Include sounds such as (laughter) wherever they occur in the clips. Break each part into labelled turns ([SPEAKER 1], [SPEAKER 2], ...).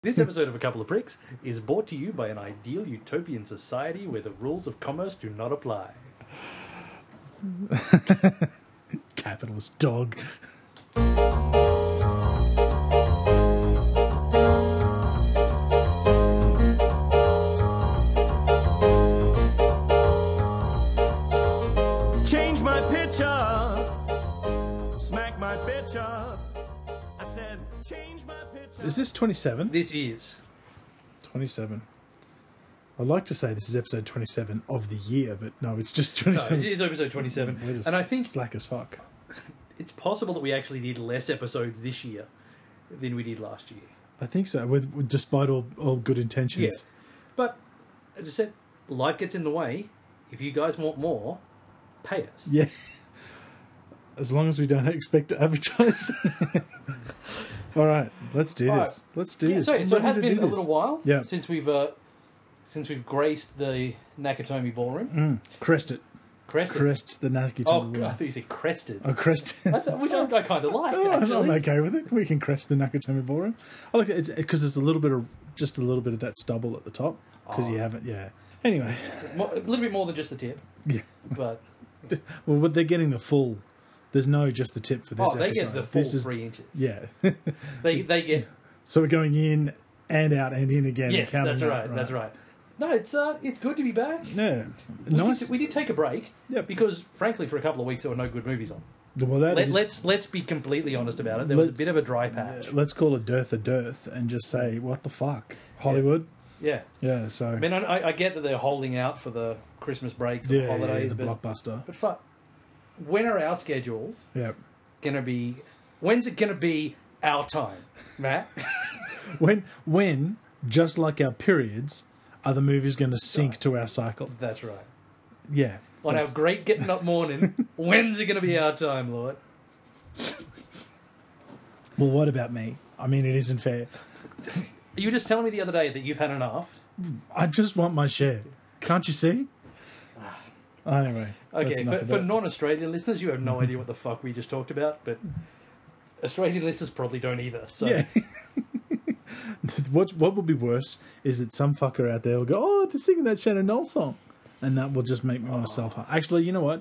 [SPEAKER 1] This episode of A Couple of Bricks is brought to you by an ideal utopian society where the rules of commerce do not apply.
[SPEAKER 2] Capitalist dog.
[SPEAKER 3] Change my pitch up. Smack my bitch up. I said, change my pitch up.
[SPEAKER 2] Is this 27?
[SPEAKER 1] This is.
[SPEAKER 2] 27. I'd like to say this is episode 27 of the year, but no, it's just 27.
[SPEAKER 1] it is episode 27.
[SPEAKER 2] We're just
[SPEAKER 1] And I think
[SPEAKER 2] slack as fuck.
[SPEAKER 1] it's possible that we actually did less episodes this year than we did last year.
[SPEAKER 2] I think so. With, with- despite all, all good intentions,
[SPEAKER 1] But as I said, life gets in the way. If you guys want more, pay us.
[SPEAKER 2] yeah. (laughs) As long as we don't expect to advertise. (laughs) all right, let's do
[SPEAKER 1] All
[SPEAKER 2] this. Let's do this.
[SPEAKER 1] so,
[SPEAKER 2] I'm
[SPEAKER 1] so it
[SPEAKER 2] ready
[SPEAKER 1] has
[SPEAKER 2] to do
[SPEAKER 1] been a
[SPEAKER 2] this.
[SPEAKER 1] little while
[SPEAKER 2] Yeah.
[SPEAKER 1] since we've uh, since we've graced the Nakatomi Ballroom.
[SPEAKER 2] Mm, crest it.
[SPEAKER 1] Crested.
[SPEAKER 2] Crest the Natsuki
[SPEAKER 1] oh,
[SPEAKER 2] Tunnel.
[SPEAKER 1] I thought you said crested.
[SPEAKER 2] Oh, crest. (laughs)
[SPEAKER 1] I thought, which I, I kind of liked,
[SPEAKER 2] Oh,
[SPEAKER 1] actually.
[SPEAKER 2] I'm okay with it. We can crest the Nakatomi Ballroom. I like it because there's a little bit of just a little bit of that stubble at the top because you
[SPEAKER 1] Oh.
[SPEAKER 2] haven't. Yeah. Anyway,
[SPEAKER 1] Mo- a little bit more than just the tip.
[SPEAKER 2] Yeah.
[SPEAKER 1] But
[SPEAKER 2] well, but they're getting the full. There's no just the tip for (laughs) this.
[SPEAKER 1] oh, they
[SPEAKER 2] episode.
[SPEAKER 1] get the full
[SPEAKER 2] This is-
[SPEAKER 1] three inches.
[SPEAKER 2] Yeah. (laughs)
[SPEAKER 1] They they get
[SPEAKER 2] so we're going in and out and in again. and
[SPEAKER 1] yes,
[SPEAKER 2] counting
[SPEAKER 1] that's
[SPEAKER 2] out,
[SPEAKER 1] right, that's right. No, it's uh, it's good to be back.
[SPEAKER 2] Yeah.
[SPEAKER 1] We
[SPEAKER 2] nice.
[SPEAKER 1] Did, we did take a break
[SPEAKER 2] yeah.
[SPEAKER 1] because, frankly, for a couple of weeks there were no good movies on.
[SPEAKER 2] Well, that
[SPEAKER 1] Let,
[SPEAKER 2] is-
[SPEAKER 1] let's let's be completely honest about it. There was a
[SPEAKER 2] Let's-
[SPEAKER 1] bit of a dry
[SPEAKER 2] yeah,
[SPEAKER 1] patch.
[SPEAKER 2] let's call a dearth a dearth and just say what the fuck Hollywood.
[SPEAKER 1] Yeah,
[SPEAKER 2] Yeah. so
[SPEAKER 1] I mean, I- I, I get that they're holding out for the Christmas break, for
[SPEAKER 2] yeah,
[SPEAKER 1] the
[SPEAKER 2] yeah,
[SPEAKER 1] holidays,
[SPEAKER 2] the
[SPEAKER 1] but
[SPEAKER 2] blockbuster.
[SPEAKER 1] but fuck, when are our schedules
[SPEAKER 2] Yeah.
[SPEAKER 1] gonna be? When's it gonna be our time, Matt? (laughs)
[SPEAKER 2] When when just like our periods, are the movies going to sync to our cycle?
[SPEAKER 1] that's right.
[SPEAKER 2] Yeah.
[SPEAKER 1] on our
[SPEAKER 2] That's-
[SPEAKER 1] great getting up morning.
[SPEAKER 2] (laughs)
[SPEAKER 1] when's it going to be our time, Lord?
[SPEAKER 2] well, what about me? I mean, it isn't fair.
[SPEAKER 1] You were just telling me the other day that you've had enough.
[SPEAKER 2] I just want my share. Can't you see? Anyway, that's
[SPEAKER 1] Ah. Okay,
[SPEAKER 2] enough
[SPEAKER 1] for,
[SPEAKER 2] of
[SPEAKER 1] for
[SPEAKER 2] that.
[SPEAKER 1] non-Australian listeners, you have
[SPEAKER 2] (laughs)
[SPEAKER 1] no idea what the fuck we just talked about, but Australian listeners probably don't either. So
[SPEAKER 2] yeah. (laughs) what what would be worse is that some fucker out there will go, "Oh, they're singing that Shannon Knoll song," and that will just make myself. hot. Actually, you know what?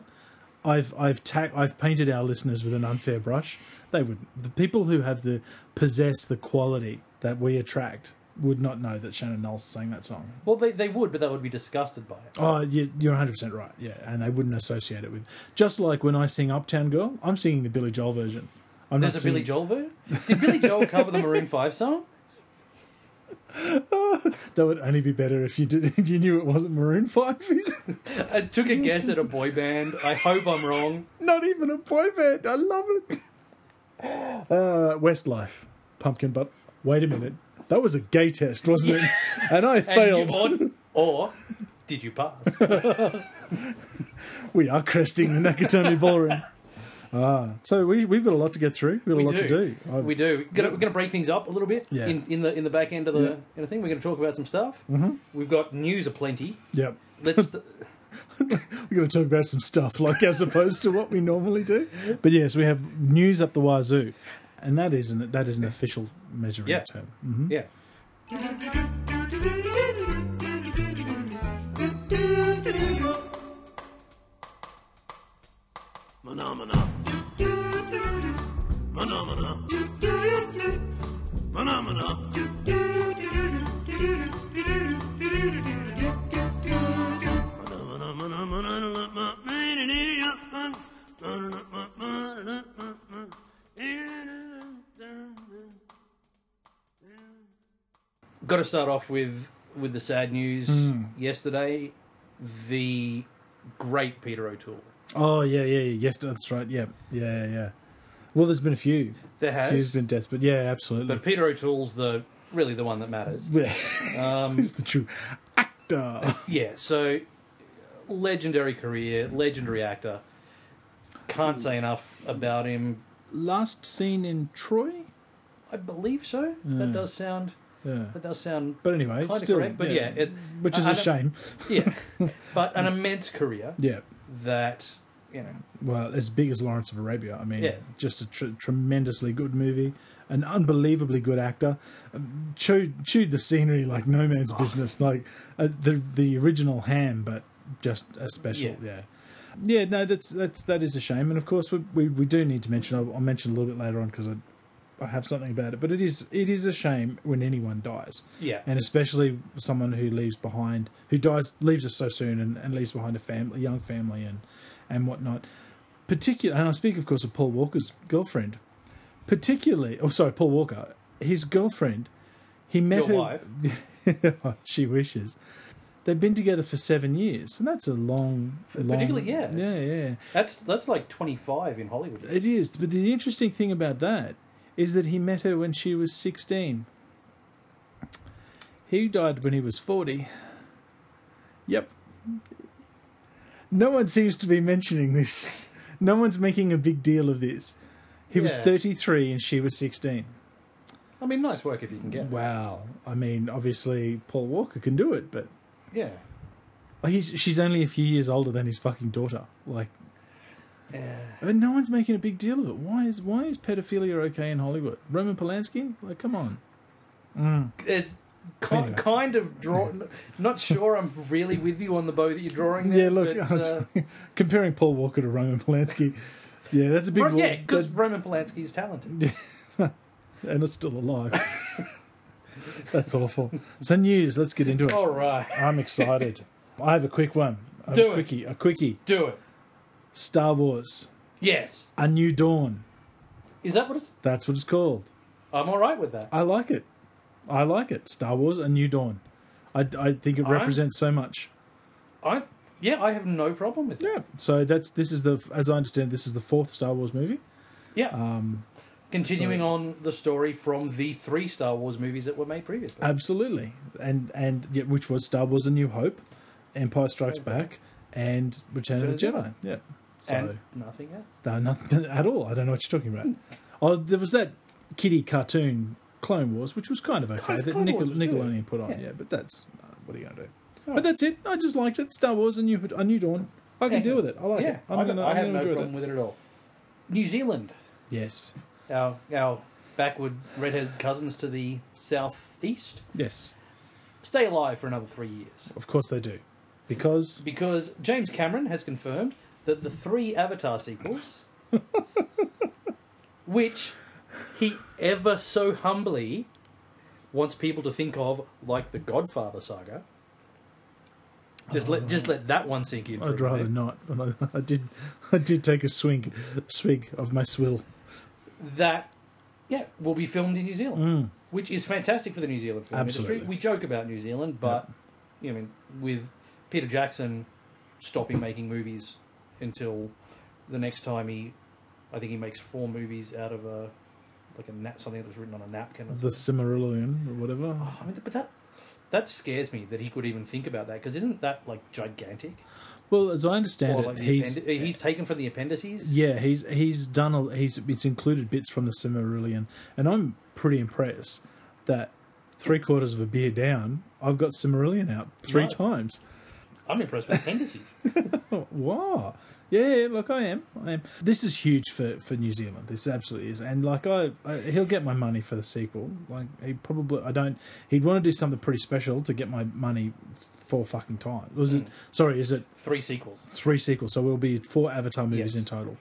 [SPEAKER 2] I've I've ta- I've painted our listeners with an unfair brush. They would the people who have the possess the quality that we attract would not know that Shannon Knoll sang that song.
[SPEAKER 1] well, they, they would, but they would be disgusted by it.
[SPEAKER 2] Oh, you, you're 100 percent right. Yeah, and they wouldn't associate it with. Just like when I sing Uptown Girl, I'm singing the Billy Joel version. I'm
[SPEAKER 1] There's
[SPEAKER 2] not
[SPEAKER 1] a Billy
[SPEAKER 2] singing-
[SPEAKER 1] Joel version. Did Billy Joel cover the Maroon Five song?
[SPEAKER 2] That would only be better if you did. (laughs) If you knew it wasn't Maroon Five. (laughs)
[SPEAKER 1] I took a guess at a boy band. I hope I'm wrong.
[SPEAKER 2] Not even a boy band. I love it. Uh, Westlife, Pumpkin But Wait a minute, that was a gay test, wasn't it? And
[SPEAKER 1] (laughs)
[SPEAKER 2] I
[SPEAKER 1] And you-
[SPEAKER 2] failed.
[SPEAKER 1] or, or did you pass?
[SPEAKER 2] we are cresting the Nakatomi Ballroom. Ah, so we we've got a lot to get through. We've got
[SPEAKER 1] We
[SPEAKER 2] a lot to
[SPEAKER 1] do.
[SPEAKER 2] do. I-
[SPEAKER 1] We do. We're gonna, we're gonna break things up a little bit
[SPEAKER 2] Yeah.
[SPEAKER 1] in, in the in the back end of the
[SPEAKER 2] Yeah.
[SPEAKER 1] in the thing. We're gonna talk about some stuff. Mm-hmm. We've got news
[SPEAKER 2] (laughs)
[SPEAKER 1] aplenty.
[SPEAKER 2] Yep.
[SPEAKER 1] Let's. th-
[SPEAKER 2] We're going to talk about some stuff, like as opposed to what we normally do. But yes, we have news up the wazoo, and that is an that is an official measuring
[SPEAKER 1] Yeah.
[SPEAKER 2] term.
[SPEAKER 1] yeah.
[SPEAKER 3] Phenomena. Phenomena. Phenomena.
[SPEAKER 1] Got to start off with with the sad news.
[SPEAKER 2] Mm.
[SPEAKER 1] Yesterday, the great Peter O'Toole.
[SPEAKER 2] Oh yeah, yeah, yeah. Yes, that's right. Yeah, yeah, yeah, yeah. Well, there's been a few.
[SPEAKER 1] There
[SPEAKER 2] A Few's
[SPEAKER 1] has,
[SPEAKER 2] been deaths, but yeah, absolutely.
[SPEAKER 1] but Peter O'Toole's the really the one that
[SPEAKER 2] (laughs)
[SPEAKER 1] matters.
[SPEAKER 2] Yeah.
[SPEAKER 1] Um,
[SPEAKER 2] Who's the true actor? (laughs)
[SPEAKER 1] Yeah, so legendary career, legendary actor. Can't say enough about him.
[SPEAKER 2] Last seen in Troy.
[SPEAKER 1] I believe so. That does sound
[SPEAKER 2] Yeah.
[SPEAKER 1] that does sound
[SPEAKER 2] But anyway,
[SPEAKER 1] Kinda
[SPEAKER 2] Mm. still,
[SPEAKER 1] correct, but yeah, it-
[SPEAKER 2] which
[SPEAKER 1] I-
[SPEAKER 2] is
[SPEAKER 1] I
[SPEAKER 2] a (laughs)
[SPEAKER 1] don't-
[SPEAKER 2] shame.
[SPEAKER 1] yeah. But an immense career
[SPEAKER 2] Yeah,
[SPEAKER 1] that you know.
[SPEAKER 2] Well, as big as Lawrence of Arabia. I mean,
[SPEAKER 1] Yeah.
[SPEAKER 2] just a tr- tremendously good movie, an unbelievably good actor. Um, Chewed, chewed the scenery like no man's
[SPEAKER 1] Oh.
[SPEAKER 2] business. Like uh, the the original Ham, but just a special.
[SPEAKER 1] Yeah.
[SPEAKER 2] Yeah. Yeah, no, that's that's that is a shame, and of course we we, we do need to mention. I'll, I'll mention a little bit later on because I, I have something about it, but it is it is a shame when anyone dies
[SPEAKER 1] Yeah.
[SPEAKER 2] and especially someone who leaves behind who dies leaves us so soon and, and leaves behind a family young family and and whatnot particular and i speak of course of paul walker's girlfriend particularly oh sorry paul walker his girlfriend he met
[SPEAKER 1] Your wife.
[SPEAKER 2] her (laughs) she wishes they've been together for seven years and that's a long, a long
[SPEAKER 1] Particularly, yeah.
[SPEAKER 2] yeah yeah
[SPEAKER 1] That's that's like 25 in Hollywood.
[SPEAKER 2] it is but the interesting thing about that is that he met her when she was 16 He died when he was 40. Yep. No one seems to be mentioning this. (laughs) No one's making a big deal of this. He was
[SPEAKER 1] Yeah.
[SPEAKER 2] 33 and she was 16.
[SPEAKER 1] I mean, nice work if you can get it.
[SPEAKER 2] Wow. I mean, obviously, Paul Walker can do it, but
[SPEAKER 1] Yeah.
[SPEAKER 2] like, he's, she's only a few years older than his fucking daughter. Like,
[SPEAKER 1] Yeah.
[SPEAKER 2] but no one's making a big deal of it. Why is why is pedophilia okay in Hollywood? Roman Polanski? Like, come on. Mm.
[SPEAKER 1] It's ki-
[SPEAKER 2] Anyway.
[SPEAKER 1] kind of
[SPEAKER 2] (laughs)
[SPEAKER 1] draw. Not sure I'm really with you on the bow that you're drawing there.
[SPEAKER 2] Yeah, look, (laughs)
[SPEAKER 1] but, uh,
[SPEAKER 2] (laughs) comparing Paul Walker to Roman Polanski. Yeah, that's a big
[SPEAKER 1] Ro-
[SPEAKER 2] wall-
[SPEAKER 1] yeah, because
[SPEAKER 2] that-
[SPEAKER 1] Roman Polanski is talented.
[SPEAKER 2] and it's still alive. (laughs) That's awful. So news, let's get into it.
[SPEAKER 1] All right,
[SPEAKER 2] I'm excited. (laughs) I have a quick one. I have
[SPEAKER 1] Do
[SPEAKER 2] a
[SPEAKER 1] it.
[SPEAKER 2] quickie. A quickie.
[SPEAKER 1] do it.
[SPEAKER 2] Star Wars:
[SPEAKER 1] Yes,
[SPEAKER 2] A New Dawn.
[SPEAKER 1] is that what it's?
[SPEAKER 2] That's what it's called.
[SPEAKER 1] I'm all right with that.
[SPEAKER 2] I like it. I like it. Star Wars: A New Dawn. I, I think it
[SPEAKER 1] All right.
[SPEAKER 2] represents so much.
[SPEAKER 1] I yeah, I have no problem with that.
[SPEAKER 2] Yeah. So that's this is the as I understand this is the fourth Star Wars movie.
[SPEAKER 1] Yeah. Continuing
[SPEAKER 2] Um, so-
[SPEAKER 1] on the story from the three Star Wars movies that were made previously.
[SPEAKER 2] Absolutely, and and yeah, which was Star Wars: A New Hope, Empire Strikes Back, and Return of the
[SPEAKER 1] Return of
[SPEAKER 2] Jedi. Yeah. So.
[SPEAKER 1] and nothing else.
[SPEAKER 2] No, not (laughs) at all. I don't know what you're talking about. Oh, there was that kiddie cartoon Clone Wars, which was kind of okay.
[SPEAKER 1] Clone-
[SPEAKER 2] that
[SPEAKER 1] Clone
[SPEAKER 2] Nickel-
[SPEAKER 1] Wars was
[SPEAKER 2] Nickelodeon
[SPEAKER 1] good.
[SPEAKER 2] put on, yeah.
[SPEAKER 1] Yeah. Oh.
[SPEAKER 2] but that's uh, what are you gonna do?
[SPEAKER 1] Alright.
[SPEAKER 2] But that's it. I just liked it. Star Wars, a new, a new dawn. I can deal with it. I like
[SPEAKER 1] yeah,
[SPEAKER 2] it. I'm
[SPEAKER 1] I,
[SPEAKER 2] gonna,
[SPEAKER 1] I
[SPEAKER 2] I'm
[SPEAKER 1] have
[SPEAKER 2] gonna
[SPEAKER 1] no
[SPEAKER 2] enjoy
[SPEAKER 1] problem
[SPEAKER 2] it.
[SPEAKER 1] with it at all. New Zealand,
[SPEAKER 2] Yes,
[SPEAKER 1] our our backward redhead cousins to the southeast,
[SPEAKER 2] yes.
[SPEAKER 1] stay alive for another three years.
[SPEAKER 2] Of course they do, because
[SPEAKER 1] because James Cameron has confirmed that the three Avatar (laughs) sequels, which he ever so humbly wants people to think of like the Godfather saga, just let just let that one sink in. For
[SPEAKER 2] I'd
[SPEAKER 1] a
[SPEAKER 2] rather
[SPEAKER 1] minute.
[SPEAKER 2] not. And (laughs) I, I did, I did take a swig, swig of my swill.
[SPEAKER 1] that yeah will be filmed in New Zealand, which is fantastic for the New Zealand film
[SPEAKER 2] Absolutely.
[SPEAKER 1] industry. We joke about New Zealand, but you know, I mean, with Peter Jackson stopping making movies until the next time he, I think he makes four movies out of a like a nap something that was written on a napkin. Or
[SPEAKER 2] The
[SPEAKER 1] something.
[SPEAKER 2] Cimmerillion or whatever.
[SPEAKER 1] I mean, but that that scares me that he could even think about that because isn't that like gigantic?
[SPEAKER 2] Well, as I understand
[SPEAKER 1] Or
[SPEAKER 2] it,
[SPEAKER 1] like the
[SPEAKER 2] he's
[SPEAKER 1] appendi- he's taken from the appendices.
[SPEAKER 2] Yeah, he's he's done a he's it's included bits from the Cimmerillion, and I'm pretty impressed that three quarters of a beer down, I've got Cimmerillion out three
[SPEAKER 1] Nice.
[SPEAKER 2] times.
[SPEAKER 1] I'm impressed with appendices.
[SPEAKER 2] Oh, wow. Yeah, yeah, look, I am. I am. This is huge for, for New Zealand. This absolutely is, and like I, I, he'll get my money for the sequel. Like he probably, I don't. He'd want to do something pretty special to get my money four fucking times. Was it?
[SPEAKER 1] Mm.
[SPEAKER 2] Sorry, is it
[SPEAKER 1] Three sequels.
[SPEAKER 2] three sequels, so we'll be at four Avatar
[SPEAKER 1] Yes.
[SPEAKER 2] movies in total.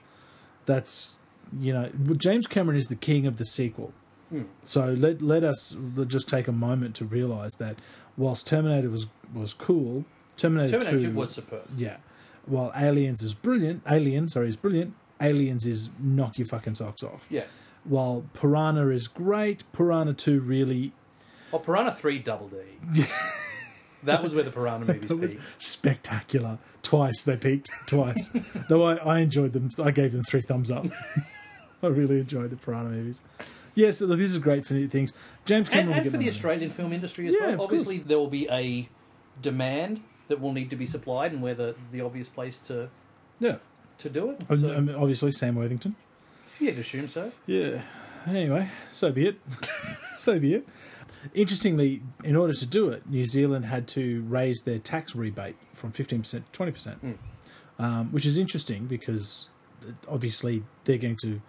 [SPEAKER 2] That's you know well, James Cameron is the king of the sequel.
[SPEAKER 1] Hmm.
[SPEAKER 2] So let let us l- just take a moment to realize that whilst Terminator was was cool, Terminator,
[SPEAKER 1] Terminator
[SPEAKER 2] 2,
[SPEAKER 1] 2 was superb.
[SPEAKER 2] yeah. While Aliens is brilliant, Alien sorry is brilliant. Aliens is knock your fucking socks off.
[SPEAKER 1] Yeah.
[SPEAKER 2] While Piranha is great, Piranha Two really
[SPEAKER 1] Oh, Piranha 3 Double
[SPEAKER 2] (laughs)
[SPEAKER 1] D. that was where the Piranha movies
[SPEAKER 2] It was
[SPEAKER 1] peaked.
[SPEAKER 2] spectacular. Twice they peaked.
[SPEAKER 1] (laughs)
[SPEAKER 2] Twice. Though I, I enjoyed them. I gave them three thumbs up. (laughs) I really enjoyed the Piranha movies. Yeah, so look, this is great for the things. James Cameron
[SPEAKER 1] And,
[SPEAKER 2] will
[SPEAKER 1] and
[SPEAKER 2] get
[SPEAKER 1] for
[SPEAKER 2] my
[SPEAKER 1] the
[SPEAKER 2] money.
[SPEAKER 1] Australian film industry as
[SPEAKER 2] Yeah, of
[SPEAKER 1] well. Obviously, there will be a demand that will need to be supplied, and we're the, the obvious place to,
[SPEAKER 2] Yeah.
[SPEAKER 1] to do it.
[SPEAKER 2] And-
[SPEAKER 1] So,
[SPEAKER 2] and obviously, Sam Worthington.
[SPEAKER 1] you'd assume so.
[SPEAKER 2] Yeah. Anyway, so be it. (laughs) so be it. Interestingly, in order
[SPEAKER 1] Hmm.
[SPEAKER 2] to do it, New Zealand had to raise their tax rebate from 15% to 20%. um, which is interesting because uh, obviously they're going to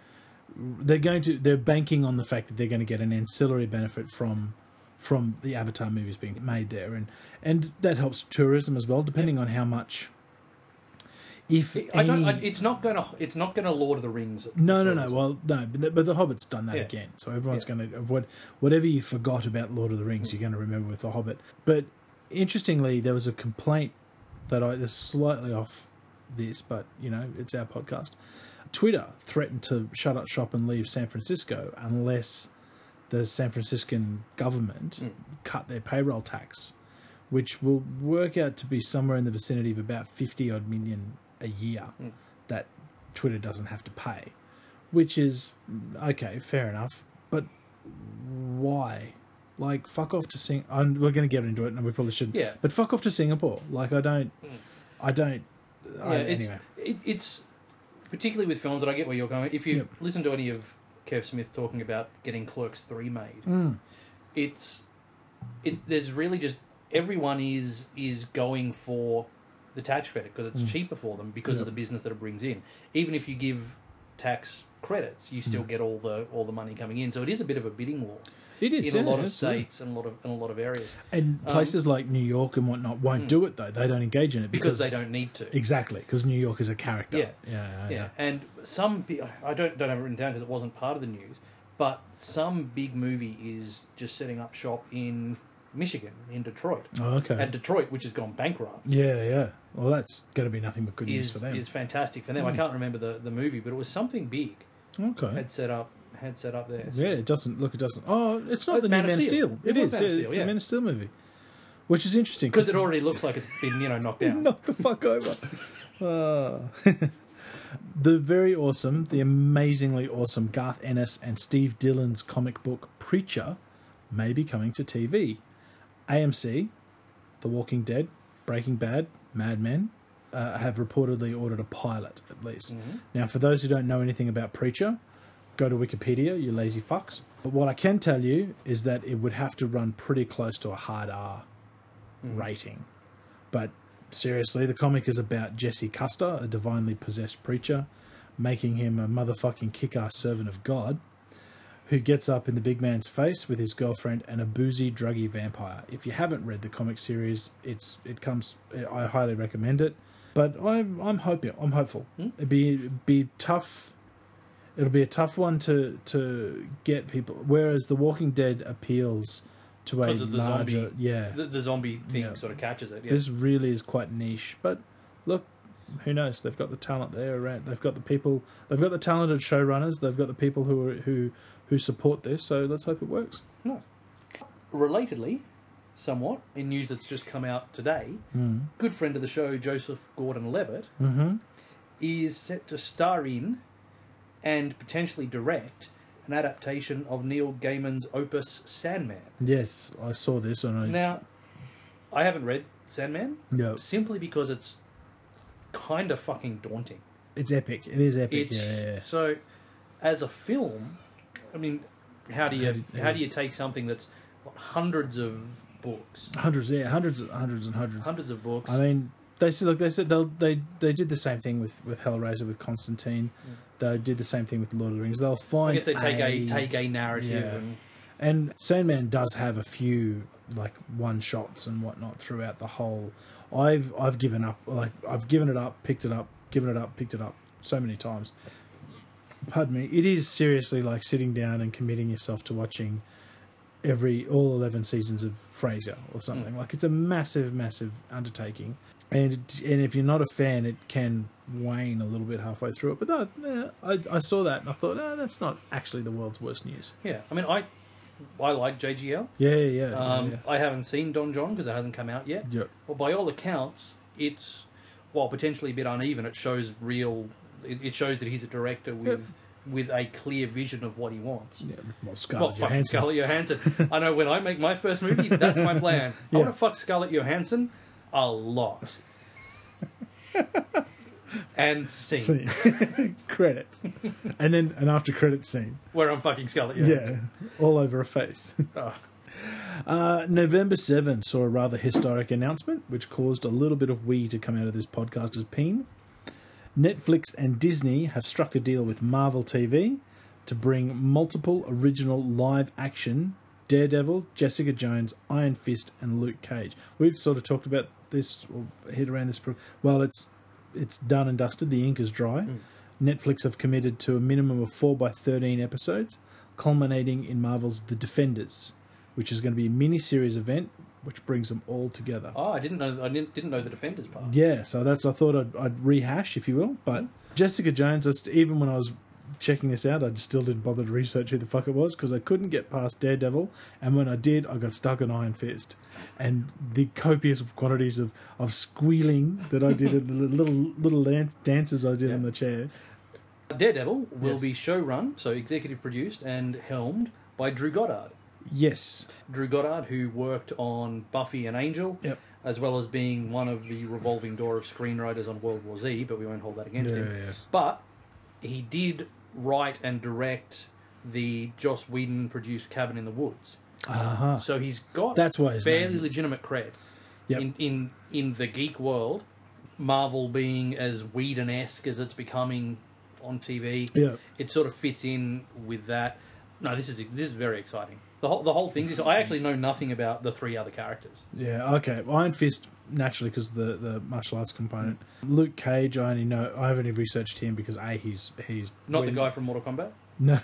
[SPEAKER 2] they're going to they're banking on the fact that they're going to get an ancillary benefit from from the Avatar movies being made there, and and that helps tourism as well, depending on how much. If
[SPEAKER 1] I
[SPEAKER 2] any,
[SPEAKER 1] don't, I, it's not going to. It's not going to Lord of the Rings.
[SPEAKER 2] no, no, no. Well, no, but the, but the Hobbit's done that
[SPEAKER 1] Yeah.
[SPEAKER 2] again. So everyone's
[SPEAKER 1] Yeah.
[SPEAKER 2] going to what whatever you forgot about Lord of the Rings, you're going to remember with the Hobbit. But interestingly, there was a complaint that I this is slightly off this, but you know, it's our podcast. Twitter threatened to shut up shop and leave San Francisco unless the San Franciscan government
[SPEAKER 1] Mm.
[SPEAKER 2] cut their payroll tax, which will work out to be somewhere in the vicinity of about 50 odd million a year
[SPEAKER 1] Mm.
[SPEAKER 2] that Twitter doesn't have to pay, which is okay, fair enough, but why? Like, fuck off to Sing. I'm, we're going to get into it, and we probably shouldn't.
[SPEAKER 1] Yeah.
[SPEAKER 2] But fuck off to Singapore. Like, I don't.
[SPEAKER 1] Mm.
[SPEAKER 2] I don't.
[SPEAKER 1] Yeah,
[SPEAKER 2] I,
[SPEAKER 1] it's
[SPEAKER 2] anyway.
[SPEAKER 1] it, it's particularly with films that I get where you're going. If you
[SPEAKER 2] Yep.
[SPEAKER 1] listen to any of Kev Smith talking about getting Clerks three made,
[SPEAKER 2] Mm.
[SPEAKER 1] it's it's there's really just everyone is is going for the tax credit because it's
[SPEAKER 2] Mm.
[SPEAKER 1] cheaper for them because
[SPEAKER 2] Yeah.
[SPEAKER 1] of the business that it brings in. Even if you give tax credits, you still
[SPEAKER 2] Mm.
[SPEAKER 1] get all the all the money coming in. So it is a bit of a bidding war
[SPEAKER 2] It is.
[SPEAKER 1] in a
[SPEAKER 2] yeah,
[SPEAKER 1] lot of
[SPEAKER 2] absolutely.
[SPEAKER 1] states and a lot of in a lot of areas
[SPEAKER 2] And
[SPEAKER 1] Um,
[SPEAKER 2] places like New York and whatnot won't
[SPEAKER 1] Mm.
[SPEAKER 2] do it, though. They don't engage in it
[SPEAKER 1] because,
[SPEAKER 2] because,
[SPEAKER 1] they don't need to.
[SPEAKER 2] Exactly, because New York is a character.
[SPEAKER 1] Yeah.
[SPEAKER 2] Yeah. Yeah.
[SPEAKER 1] yeah. And some bi- I don't don't have it written down because it wasn't part of the news, but some big movie is just setting up shop in Michigan, in Detroit,
[SPEAKER 2] yeah. Oh, okay.
[SPEAKER 1] and Detroit, which has gone bankrupt.
[SPEAKER 2] yeah, yeah. Well, that's going to be nothing but good news
[SPEAKER 1] Is,
[SPEAKER 2] for them.
[SPEAKER 1] is fantastic for them. I
[SPEAKER 2] Mm.
[SPEAKER 1] can't remember the, the movie, but it was something big
[SPEAKER 2] okay.
[SPEAKER 1] had set up had set up there. so-
[SPEAKER 2] Yeah, it doesn't look. It doesn't. Oh, it's not
[SPEAKER 1] Oh,
[SPEAKER 2] the new Man of Steel.
[SPEAKER 1] was Man
[SPEAKER 2] It is.
[SPEAKER 1] of
[SPEAKER 2] yeah,
[SPEAKER 1] Steel,
[SPEAKER 2] it's the
[SPEAKER 1] yeah.
[SPEAKER 2] Man of Steel movie, which is interesting
[SPEAKER 1] because it already looks like it's been you know
[SPEAKER 2] (laughs)
[SPEAKER 1] knocked down.
[SPEAKER 2] knock the fuck over. Ah. (laughs) the very awesome, the amazingly awesome Garth Ennis and Steve Dillon's comic book Preacher may be coming to TV. AMC, The Walking Dead, Breaking Bad, Mad Men uh, have reportedly ordered a pilot at least. Now, for those who don't know anything about Preacher, go to Wikipedia, you lazy fucks. But what I can tell you is that it would have to run pretty close to a hard R rating. But seriously, the comic is about Jesse Custer, a divinely possessed preacher, making him a motherfucking kick ass servant of God, who gets up in the big man's face with his girlfriend and a boozy, druggy vampire. If you haven't read the comic series, it's it comes. I highly recommend it. But I'm I'm hoping I'm hopeful.
[SPEAKER 1] Hmm?
[SPEAKER 2] It'd be it'd be tough. It'll be a tough one to to get people. Whereas The Walking Dead appeals to a
[SPEAKER 1] 'Cause of the
[SPEAKER 2] larger,
[SPEAKER 1] zombie-
[SPEAKER 2] yeah,
[SPEAKER 1] The, the zombie thing
[SPEAKER 2] Yeah.
[SPEAKER 1] sort of catches it. Yeah.
[SPEAKER 2] this really is quite niche, but look, who knows? They've got the talent there around. They've got the people. They've got the talented showrunners. They've got the people who are, who who support this. So let's hope it works.
[SPEAKER 1] Relatedly, somewhat in news that's just come out today,
[SPEAKER 2] Mm.
[SPEAKER 1] good friend of the show Joseph Gordon-Levitt
[SPEAKER 2] Mm-hmm.
[SPEAKER 1] is set to star in and potentially direct an adaptation of Neil Gaiman's opus Sandman.
[SPEAKER 2] Yes, I saw this and I
[SPEAKER 1] Now, I haven't read Sandman
[SPEAKER 2] no,
[SPEAKER 1] simply because it's kind of fucking daunting.
[SPEAKER 2] it's epic. It is epic.
[SPEAKER 1] It's
[SPEAKER 2] yeah, yeah, yeah.
[SPEAKER 1] so as a film, I mean, how do you
[SPEAKER 2] Yeah.
[SPEAKER 1] how do you take something that's what, hundreds of books,
[SPEAKER 2] hundreds, yeah, hundreds, and- hundreds and hundreds.
[SPEAKER 1] hundreds of books?
[SPEAKER 2] I mean, they said, look, they said they'll, they they did the same thing with with Hellraiser with Constantine.
[SPEAKER 1] Mm.
[SPEAKER 2] They did the same thing with Lord of the Rings. They'll
[SPEAKER 1] I
[SPEAKER 2] find.
[SPEAKER 1] guess they take a,
[SPEAKER 2] a
[SPEAKER 1] take a narrative
[SPEAKER 2] Yeah.
[SPEAKER 1] and
[SPEAKER 2] And Sandman does have a few like one shots and whatnot throughout the whole. I've I've given up like I've given it up, picked it up, given it up, picked it up so many times. Pardon me. It is seriously like sitting down and committing yourself to watching every all eleven seasons of Frasier or something. Like it's a massive, massive undertaking. And it, and if you're not a fan, it can wane a little bit halfway through it. But that, yeah, I, I saw that and I thought, no, that's not actually the world's worst news.
[SPEAKER 1] yeah. I mean, I I like JGL.
[SPEAKER 2] Yeah, yeah, yeah.
[SPEAKER 1] Um,
[SPEAKER 2] yeah.
[SPEAKER 1] I haven't seen Don John because it hasn't come out yet.
[SPEAKER 2] Yep.
[SPEAKER 1] But by all accounts, it's while potentially a bit uneven, it shows real. It, it shows that he's a director with with a clear vision of what he wants.
[SPEAKER 2] Yeah, well,
[SPEAKER 1] Well,
[SPEAKER 2] Scarlett
[SPEAKER 1] fuck
[SPEAKER 2] Johansson.
[SPEAKER 1] Scarlett Johansson. I know when I make my first movie, that's my
[SPEAKER 2] (laughs)
[SPEAKER 1] plan. I
[SPEAKER 2] Yeah.
[SPEAKER 1] want to fuck Scarlett Johansson a lot. and sing,
[SPEAKER 2] (laughs) Scene. (laughs)
[SPEAKER 1] (laughs)
[SPEAKER 2] credits, and then an after credit scene.
[SPEAKER 1] where I'm fucking Scarlett
[SPEAKER 2] Yeah,
[SPEAKER 1] Johansson.
[SPEAKER 2] all over a face.
[SPEAKER 1] Oh.
[SPEAKER 2] Uh, November 7 saw a rather historic announcement, which caused a little bit of wee to come out of this podcaster's peen. Netflix and Disney have struck a deal with Marvel TV to bring multiple original live action Daredevil, Jessica Jones, Iron Fist, and Luke Cage. We've sort of talked about this or hit around this. pro- Well, it's it's done and dusted. The ink is dry. Netflix have committed to a minimum of four by thirteen episodes, culminating in Marvel's The Defenders, which is going to be a mini-series event which brings them all together.
[SPEAKER 1] Oh, I didn't know. I didn't, didn't know the defenders part.
[SPEAKER 2] Yeah, so that's I thought I'd, I'd rehash, if you will. But Jessica Jones, I st- even when I was checking this out, I still didn't bother to research who the fuck it was because I couldn't get past Daredevil, and when I did, I got stuck on Iron Fist, and the copious quantities of, of squealing that I
[SPEAKER 1] (laughs)
[SPEAKER 2] did, and the little little dance, dances I did
[SPEAKER 1] Yeah.
[SPEAKER 2] on the chair.
[SPEAKER 1] Daredevil will
[SPEAKER 2] Yes.
[SPEAKER 1] be showrun, so executive produced and helmed by Drew Goddard.
[SPEAKER 2] Yes,
[SPEAKER 1] Drew Goddard, who worked on Buffy and Angel,
[SPEAKER 2] Yep.
[SPEAKER 1] as well as being one of the revolving door of screenwriters on World War Z, but we won't hold that against him. But he did write and direct the Joss Whedon produced Cabin in the Woods.
[SPEAKER 2] Uh-huh.
[SPEAKER 1] So he's got
[SPEAKER 2] That's why his
[SPEAKER 1] fairly
[SPEAKER 2] name-
[SPEAKER 1] legitimate cred
[SPEAKER 2] Yep.
[SPEAKER 1] in, in in the geek world. Marvel being as Whedon esque as it's becoming on TV,
[SPEAKER 2] Yeah.
[SPEAKER 1] it sort of fits in with that. No, this is this is very exciting. The whole the whole thing is I actually know nothing about the three other characters.
[SPEAKER 2] Yeah, okay. Iron Fist naturally because the the martial arts component. Luke Cage, I only know I haven't even researched him because a he's he's
[SPEAKER 1] Not
[SPEAKER 2] when-
[SPEAKER 1] the guy from Mortal Kombat.
[SPEAKER 2] No,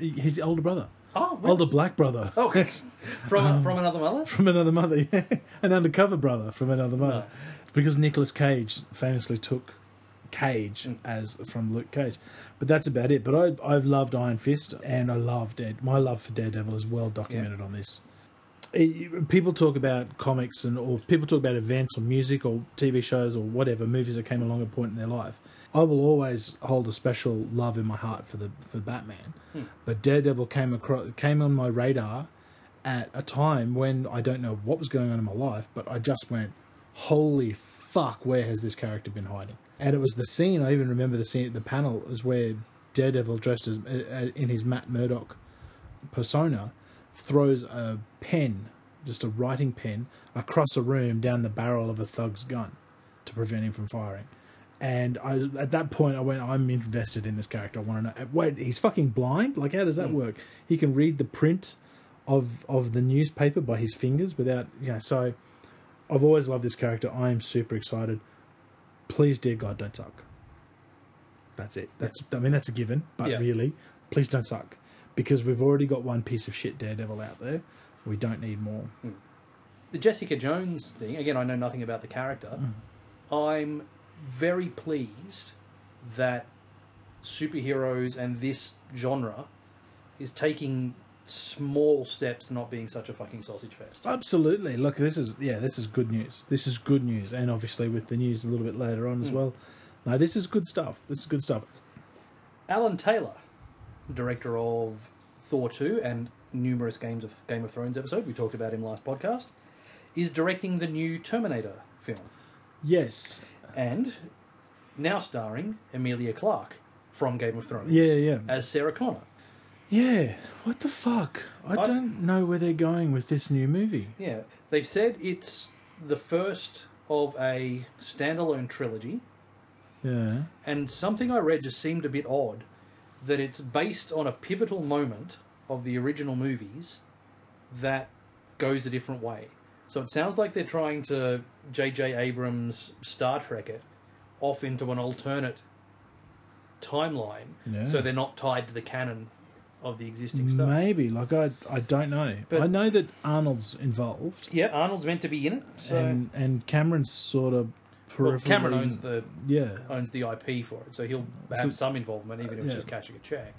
[SPEAKER 2] (laughs) his older brother,
[SPEAKER 1] Oh, well,
[SPEAKER 2] older black brother
[SPEAKER 1] oh, (laughs) from
[SPEAKER 2] (laughs)
[SPEAKER 1] from another mother.
[SPEAKER 2] from another mother, yeah. (laughs) an undercover brother from another mother, because Nicolas Cage famously took Cage as from Luke Cage, but that's about it. But I I've loved Iron Fist and I love Dead. My love for Daredevil is well documented on this. It- People talk about comics and or people talk about events or music or TV shows or whatever movies that came along at a point in their life. I will always hold a special love in my heart for the for Batman, but Daredevil came across came on my radar at a time when I don't know what was going on in my life, but I just went, holy fuck, where has this character been hiding? And it was the scene, I even remember the scene at the panel, is where Daredevil, dressed as, uh, in his Matt Murdock persona, throws a pen, just a writing pen, across a room down the barrel of a thug's gun to prevent him from firing. And I, at that point, I went, I'm invested in this character. I want to know. Uh, Wait, he's fucking blind? Like, how does that work? He can read the print of of the newspaper by his fingers without, you know. So, I've always loved this character. I am super excited. Please, dear God, don't suck. That's it. That's I mean that's a given, but
[SPEAKER 1] Yeah.
[SPEAKER 2] really, please don't suck because we've already got one piece of shit Daredevil out there. We don't need more.
[SPEAKER 1] the Jessica Jones thing, again, I know nothing about the character.
[SPEAKER 2] Mm.
[SPEAKER 1] I'm very pleased that superheroes and this genre is taking small steps, not being such a fucking sausage fest.
[SPEAKER 2] Absolutely. Look, this is yeah, this is good news. This is good news, and obviously with the news a little bit later on as
[SPEAKER 1] Hmm.
[SPEAKER 2] well. No, this is good stuff. This is good stuff.
[SPEAKER 1] Alan Taylor, director of Thor 2 and numerous games of Game of Thrones episode, we talked about him last podcast, is directing the new Terminator film
[SPEAKER 2] Yes.
[SPEAKER 1] and now starring Amelia Clarke from Game of Thrones.
[SPEAKER 2] Yeah, yeah.
[SPEAKER 1] As Sarah Connor.
[SPEAKER 2] Yeah. What the fuck? I
[SPEAKER 1] I-
[SPEAKER 2] don't know where they're going with this new movie.
[SPEAKER 1] Yeah, they've said it's the first of a standalone trilogy,
[SPEAKER 2] Yeah.
[SPEAKER 1] and something I read just seemed a bit odd that it's based on a pivotal moment of the original movies that goes a different way. So it sounds like they're trying to J.J. Abrams Star Trek it off into an alternate timeline,
[SPEAKER 2] Yeah.
[SPEAKER 1] so they're not tied to the canon of the existing stuff.
[SPEAKER 2] Maybe. Like I, I don't know.
[SPEAKER 1] But-
[SPEAKER 2] I know that Arnold's involved,
[SPEAKER 1] Yeah, Arnold's meant to be in it, so
[SPEAKER 2] and and Cameron's sort of.
[SPEAKER 1] well, Cameron
[SPEAKER 2] peripherally-
[SPEAKER 1] owns the
[SPEAKER 2] Yeah,
[SPEAKER 1] owns the IP for it, so he'll have
[SPEAKER 2] So-
[SPEAKER 1] some involvement, even if it's
[SPEAKER 2] Yeah.
[SPEAKER 1] just cashing a check.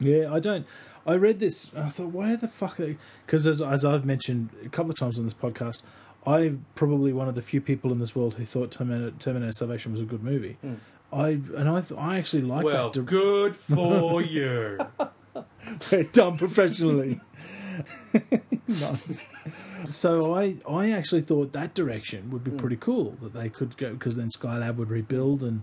[SPEAKER 2] yeah. I don't. I read this. I thought, where the fuck? Because as as I've mentioned a couple of times on this podcast, I'm probably one of the few people in this world who thought Terminator, Terminator Salvation was a good movie. I and I th- I actually like
[SPEAKER 1] Hmm. well,
[SPEAKER 2] that. di- (laughs)
[SPEAKER 1] good for you.
[SPEAKER 2] done professionally. (laughs) nice. So I I actually thought that direction would be
[SPEAKER 1] Hmm.
[SPEAKER 2] pretty cool that they could go because then Skylab would rebuild and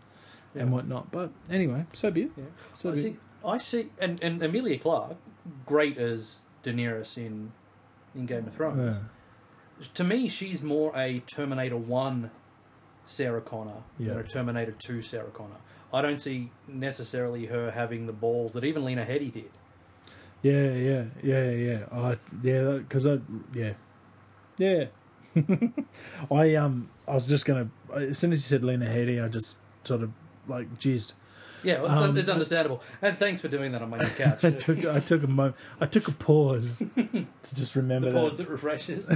[SPEAKER 2] and whatnot. But anyway, so be it.
[SPEAKER 1] Yeah.
[SPEAKER 2] So
[SPEAKER 1] I
[SPEAKER 2] be
[SPEAKER 1] see. I see, and and Amelia Clark, great as Daenerys in in Game of
[SPEAKER 2] it.
[SPEAKER 1] Thrones.
[SPEAKER 2] Yeah.
[SPEAKER 1] To me, she's more a Terminator One Sarah Connor,
[SPEAKER 2] Yeah.
[SPEAKER 1] or a Terminator 2 Sarah Connor. I don't see necessarily her having the balls that even Lena Headey did.
[SPEAKER 2] Yeah, yeah, yeah, yeah. I yeah, because I yeah, yeah. (laughs) I um, I was just gonna. As soon as you said Lena Headey, I just sort of like jizzed. (laughs)
[SPEAKER 1] Yeah, well, it's,
[SPEAKER 2] Um,
[SPEAKER 1] it's understandable. And thanks for doing that on my (laughs) new couch.
[SPEAKER 2] (laughs) I took I took a moment. I took a pause to just remember
[SPEAKER 1] the
[SPEAKER 2] that.
[SPEAKER 1] pause that refreshes.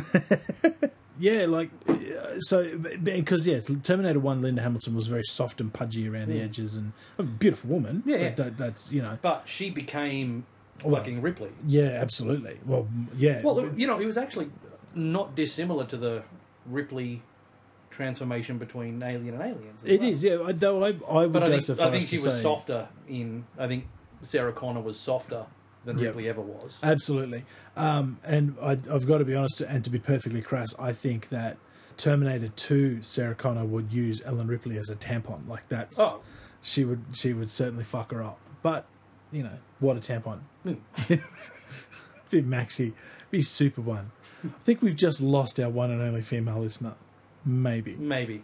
[SPEAKER 2] Yeah, like uh, so because yes, Terminator One, Linda Hamilton was very soft and pudgy around the
[SPEAKER 1] Yeah.
[SPEAKER 2] edges, and a beautiful woman.
[SPEAKER 1] Mm. Yeah, yeah.
[SPEAKER 2] But that, that's you know.
[SPEAKER 1] But she became
[SPEAKER 2] Well-
[SPEAKER 1] fucking Ripley.
[SPEAKER 2] Yeah, absolutely. Well, m- yeah.
[SPEAKER 1] Well, you know, it was actually not dissimilar to the Ripley transformation between Alien and Aliens. as
[SPEAKER 2] it
[SPEAKER 1] well.
[SPEAKER 2] is. Yeah, I, though I, I would
[SPEAKER 1] But
[SPEAKER 2] go
[SPEAKER 1] I think,
[SPEAKER 2] so far
[SPEAKER 1] I think
[SPEAKER 2] as
[SPEAKER 1] she
[SPEAKER 2] to
[SPEAKER 1] was
[SPEAKER 2] say,
[SPEAKER 1] softer in. I think Sarah Connor was softer than
[SPEAKER 2] Yep.
[SPEAKER 1] Ripley ever
[SPEAKER 2] (laughs)
[SPEAKER 1] was.
[SPEAKER 2] Absolutely. Um, and I, I've got to be honest, and to be perfectly crass, I think that Terminator 2, Sarah Connor would use Ellen Ripley as a tampon. Like that's
[SPEAKER 1] Oh,
[SPEAKER 2] she would she would certainly fuck her up. But you know, what a tampon!
[SPEAKER 1] Hmm.
[SPEAKER 2] (laughs) be maxi, be super one. I think we've just lost our one and only female listener. Maybe
[SPEAKER 1] maybe.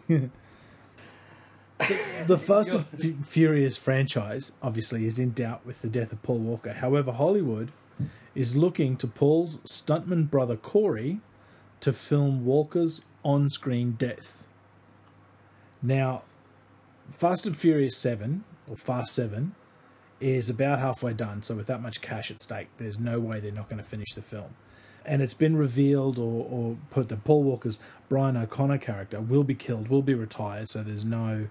[SPEAKER 2] the Fast and Fu- Furious franchise obviously is in doubt with the death of Paul Walker. However, Hollywood is looking to Paul's stuntman brother Corey to film Walker's on screen death. Now, Fast and Furious 7, or Fast 7, is about halfway done. So, with that much cash at stake, there's no way they're not going to finish the film. And it's been revealed or, or put that Paul Walker's Brian O'Connor character will be killed, will be retired. So, there's no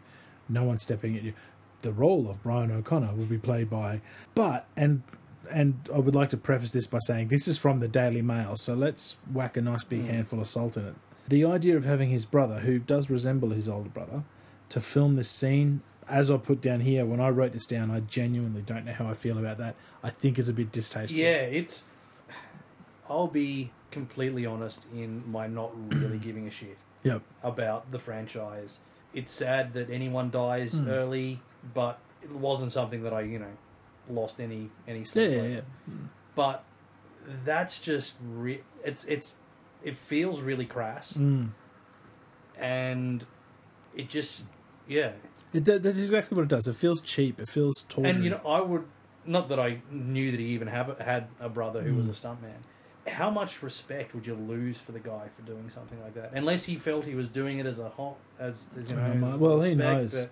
[SPEAKER 2] no one stepping at you. The role of Brian O'Connor will be played by, but and and I would like to preface this by saying this is from the Daily Mail, so let's whack a nice big handful of salt in it. The idea of having his brother, who does resemble his older brother, to film this scene, as I put down here, when I wrote this down, I genuinely don't know how I feel about that. I think it's a bit distasteful.
[SPEAKER 1] Yeah, it's. I'll be completely honest in my not really giving a shit
[SPEAKER 2] Yep.
[SPEAKER 1] about the franchise. It's sad that anyone dies
[SPEAKER 2] Hmm.
[SPEAKER 1] early, but it wasn't something that I, you know, lost any any
[SPEAKER 2] Yeah,
[SPEAKER 1] sleep
[SPEAKER 2] yeah,
[SPEAKER 1] over.
[SPEAKER 2] yeah.
[SPEAKER 1] But that's just re- it's it's it feels really crass,
[SPEAKER 2] Mm.
[SPEAKER 1] and it just yeah.
[SPEAKER 2] It, that- that's exactly what it does. It feels cheap. It feels tawdry.
[SPEAKER 1] And you know, I would not that I knew that he even have had a brother who was
[SPEAKER 2] Mm.
[SPEAKER 1] a stuntman. How much respect would you lose for the guy for doing something like that? Unless he felt he was doing it as a hot as, as you know.
[SPEAKER 2] Oh, my-
[SPEAKER 1] as
[SPEAKER 2] well, he knows.
[SPEAKER 1] but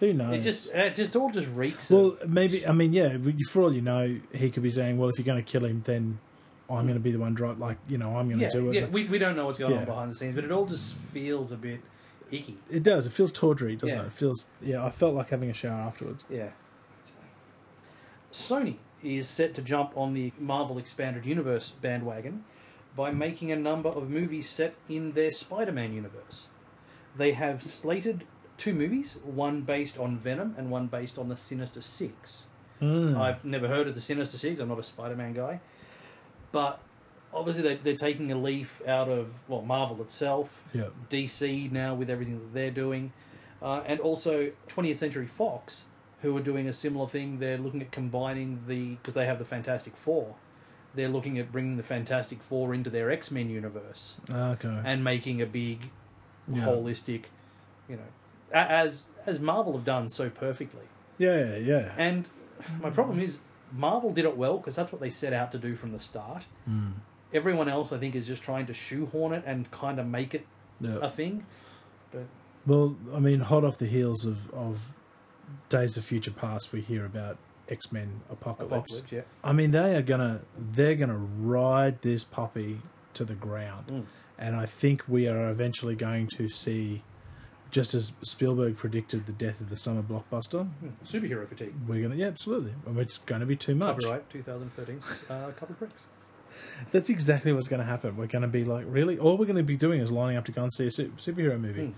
[SPEAKER 2] who knows?
[SPEAKER 1] It just it just all just reeks.
[SPEAKER 2] Well,
[SPEAKER 1] of,
[SPEAKER 2] maybe. I mean, yeah. we- For all you know, he could be saying, "Well, if you're going to kill him, then I'm going to be the one driving. Like, you know, I'm going to
[SPEAKER 1] yeah,
[SPEAKER 2] do it."
[SPEAKER 1] yeah. We we don't know what's going
[SPEAKER 2] Yeah.
[SPEAKER 1] on behind the scenes, but it all just feels a bit icky.
[SPEAKER 2] it does. It feels tawdry, doesn't
[SPEAKER 1] Yeah.
[SPEAKER 2] it? It feels. Yeah, I felt like having a shower afterwards.
[SPEAKER 1] Yeah. Sony is set to jump on the Marvel Expanded Universe bandwagon by making a number of movies set in their Spider Man universe. They have slated two movies, one based on Venom and one based on the Sinister Six. I've never heard of the Sinister Six, I'm not a Spider Man guy. But obviously, they, they're taking a leaf out of, well, Marvel itself.
[SPEAKER 2] yeah.
[SPEAKER 1] DC now with everything that they're doing, uh, and also 20th Century Fox, who are doing a similar thing. They're looking at combining the because they have the Fantastic Four. They're looking at bringing the Fantastic Four into their X Men universe
[SPEAKER 2] Okay.
[SPEAKER 1] and making a big,
[SPEAKER 2] Yeah.
[SPEAKER 1] holistic, you know, a- as as Marvel have done so perfectly.
[SPEAKER 2] Yeah, yeah.
[SPEAKER 1] And my problem is Marvel did it well because that's what they set out to do from the start.
[SPEAKER 2] Hmm.
[SPEAKER 1] Everyone else, I think, is just trying to shoehorn it and kind of make it
[SPEAKER 2] yeah.
[SPEAKER 1] a thing.
[SPEAKER 2] Well, I mean, hot off the heels of of Days of Future Past, we hear about X Men Apocalypse.
[SPEAKER 1] Apocalypse, yeah.
[SPEAKER 2] I mean, they are gonna they're gonna ride this puppy to the ground,
[SPEAKER 1] Mm.
[SPEAKER 2] and I think we are eventually going to see, just as Spielberg predicted the death of the summer blockbuster.
[SPEAKER 1] Hmm, Superhero fatigue.
[SPEAKER 2] We're gonna yeah, absolutely. I mean, it's gonna be too much.
[SPEAKER 1] Copyright 2013. Uh, couple pricks.
[SPEAKER 2] That's exactly what's gonna happen. We're gonna be like, really, all we're gonna be doing is lining up to go and see a su- superhero movie.
[SPEAKER 1] Hmm.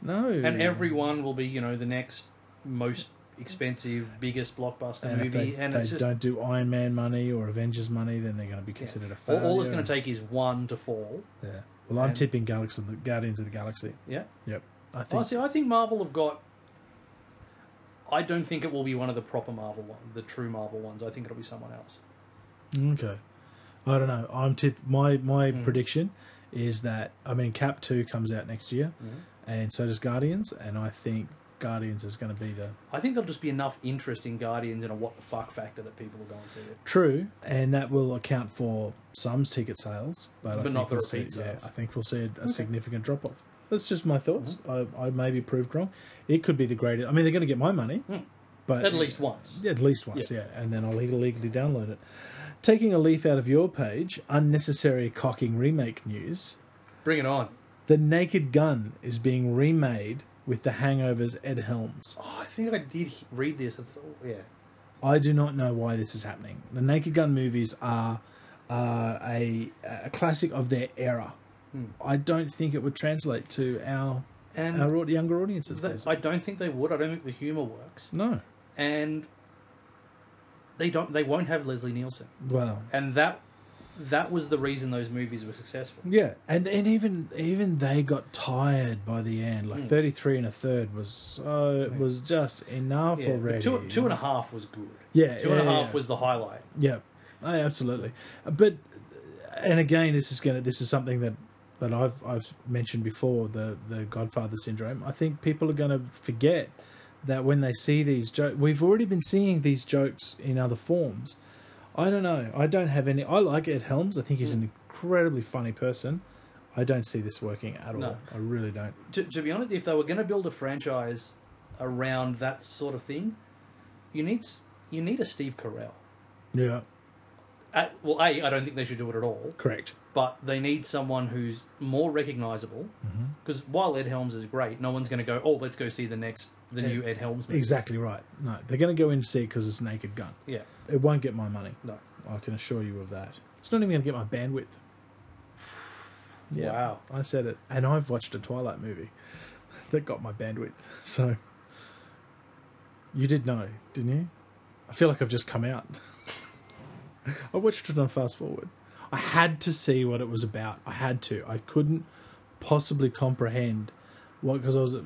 [SPEAKER 2] No,
[SPEAKER 1] And everyone will be, you know, the next most expensive, biggest blockbuster
[SPEAKER 2] And if
[SPEAKER 1] movie.
[SPEAKER 2] they,
[SPEAKER 1] and
[SPEAKER 2] they
[SPEAKER 1] it's just
[SPEAKER 2] don't do Iron Man money or Avengers money, then they're going to be considered a
[SPEAKER 1] all,
[SPEAKER 2] failure.
[SPEAKER 1] all it's going to take is one to fall.
[SPEAKER 2] Yeah. Well, I'm
[SPEAKER 1] And-
[SPEAKER 2] tipping Galaxy, Guardians of the Galaxy.
[SPEAKER 1] Yeah.
[SPEAKER 2] Yep. I think.
[SPEAKER 1] Honestly, I think Marvel have got. I don't think it will be one of the proper Marvel ones, the true Marvel ones. I think it'll be someone else.
[SPEAKER 2] Okay. I don't know. I'm tip. My my
[SPEAKER 1] Mm.
[SPEAKER 2] prediction is that I mean Cap two comes out next year,
[SPEAKER 1] Hmm.
[SPEAKER 2] and so does Guardians. And I think Guardians is going to be the
[SPEAKER 1] I think there'll just be enough interest in Guardians and a what the fuck factor that people will go and see it.
[SPEAKER 2] True, and that will account for some ticket sales, but, I
[SPEAKER 1] But
[SPEAKER 2] think
[SPEAKER 1] not the
[SPEAKER 2] we'll see,
[SPEAKER 1] repeat sales.
[SPEAKER 2] Yeah, I think we'll see a, a significant drop off. That's just my thoughts.
[SPEAKER 1] Hmm.
[SPEAKER 2] I, I may be proved wrong. It could be the greatest. I mean, they're going to get my money, but
[SPEAKER 1] Hmm. At least once.
[SPEAKER 2] at least once, yeah. and then I'll leg- legally download it. Taking a leaf out of your page, unnecessary cocking remake news.
[SPEAKER 1] Bring it on.
[SPEAKER 2] The Naked Gun is being remade with The Hangover's Ed Helms.
[SPEAKER 1] Oh, I think I did he- read this. I thought, yeah.
[SPEAKER 2] I do not know why this is happening. The Naked Gun movies are uh, a, a classic of their era.
[SPEAKER 1] Hmm.
[SPEAKER 2] I don't think it would translate to our
[SPEAKER 1] And
[SPEAKER 2] our au- younger audiences.
[SPEAKER 1] Hmm. that-
[SPEAKER 2] these-
[SPEAKER 1] I don't think they would. I don't think the humour works.
[SPEAKER 2] no,
[SPEAKER 1] And they don't. They won't have Leslie Nielsen.
[SPEAKER 2] well,
[SPEAKER 1] And that that was the reason those movies were successful.
[SPEAKER 2] yeah, and and even even they got tired by the end. Like
[SPEAKER 1] Mm.
[SPEAKER 2] thirty three and a third was so was just enough
[SPEAKER 1] Yeah,
[SPEAKER 2] already.
[SPEAKER 1] but two two and a half was good.
[SPEAKER 2] Yeah,
[SPEAKER 1] Two and a half
[SPEAKER 2] yeah, yeah.
[SPEAKER 1] was the highlight.
[SPEAKER 2] Yeah, I- absolutely. Uh, But uh, and again, this is gonna this is something that that I've I've mentioned before the the Godfather syndrome. I think people are gonna forget that when they see these jokes, we've already been seeing these jokes in other forms. I don't know. I don't have any. I like Ed Helms. I think he's an incredibly funny person. I don't see this working at all.
[SPEAKER 1] No.
[SPEAKER 2] I really don't.
[SPEAKER 1] To, to be honest, if they were going to build a franchise around that sort of thing, you need s- you need a Steve Carell.
[SPEAKER 2] Yeah,
[SPEAKER 1] Uh well, a I don't think they should do it at all.
[SPEAKER 2] correct.
[SPEAKER 1] but they need someone who's more recognizable.
[SPEAKER 2] Mm-hmm.
[SPEAKER 1] Because while Ed Helms is great, no one's going to go, "Oh, let's go see the next the new Ed Helms movie."
[SPEAKER 2] Exactly right. No, they're going to go in to see because it's Naked Gun.
[SPEAKER 1] Yeah,
[SPEAKER 2] It won't get my money.
[SPEAKER 1] no,
[SPEAKER 2] I can assure you of that. It's not even going to get my bandwidth.
[SPEAKER 1] Wow.
[SPEAKER 2] I said it. And I've watched a Twilight movie (laughs) that got my bandwidth. So. You did know, didn't you? I feel like I've just come out. (laughs) I watched it on Fast Forward. I had to see what it was about. I had to. I couldn't possibly comprehend what, because I was uh,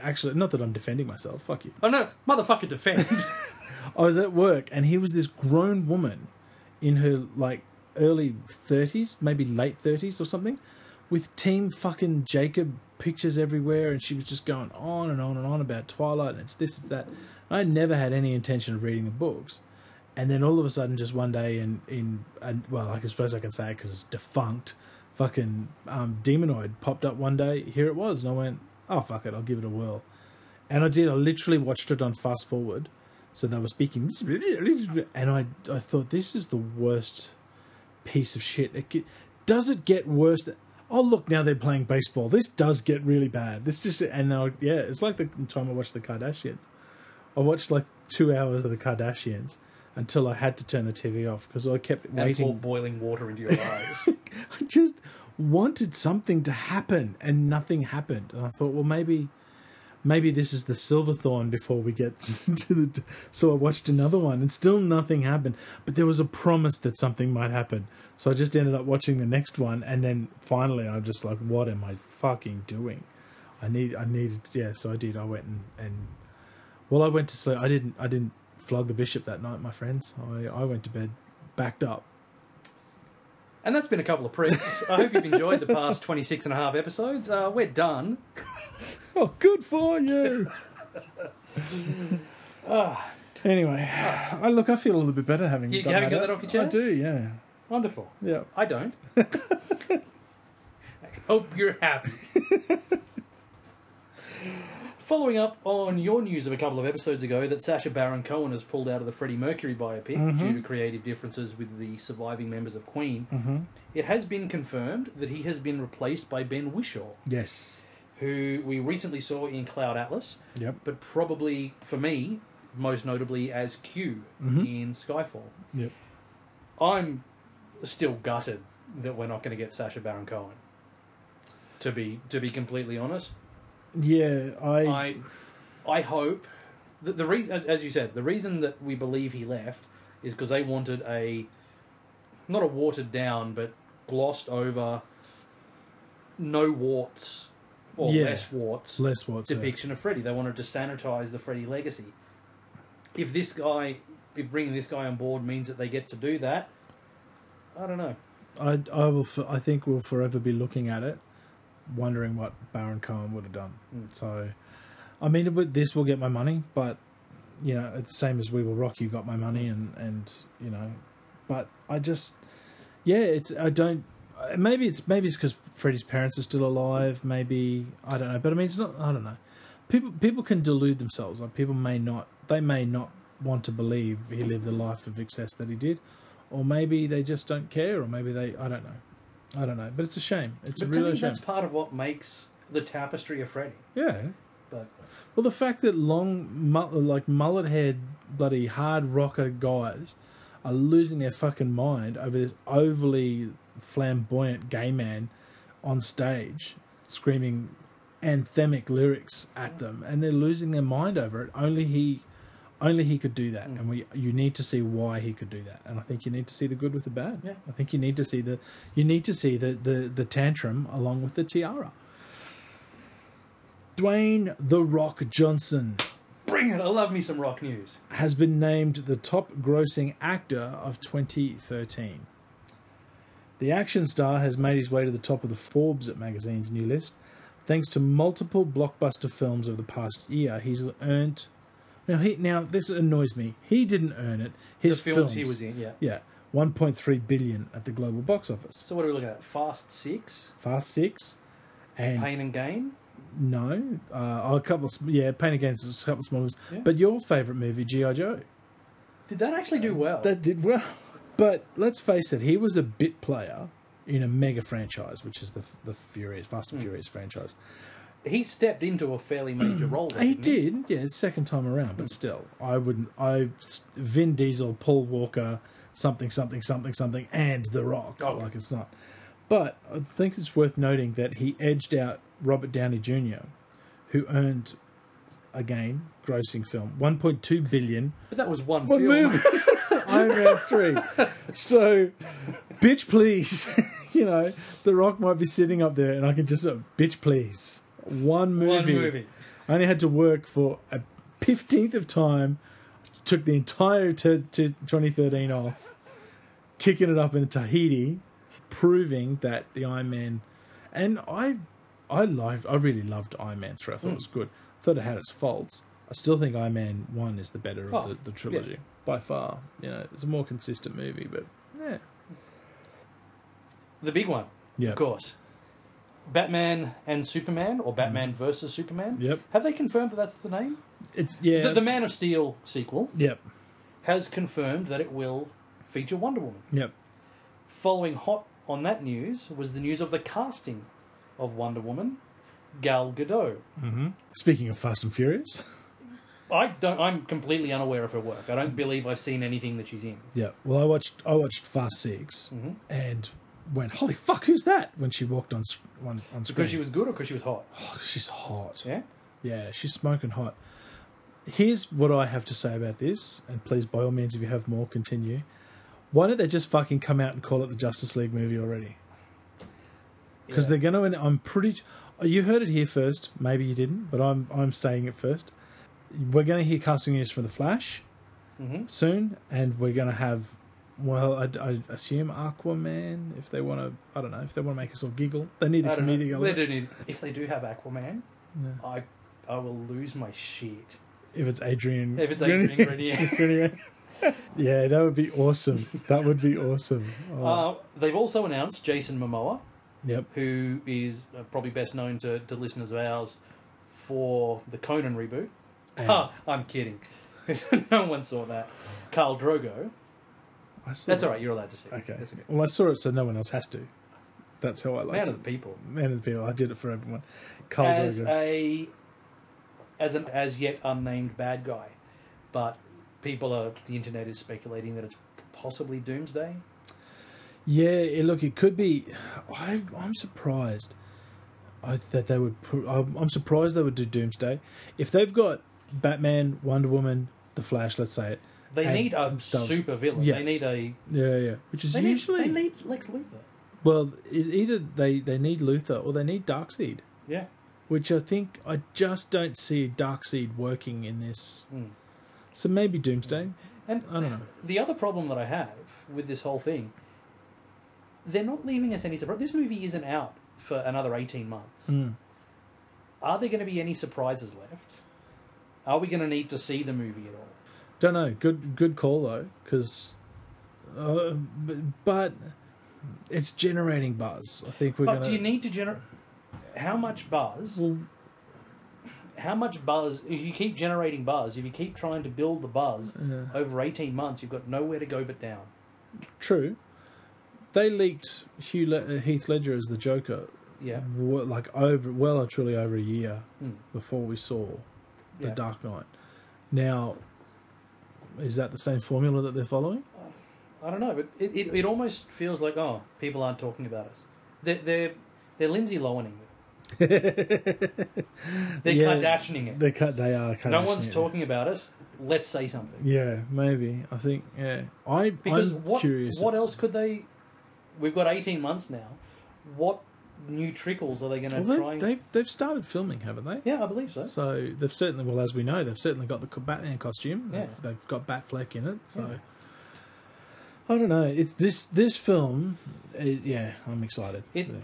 [SPEAKER 2] actually, not that I'm defending myself, fuck you.
[SPEAKER 1] oh no, motherfucker, defend.
[SPEAKER 2] I was at work, and here was this grown woman in her like early thirties, maybe late thirties or something, with Team fucking Jacob pictures everywhere, and she was just going on and on and on about Twilight and it's this, it's that. I never had any intention of reading the books, and then all of a sudden, just one day, in in and, well, I suppose I can say it because it's defunct. Fucking um, Demonoid popped up one day. Here it was, and I went, "Oh fuck it, I'll give it a whirl." And I did. I literally watched it on fast forward. So they were speaking, and I, I thought this is the worst piece of shit. It ge- does it get worse? Than, oh look, now they're playing baseball. This does get really bad. This just and now yeah, it's like the time I watched the Kardashians. I watched like two hours of the Kardashians until I had to turn the TV off because I kept
[SPEAKER 1] and pour
[SPEAKER 2] waiting.
[SPEAKER 1] boiling water into your eyes.
[SPEAKER 2] I just wanted something to happen, and nothing happened. And I thought, well, maybe maybe this is the Silverthorn before we get (laughs) to the. So I watched another one, and still nothing happened. But there was a promise that something might happen. So I just ended up watching the next one, and then finally, I'm just like, "What am I fucking doing?" I need, I needed, yeah. So I did. I went and, and well, I went to sleep. I didn't, I didn't flog the bishop that night, my friends. I, I went to bed backed up.
[SPEAKER 1] and that's been a couple of prints. I hope you've enjoyed the past 26 and a half episodes. Uh, we're done.
[SPEAKER 2] Oh, good for you. Ah, anyway, I look. I feel a little bit better having.
[SPEAKER 1] You- you
[SPEAKER 2] gotten
[SPEAKER 1] haven't got
[SPEAKER 2] out.
[SPEAKER 1] that off your chest?
[SPEAKER 2] I do. Yeah.
[SPEAKER 1] Wonderful.
[SPEAKER 2] Yeah.
[SPEAKER 1] I don't. I hope you're happy. Following up on your news of a couple of episodes ago that Sasha Baron Cohen has pulled out of the Freddie Mercury biopic due to creative differences with the surviving members of Queen, it has been confirmed that he has been replaced by Ben Wishaw,
[SPEAKER 2] Yes.
[SPEAKER 1] who we recently saw in Cloud Atlas,
[SPEAKER 2] Yep.
[SPEAKER 1] but probably, for me, most notably as Q in Skyfall.
[SPEAKER 2] Mm-hmm. Yep.
[SPEAKER 1] I'm still gutted that we're not going to get Sasha Baron Cohen. To be to be completely honest,
[SPEAKER 2] Yeah. I.
[SPEAKER 1] I I hope that the reason, as, as you said, the reason that we believe he left is because they wanted a not a watered down but glossed over, no warts or
[SPEAKER 2] Yeah.
[SPEAKER 1] less warts
[SPEAKER 2] less what's
[SPEAKER 1] depiction of Freddy. They wanted to sanitize the Freddy legacy. If this guy, if bringing this guy on board means that they get to do that, I don't know.
[SPEAKER 2] I. I will. f- I think we'll forever be looking at it wondering what Baron Cohen would have done.
[SPEAKER 1] Hmm.
[SPEAKER 2] So, I mean, with this will get my money, but you know, it's the same as We Will Rock You got my money, and and you know, but I just, yeah, it's I don't. uh, Maybe it's maybe it's because Freddie's parents are still alive. Maybe I don't know, but I mean, it's not. I don't know. People people can delude themselves. Like people may not. They may not want to believe he lived the life of excess that he did, or maybe they just don't care, or maybe they. I don't know. I don't know, but it's a shame. It's
[SPEAKER 1] But
[SPEAKER 2] a
[SPEAKER 1] to
[SPEAKER 2] real
[SPEAKER 1] me,
[SPEAKER 2] shame.
[SPEAKER 1] that's part of what makes the tapestry of Freddy.
[SPEAKER 2] Yeah.
[SPEAKER 1] But
[SPEAKER 2] Well, the fact that long, mu- like mullet haired, bloody hard rocker guys are losing their fucking mind over this overly flamboyant gay man on stage screaming anthemic lyrics at them, and they're losing their mind over it. Only he. Only he could do that, and we you need to see why he could do that, and I think you need to see the good with the bad.
[SPEAKER 1] Yeah.
[SPEAKER 2] I think you need to see the you need to see the the, the tantrum along with the tiara. Dwayne the Rock Johnson
[SPEAKER 1] bring it! I love me some rock news.
[SPEAKER 2] has been named the top grossing actor of 2013. The action star has made his way to the top of the Forbes magazine's new list. Thanks to multiple blockbuster films of the past year, he's earned. Now, he, now this annoys me. He didn't earn it. His
[SPEAKER 1] the films, he was in, yeah.
[SPEAKER 2] Yeah, 1.3 billion at the global box office.
[SPEAKER 1] So what are we looking at? Fast Six,
[SPEAKER 2] Fast Six, and
[SPEAKER 1] Pain and Gain.
[SPEAKER 2] no, uh, oh, a couple. Of, sm- yeah, Pain Against a couple of small movies.
[SPEAKER 1] Yeah.
[SPEAKER 2] But your favorite movie, GI Joe.
[SPEAKER 1] Did that actually do well?
[SPEAKER 2] Um, That did well. But let's face it, he was a bit player in a mega franchise, which is the the Furious Fast and Furious franchise.
[SPEAKER 1] he stepped into a
[SPEAKER 2] (clears throat)
[SPEAKER 1] fairly major role. There,
[SPEAKER 2] He
[SPEAKER 1] didn't
[SPEAKER 2] did, yeah, it's second time around, but still, I wouldn't. I Vin Diesel, Paul Walker, something, something, something, something, and The Rock.
[SPEAKER 1] Oh.
[SPEAKER 2] Like it's not. But I think it's worth noting that he edged out Robert Downey Jr., who earned again grossing film 1.2 billion
[SPEAKER 1] But that was one
[SPEAKER 2] What
[SPEAKER 1] film.
[SPEAKER 2] movie? (laughs) Iron Man three. So, bitch, please. (laughs) you know, The Rock might be sitting up there, and I can just uh, bitch, please. One movie.
[SPEAKER 1] One movie.
[SPEAKER 2] I only had to work for a fifteenth of time. Took the entire t- t- 2013 off, kicking it up in Tahiti, proving that the Iron Man, and I, I loved, I really loved Iron Man three. I
[SPEAKER 1] Mm.
[SPEAKER 2] thought it was good. I thought it had its faults. I still think Iron Man one is the better of
[SPEAKER 1] Oh,
[SPEAKER 2] the, the trilogy by far. You know, it's a more consistent movie, but yeah,
[SPEAKER 1] The big one,
[SPEAKER 2] yeah,
[SPEAKER 1] of course. Batman and Superman, or Batman versus Superman.
[SPEAKER 2] Yep.
[SPEAKER 1] Have they confirmed that that's the name?
[SPEAKER 2] It's yeah,
[SPEAKER 1] Mm. The, the Man of Steel sequel
[SPEAKER 2] yep,
[SPEAKER 1] has confirmed that it will feature Wonder Woman.
[SPEAKER 2] yep.
[SPEAKER 1] Following hot on that news was the news of the casting of Wonder Woman, Gal Gadot.
[SPEAKER 2] Speaking of Fast and Furious,
[SPEAKER 1] I don't. I'm completely unaware of her work. I don't believe I've seen anything that she's in.
[SPEAKER 2] Yeah. Well, I watched I watched Fast 6
[SPEAKER 1] Mm-hmm.
[SPEAKER 2] and went, "Holy fuck, who's that?" When she walked on sc- on, on screen,
[SPEAKER 1] Because she was good or because she was hot.
[SPEAKER 2] Oh, she's hot.
[SPEAKER 1] Yeah.
[SPEAKER 2] Yeah, she's smoking hot. Here's what I have to say about this, and please, by all means, if you have more, continue. Why don't they just fucking come out and call it the Justice League movie already? Because
[SPEAKER 1] Yeah.
[SPEAKER 2] they're going to. I'm pretty. You heard it here first. Maybe you didn't, but I'm I'm stating it first. We're going to hear casting news for the Flash
[SPEAKER 1] Mm-hmm.
[SPEAKER 2] soon, and we're going to have. Well, I, I assume Aquaman. If they want to, I don't know. If they want to make us all giggle, they need a
[SPEAKER 1] I don't know.
[SPEAKER 2] comedic
[SPEAKER 1] They
[SPEAKER 2] element.
[SPEAKER 1] do need- if they do have Aquaman, I I will lose my shit.
[SPEAKER 2] If it's Adrian,
[SPEAKER 1] If it's Adrian Grenier.
[SPEAKER 2] (laughs) Grenier. yeah, that would be awesome. That would be awesome. Oh,
[SPEAKER 1] Uh, they've also announced Jason Momoa,
[SPEAKER 2] yep.
[SPEAKER 1] who is uh, probably best known to, to listeners of ours for the Conan reboot. Ha, (laughs) I'm kidding. no one saw that. Carl Drogo.
[SPEAKER 2] I saw
[SPEAKER 1] That's
[SPEAKER 2] it.
[SPEAKER 1] all right. You're allowed to see. it.
[SPEAKER 2] Okay.
[SPEAKER 1] That's okay.
[SPEAKER 2] Well, I saw it, so no one else has to. That's how I liked
[SPEAKER 1] Man
[SPEAKER 2] it.
[SPEAKER 1] of the people.
[SPEAKER 2] Man of the People. I did it for everyone. Carl
[SPEAKER 1] As
[SPEAKER 2] Drogo.
[SPEAKER 1] a as an as yet unnamed bad guy, but people are the internet is speculating that it's possibly Doomsday.
[SPEAKER 2] Yeah, it, look, it could be. I, I'm surprised I, that they would. Put, I'm, I'm surprised they would do Doomsday. If they've got Batman, Wonder Woman, The Flash, let's say it.
[SPEAKER 1] They
[SPEAKER 2] and
[SPEAKER 1] need a
[SPEAKER 2] stuff.
[SPEAKER 1] super villain.
[SPEAKER 2] Yeah.
[SPEAKER 1] They need a.
[SPEAKER 2] Yeah, yeah. Which is
[SPEAKER 1] They need,
[SPEAKER 2] usually
[SPEAKER 1] they need Lex Luthor.
[SPEAKER 2] well, i- either they they need Luthor or they need Darkseid,
[SPEAKER 1] Yeah.
[SPEAKER 2] which I think I just don't see Darkseid working in this.
[SPEAKER 1] Mm.
[SPEAKER 2] So maybe Doomsday.
[SPEAKER 1] And
[SPEAKER 2] I don't know.
[SPEAKER 1] the other problem that I have with this whole thing, they're not leaving us any surprise. This movie isn't out for another 18 months.
[SPEAKER 2] Mm. Hmm.
[SPEAKER 1] Are there going to be any surprises left? Are we going to need to see the movie at all?
[SPEAKER 2] Don't know. Good good call though, because uh, b- but it's generating buzz. I think we're
[SPEAKER 1] but
[SPEAKER 2] gonna.
[SPEAKER 1] do you need to generate how much buzz?
[SPEAKER 2] Well,
[SPEAKER 1] How much buzz? If you keep generating buzz, if you keep trying to build the buzz
[SPEAKER 2] Yeah.
[SPEAKER 1] over 18 months, you've got nowhere to go but down.
[SPEAKER 2] True. They leaked Hugh Le- uh, Heath Ledger as the Joker,
[SPEAKER 1] Yeah.
[SPEAKER 2] wa- like over well and truly over a year
[SPEAKER 1] Mm.
[SPEAKER 2] before we saw the
[SPEAKER 1] Yeah.
[SPEAKER 2] Dark Knight. Now, is that the same formula that they're following? (laughs)
[SPEAKER 1] I don't know, but it, it, it almost feels like oh, people aren't talking about us. They're they're, they're Lindsay Lohaning. They're
[SPEAKER 2] Yeah.
[SPEAKER 1] Kardashianing it.
[SPEAKER 2] They cut. They are. Kardashian.
[SPEAKER 1] no one's talking about us. Let's say something.
[SPEAKER 2] Yeah, maybe. I think. Yeah, I.
[SPEAKER 1] Because
[SPEAKER 2] I'm
[SPEAKER 1] what
[SPEAKER 2] curious.
[SPEAKER 1] what else could they? We've got eighteen months now. What new trickles are they going to
[SPEAKER 2] well,
[SPEAKER 1] try? and-
[SPEAKER 2] they've, they've they've started filming, haven't they?
[SPEAKER 1] yeah, I believe so.
[SPEAKER 2] So they've certainly, well, as we know, they've certainly got the co- Batman costume.
[SPEAKER 1] Yeah.
[SPEAKER 2] They've, they've got Batfleck in it. So
[SPEAKER 1] Yeah.
[SPEAKER 2] I don't know. It's this this film. Is, yeah, I'm excited.
[SPEAKER 1] It-
[SPEAKER 2] Yeah.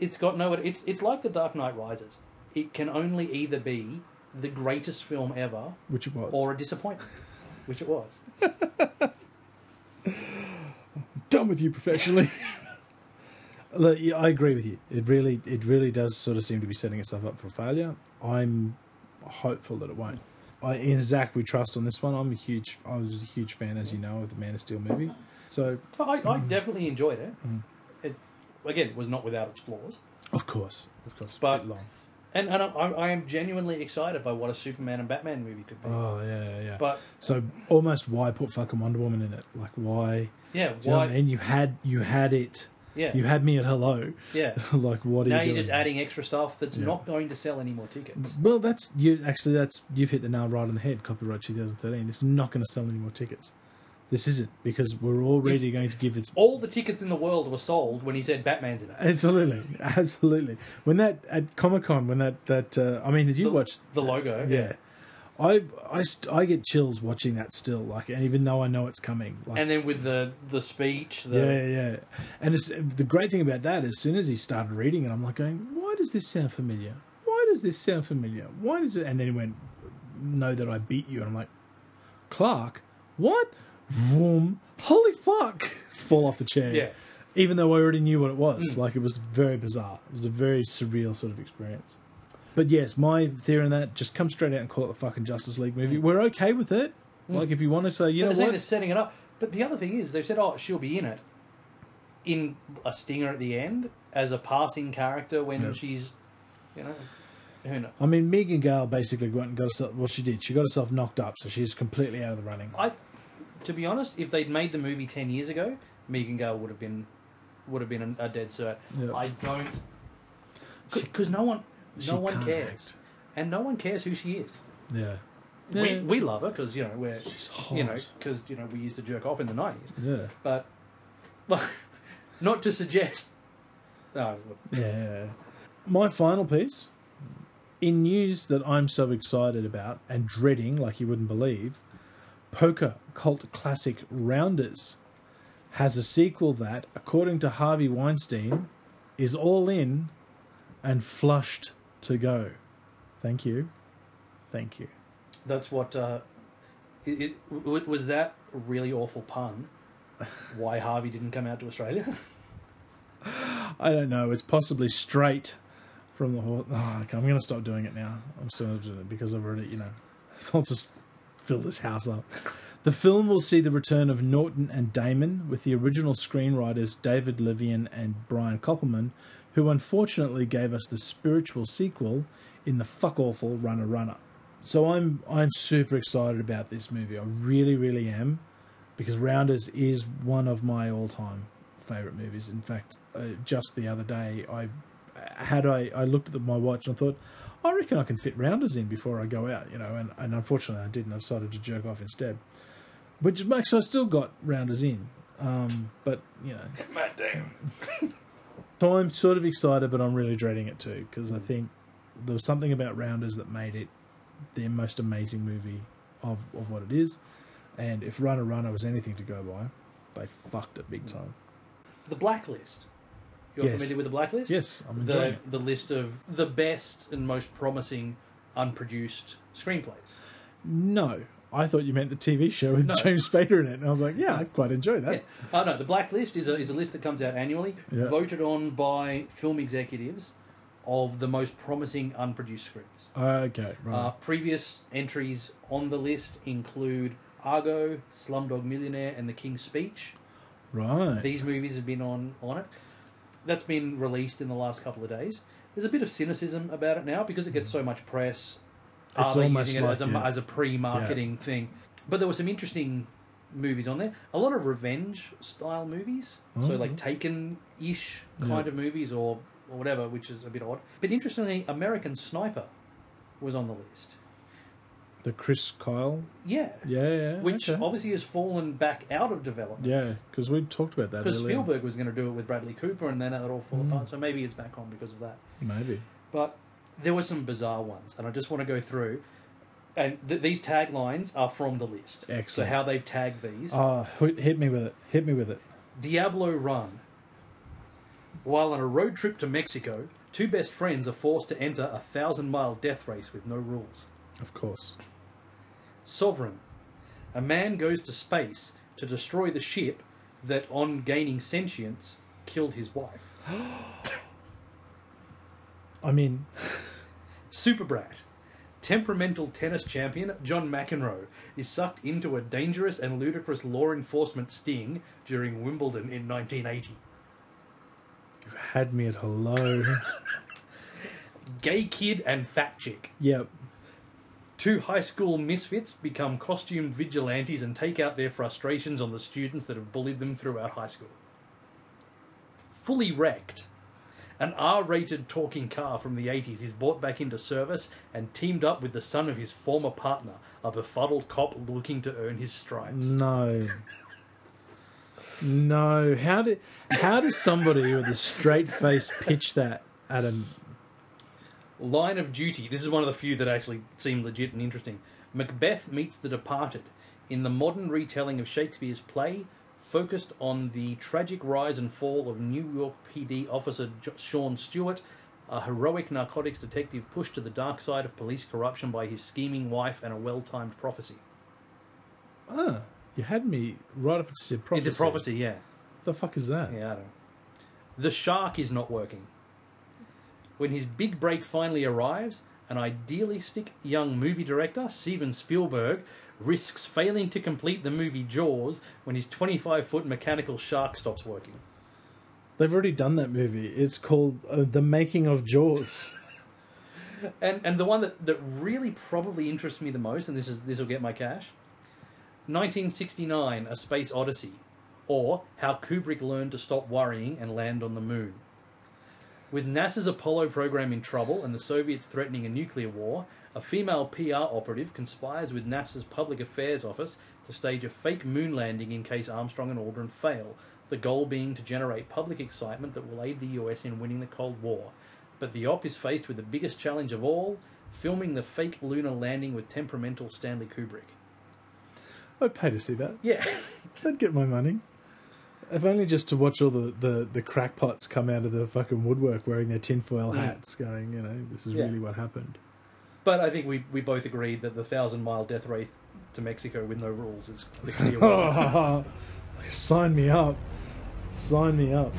[SPEAKER 1] It's got no. It's it's like the Dark Knight Rises. It can only either be the greatest film ever
[SPEAKER 2] which it was.
[SPEAKER 1] or a disappointment, which it was.
[SPEAKER 2] done with you (laughs) professionally. Look, yeah, I agree with you. It really, it really does sort of seem to be setting itself up for failure. I'm hopeful that it won't. I, in Zach, we trust on this one. I'm a huge, I was a huge fan, as you know, of the Man of Steel movie. So,
[SPEAKER 1] But I, I definitely enjoyed it.
[SPEAKER 2] Mm.
[SPEAKER 1] It again it was not without its flaws,
[SPEAKER 2] of course, of course, a
[SPEAKER 1] But-
[SPEAKER 2] bit long.
[SPEAKER 1] and and I, I am genuinely excited by what a Superman and Batman movie could be.
[SPEAKER 2] Oh yeah, yeah, yeah.
[SPEAKER 1] But
[SPEAKER 2] so almost, why put fucking Wonder Woman in it? Like, why?
[SPEAKER 1] yeah,
[SPEAKER 2] Do you know
[SPEAKER 1] why?
[SPEAKER 2] what I mean? You had, you had it.
[SPEAKER 1] Yeah,
[SPEAKER 2] You had me at hello. (laughs)
[SPEAKER 1] yeah.
[SPEAKER 2] like, what are
[SPEAKER 1] now
[SPEAKER 2] you
[SPEAKER 1] you're
[SPEAKER 2] doing?
[SPEAKER 1] just adding extra stuff that's
[SPEAKER 2] Yeah.
[SPEAKER 1] not going to sell any more tickets.
[SPEAKER 2] Well, that's you. Actually, that's you've hit the nail right on the head. Copyright 2013. This is not going to sell any more tickets. This isn't because we're already
[SPEAKER 1] It's-
[SPEAKER 2] going to give its
[SPEAKER 1] All the tickets in the world were sold when he said Batman's in it.
[SPEAKER 2] absolutely, absolutely. When that at Comic Con, when that that uh, I mean, did you
[SPEAKER 1] The-
[SPEAKER 2] watch?
[SPEAKER 1] The logo,
[SPEAKER 2] Yeah, I I st- I get chills watching that still. Like, and even though I know it's coming, like,
[SPEAKER 1] and then with the the speech, the
[SPEAKER 2] yeah, yeah. And it's the great thing about that. As soon as he started reading it, I'm like going, why does this sound familiar? Why does this sound familiar? Why does it? And then he went, know that I beat you. And I'm like, Clark, what? Vroom! Holy fuck! (laughs) Fall off the chair.
[SPEAKER 1] Yeah. Mm.
[SPEAKER 2] Even though I already knew what it was, like it was very bizarre. It was a very surreal sort of experience. But yes, my theory on that just come straight out and call it the fucking Justice League movie. We're okay with it. Like if you want to say, you
[SPEAKER 1] Mm. but
[SPEAKER 2] know
[SPEAKER 1] they're
[SPEAKER 2] what?
[SPEAKER 1] they're setting it up. But the other thing is, they've said, "Oh, she'll be in it, in a stinger at the end as a passing character when
[SPEAKER 2] Yeah.
[SPEAKER 1] she's, you know, who knows."
[SPEAKER 2] I mean, Megan Gale basically went and got herself. Well, she did. She got herself knocked up, so she's completely out of the running.
[SPEAKER 1] I, to be honest, if they'd made the movie ten years ago, Megan Gale would have been, would have been a, a dead cert.
[SPEAKER 2] Yeah.
[SPEAKER 1] I don't, because no one,
[SPEAKER 2] She
[SPEAKER 1] no one
[SPEAKER 2] can't
[SPEAKER 1] cares,
[SPEAKER 2] act.
[SPEAKER 1] and no one cares who she is.
[SPEAKER 2] Yeah.
[SPEAKER 1] We,
[SPEAKER 2] Yeah.
[SPEAKER 1] we love her because you know we're
[SPEAKER 2] She's hot.
[SPEAKER 1] you know because you know we used to jerk off in the nineties,
[SPEAKER 2] yeah.
[SPEAKER 1] but, but (laughs) not to suggest. uh, No,
[SPEAKER 2] Yeah. My final piece in news that I'm so excited about and dreading, like you wouldn't believe, Poker Cult Classic Rounders has a sequel that, according to Harvey Weinstein, is all in and flushed to go. Thank you. Thank you.
[SPEAKER 1] that's what. Uh, i i- w was that a really awful pun? Why Harvey didn't come out to Australia? (laughs)
[SPEAKER 2] (gasps) I don't know. It's possibly straight from the horse. Oh, okay, I'm going to stop doing it now. I'm still doing it because I've already, you know, (laughs) I'll just fill this house up. The film will see the return of Norton and Damon with the original screenwriters David Livian and Brian Koppelman, who unfortunately gave us the spiritual sequel in the fuck awful Runner Runner. So I'm I'm super excited about this movie. I really really am because Rounders is one of my all-time favorite movies. In fact, uh, just the other day, I had I, I looked at my watch and I thought, I reckon I can fit Rounders in before I go out, you know. And, and unfortunately, I didn't. I decided to jerk off instead, which makes I still got Rounders in. Um, but you know,
[SPEAKER 1] Matt damn.
[SPEAKER 2] so I'm sort of excited, but I'm really dreading it too because I think there was something about Rounders that made it the most amazing movie of, of what it is. And if Runner Runner was anything to go by, they fucked it big time.
[SPEAKER 1] The Blacklist. You're
[SPEAKER 2] Yes.
[SPEAKER 1] familiar with the blacklist?
[SPEAKER 2] Yes, I'm enjoying
[SPEAKER 1] The the list of the best and most promising unproduced screenplays.
[SPEAKER 2] it. No, I thought you meant the TV show with
[SPEAKER 1] No.
[SPEAKER 2] James Spader in it, and I was like, yeah, I quite enjoy that.
[SPEAKER 1] Yeah. (laughs) Uh, no, the blacklist is a, is a list that comes out annually,
[SPEAKER 2] Yeah.
[SPEAKER 1] voted on by film executives of the most promising unproduced scripts.
[SPEAKER 2] Okay, right.
[SPEAKER 1] Uh, previous entries on the list include Argo, Slumdog Millionaire, and The King's Speech.
[SPEAKER 2] right.
[SPEAKER 1] These movies have been on on it. That's been released in the last couple of days. There's a bit of cynicism about it now because it gets so much press. Are
[SPEAKER 2] Mm. It's
[SPEAKER 1] they
[SPEAKER 2] almost
[SPEAKER 1] using it as a,
[SPEAKER 2] like, yeah.
[SPEAKER 1] as a pre-marketing thing? But there were some interesting movies on there. A lot of revenge style movies, so like Taken-ish kind
[SPEAKER 2] Mm-hmm. Yeah.
[SPEAKER 1] of movies or or whatever, which is a bit odd. But interestingly, American Sniper was on the list.
[SPEAKER 2] the Chris Kyle.
[SPEAKER 1] Yeah,
[SPEAKER 2] Yeah, yeah.
[SPEAKER 1] which
[SPEAKER 2] okay.
[SPEAKER 1] obviously has fallen back out of development.
[SPEAKER 2] Yeah, because we talked about that earlier.
[SPEAKER 1] Because Spielberg was going to do it with Bradley Cooper, and then it all fell apart. So maybe it's back on because of that.
[SPEAKER 2] Maybe.
[SPEAKER 1] But there were some bizarre ones, and I just want to go through. And th- these taglines are from the list.
[SPEAKER 2] Excellent.
[SPEAKER 1] So how they've tagged these:
[SPEAKER 2] Ah, hit hit me with it. Hit me with it.
[SPEAKER 1] Diablo Run. While on a road trip to Mexico, two best friends are forced to enter a thousand-mile death race with no rules.
[SPEAKER 2] Of course.
[SPEAKER 1] Sovereign. A man goes to space to destroy the ship that, on gaining sentience, killed his wife.
[SPEAKER 2] I mean,
[SPEAKER 1] Super Brat. Temperamental tennis champion John McEnroe is sucked into a dangerous and ludicrous law enforcement sting during Wimbledon in 1980.
[SPEAKER 2] you've had me at hello.
[SPEAKER 1] (laughs) Gay kid and fat chick.
[SPEAKER 2] yep.
[SPEAKER 1] Two high school misfits become costumed vigilantes and take out their frustrations on the students that have bullied them throughout high school. Fully wrecked. An R rated talking car from the 80s is brought back into service and teamed up with the son of his former partner, a befuddled cop looking to earn his stripes.
[SPEAKER 2] No. No. How did how does somebody with a straight face pitch that at a
[SPEAKER 1] Line of Duty. This is one of the few that actually seem legit and interesting. Macbeth meets the Departed in the modern retelling of Shakespeare's play, focused on the tragic rise and fall of New York PD officer jo- Sean Stewart, a heroic narcotics detective pushed to the dark side of police corruption by his scheming wife and a well-timed prophecy.
[SPEAKER 2] Oh, you had me right up to say prophecy.
[SPEAKER 1] It's a prophecy, yeah.
[SPEAKER 2] The fuck is that?
[SPEAKER 1] Yeah, I don't. The shark is not working. When his big break finally arrives, an idealistic young movie director, Steven Spielberg, risks failing to complete the movie Jaws when his 25 foot mechanical shark stops working.
[SPEAKER 2] They've already done that movie. It's called uh, The Making of Jaws.
[SPEAKER 1] And, and the one that, that really probably interests me the most, and this is this will get my cash 1969 A Space Odyssey, or How Kubrick Learned to Stop Worrying and Land on the Moon. With NASA's Apollo program in trouble and the Soviets threatening a nuclear war, a female PR operative conspires with NASA's Public Affairs Office to stage a fake moon landing in case Armstrong and Aldrin fail, the goal being to generate public excitement that will aid the US in winning the Cold War. But the op is faced with the biggest challenge of all filming the fake lunar landing with temperamental Stanley Kubrick.
[SPEAKER 2] (laughs) I'd pay to see that.
[SPEAKER 1] Yeah. (laughs)
[SPEAKER 2] I'd get my money. If only just to watch all the, the, the crackpots come out of the fucking woodwork wearing their tinfoil hats, going, you know, this is
[SPEAKER 1] Yeah.
[SPEAKER 2] really what happened. (laughs)
[SPEAKER 1] But I think we, we both agreed that the thousand mile death race to Mexico with no rules is the clear one.
[SPEAKER 2] Sign me up. Sign me up.